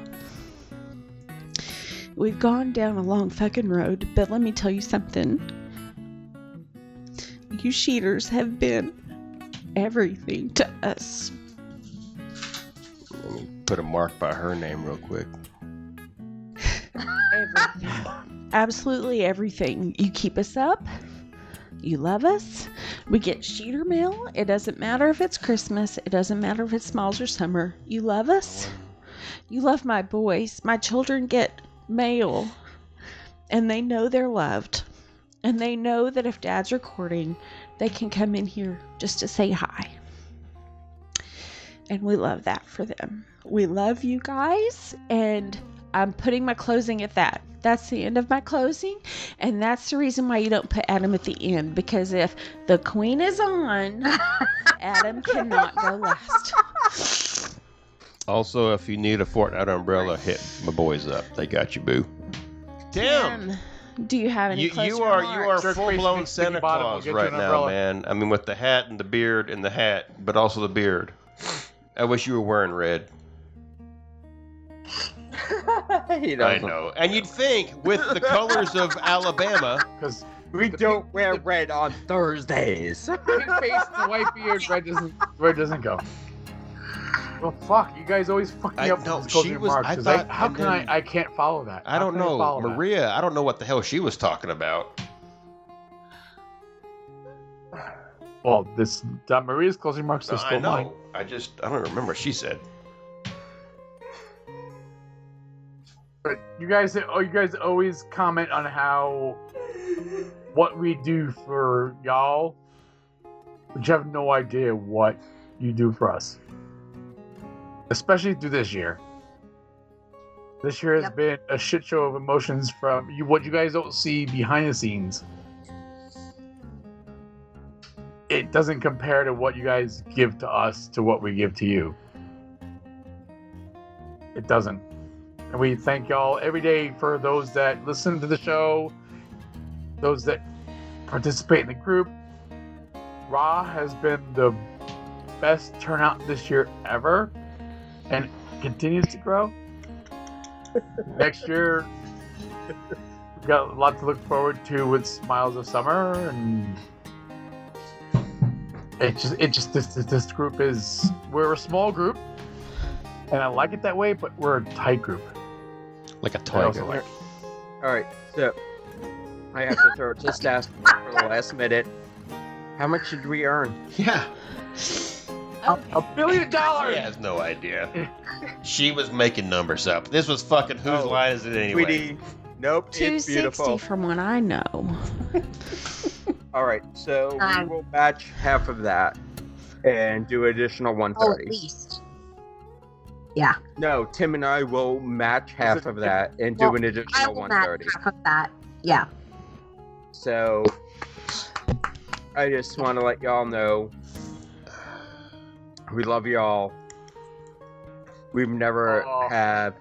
R: We've gone down a long fucking road, but let me tell you something. You cheaters have been everything to us.
B: Let me put a mark by her name real quick.
R: Everything. Absolutely everything. You keep us up. You love us. We get cheater mail. It doesn't matter if it's Christmas. It doesn't matter if it's smiles or summer. You love us. You love my boys. My children get mail and they know they're loved. And they know that if dad's recording, they can come in here just to say hi. And we love that for them. We love you guys. And I'm putting my closing at that. That's the end of my closing. And that's the reason why you don't put Adam at the end. Because if the queen is on, Adam cannot go last.
B: Also, if you need a Fortnite umbrella, hit my boys up. They got you, boo.
R: Damn. do you have any
B: You,
R: closing
B: you are you are
R: remarks?
B: full blown Santa Claus right now, man. I mean, with the hat and the beard and the hat, but also the beard. I wish you were wearing red. I know, and you'd think with the colors of Alabama,
A: because
C: we don't wear red on Thursdays.
A: Pink face and white beard, red doesn't red doesn't go. Well, fuck! You guys always fuck me
B: I-
A: up. with
B: no,
A: these closing
B: she was-
A: remarks,
B: I
A: 'cause
B: thought-
A: how
B: and
A: can
B: then-
A: I? I can't follow that.
B: I don't
A: How can
B: know
A: follow that?
B: Maria. I don't know what the hell she was talking about.
A: Well, this that Maria's closing remarks
B: No,
A: are
B: I
A: still
B: know.
A: mine.
B: I just I don't remember. what She said.
A: But you guys, oh, you guys always comment on how what we do for y'all, but you have no idea what you do for us. Especially through this year. This year has been a shit show of emotions from you, what you guys don't see behind the scenes. It doesn't compare to what you guys give to us to what we give to you. It doesn't. And we thank y'all every day for those that listen to the show, those that participate in the group. Raw has been the best turnout this year ever and continues to grow. Next year, we've got a lot to look forward to with Smiles of Summer, and it just, it just, this, this, this group is, we're a small group, and I like it that way, but we're a tight group.
B: Like a
A: I also like-
C: All right, so I have to throw just ask for the last minute. How much did we earn?
B: Yeah.
A: A billion dollars.
B: She has no idea. she was making numbers up. This was fucking whose line is it anyway?
C: Oh, Sweetie, nope, it's
F: 260
C: beautiful.
F: from what I know.
C: All right, so we
D: Um,
C: will batch half of that and do additional
D: Oh, at
C: 130.
D: least. Yeah.
C: No, Tim and I will match half of that and do
D: Well,
C: an
D: I
C: additional
D: will match
C: 130.
D: half of that. Yeah.
C: So I just want to let y'all know we love y'all. We've never have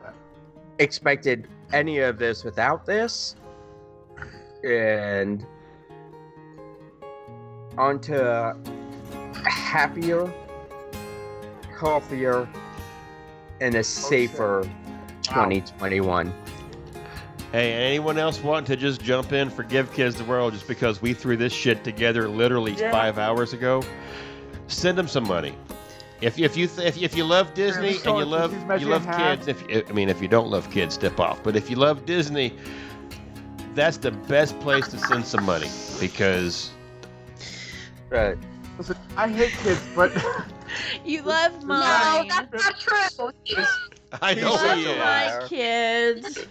C: expected any of this without this. And onto happier, healthier, and a safer 2021.
B: Hey, anyone else want to just jump in for Give Kids the World just because we threw this shit together literally
C: Yeah.
B: five hours ago? Send them some money. If, if you th- if, if you love Disney
A: we saw
B: and you
A: it.
B: love
A: Did you measure
B: you love
A: half?
B: kids, if I mean if you don't love kids, step off. But if you love Disney, that's the best place to send some money because
C: right.
A: Listen, I hate kids, but
F: You love
D: No,
F: mine.
D: that's not true.
B: I
F: You
B: know
F: love
B: he is.
F: my kids.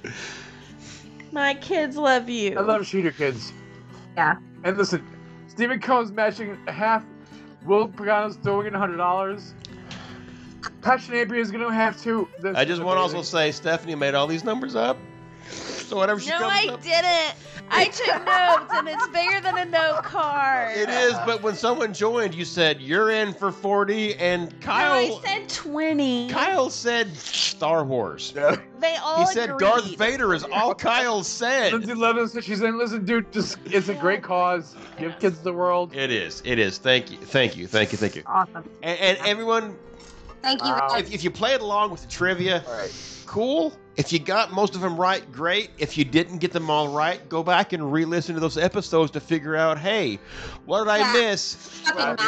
F: My kids love you.
A: I love Shooter Kids.
D: Yeah.
A: And listen, Stephen Cohen's matching half. Will Pagano's throwing in hundred dollars. Passion Apia is going to have to. This
B: I
A: is
B: just want to also
A: amazing.
B: say Stephanie made all these numbers up. So whatever she
F: no,
B: comes
F: I
B: up
F: didn't. I took notes, and it's bigger than a note card.
B: It is, but when someone joined, you said you're in for 40 and Kyle
F: No, I said 20.
B: Kyle said Star Wars.
F: They all
B: He said
F: agreed.
B: Darth Vader is all Kyle said.
A: Lindsay Levin said she's in. Listen, dude, just it's a great cause. Give kids the world.
B: It is. It is. Thank you. Thank you. Thank you. Thank you.
D: Awesome.
B: And, and everyone,
D: Thank you.
B: if, if you played along with the trivia, cool. If you got most of them right, great. If you didn't get them all right, go back and re-listen to those episodes to figure out, hey, what did I miss?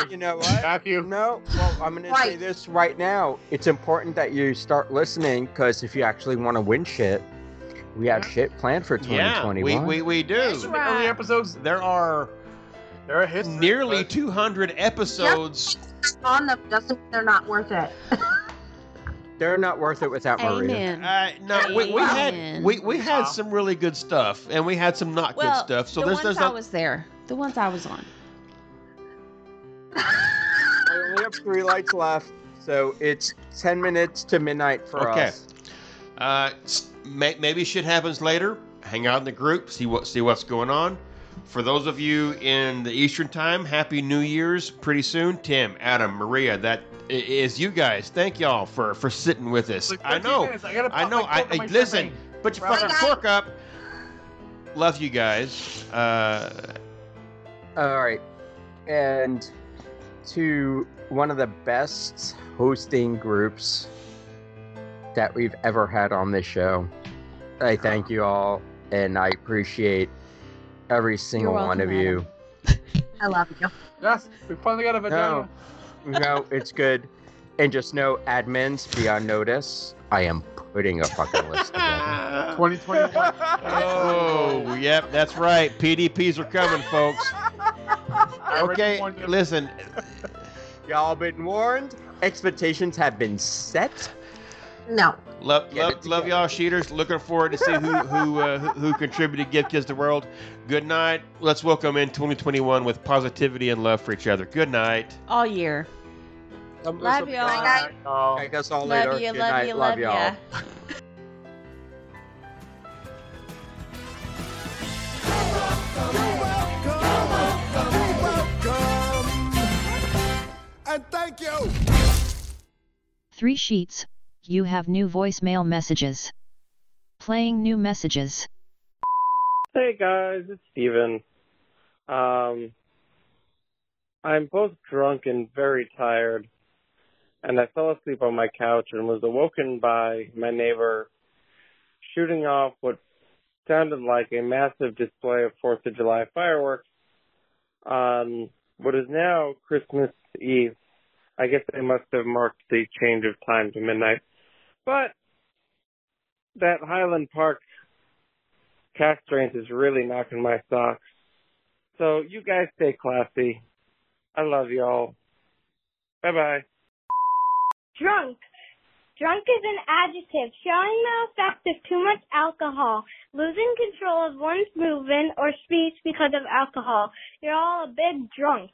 C: You know what? No. Well, I'm going to say this right now. It's important that you start listening because if you actually want to win shit, we have shit planned for
B: Yeah,
C: 2021.
B: we, we, we do.
A: That's right. Early
B: episodes, there are
A: there are history,
B: nearly 200 episodes.
D: On them doesn't they're not worth it.
C: They're not worth it without Maria.
B: Uh, no, we, we had
F: Amen.
B: we, we had some really good stuff, and we had some not
F: Well,
B: good stuff. So
F: the
B: there's
F: ones
B: there's
F: I
B: not,
F: was there. The ones I was on.
C: I only have three lights left, so it's 10 minutes to midnight for
B: okay.
C: us.
B: Uh, s- may, maybe shit happens later. Hang out in the group, see what see what's going on. For those of you in the Eastern Time, Happy New Year's pretty soon. Tim, Adam, Maria, that i- is you guys. Thank y'all for for sitting with us.
A: Like
B: I
A: 13
B: know,
A: minutes. I gotta pop
B: know.
A: my cork on
B: I,
A: my
B: I listen.
A: champagne.
B: Put your
A: Right.
B: fucking
A: Bye,
B: cork up. Love you guys. Uh,
C: All right. And to one of the best hosting groups that we've ever had on this show. I thank you all, and I appreciate every single one of
A: welcome,
C: you.
D: I love you.
A: Yes, we
F: Oh,
A: finally got a vagina.
C: No, it's good. And just know, admins, be on notice. I am putting a fucking list together.
A: 2021.
B: Oh, yep, that's right. PDPs are coming, folks. Okay, listen.
C: Y'all been warned. Expectations have been set.
D: No.
B: Love, love, love y'all, shooters. Looking forward to see who who uh, who who contributed Give Kids the World. Good night. Let's welcome in 2021 with positivity and love for each other. Good night.
F: All year. Love y'all.
C: I guess all
F: Love
C: later.
F: you,
C: Good
F: love
C: night.
F: you,
C: love
F: love
C: y'all.
F: ya.
H: man. Thank you.
S: Three sheets, you have new voicemail messages. Playing new messages.
T: Hey guys, it's Steven. Um, I'm both drunk and very tired, and I fell asleep on my couch and was awoken by my neighbor shooting off what sounded like a massive display of Fourth of July fireworks on what is now Christmas Eve. I guess they must have marked the change of time to midnight. But that Highland Park cast strength is really knocking my socks. So you guys stay classy. I love y'all. Bye bye.
U: Drunk. Drunk is an adjective showing the effect of too much alcohol, losing control of one's movement or speech because of alcohol. You're all a big drunk.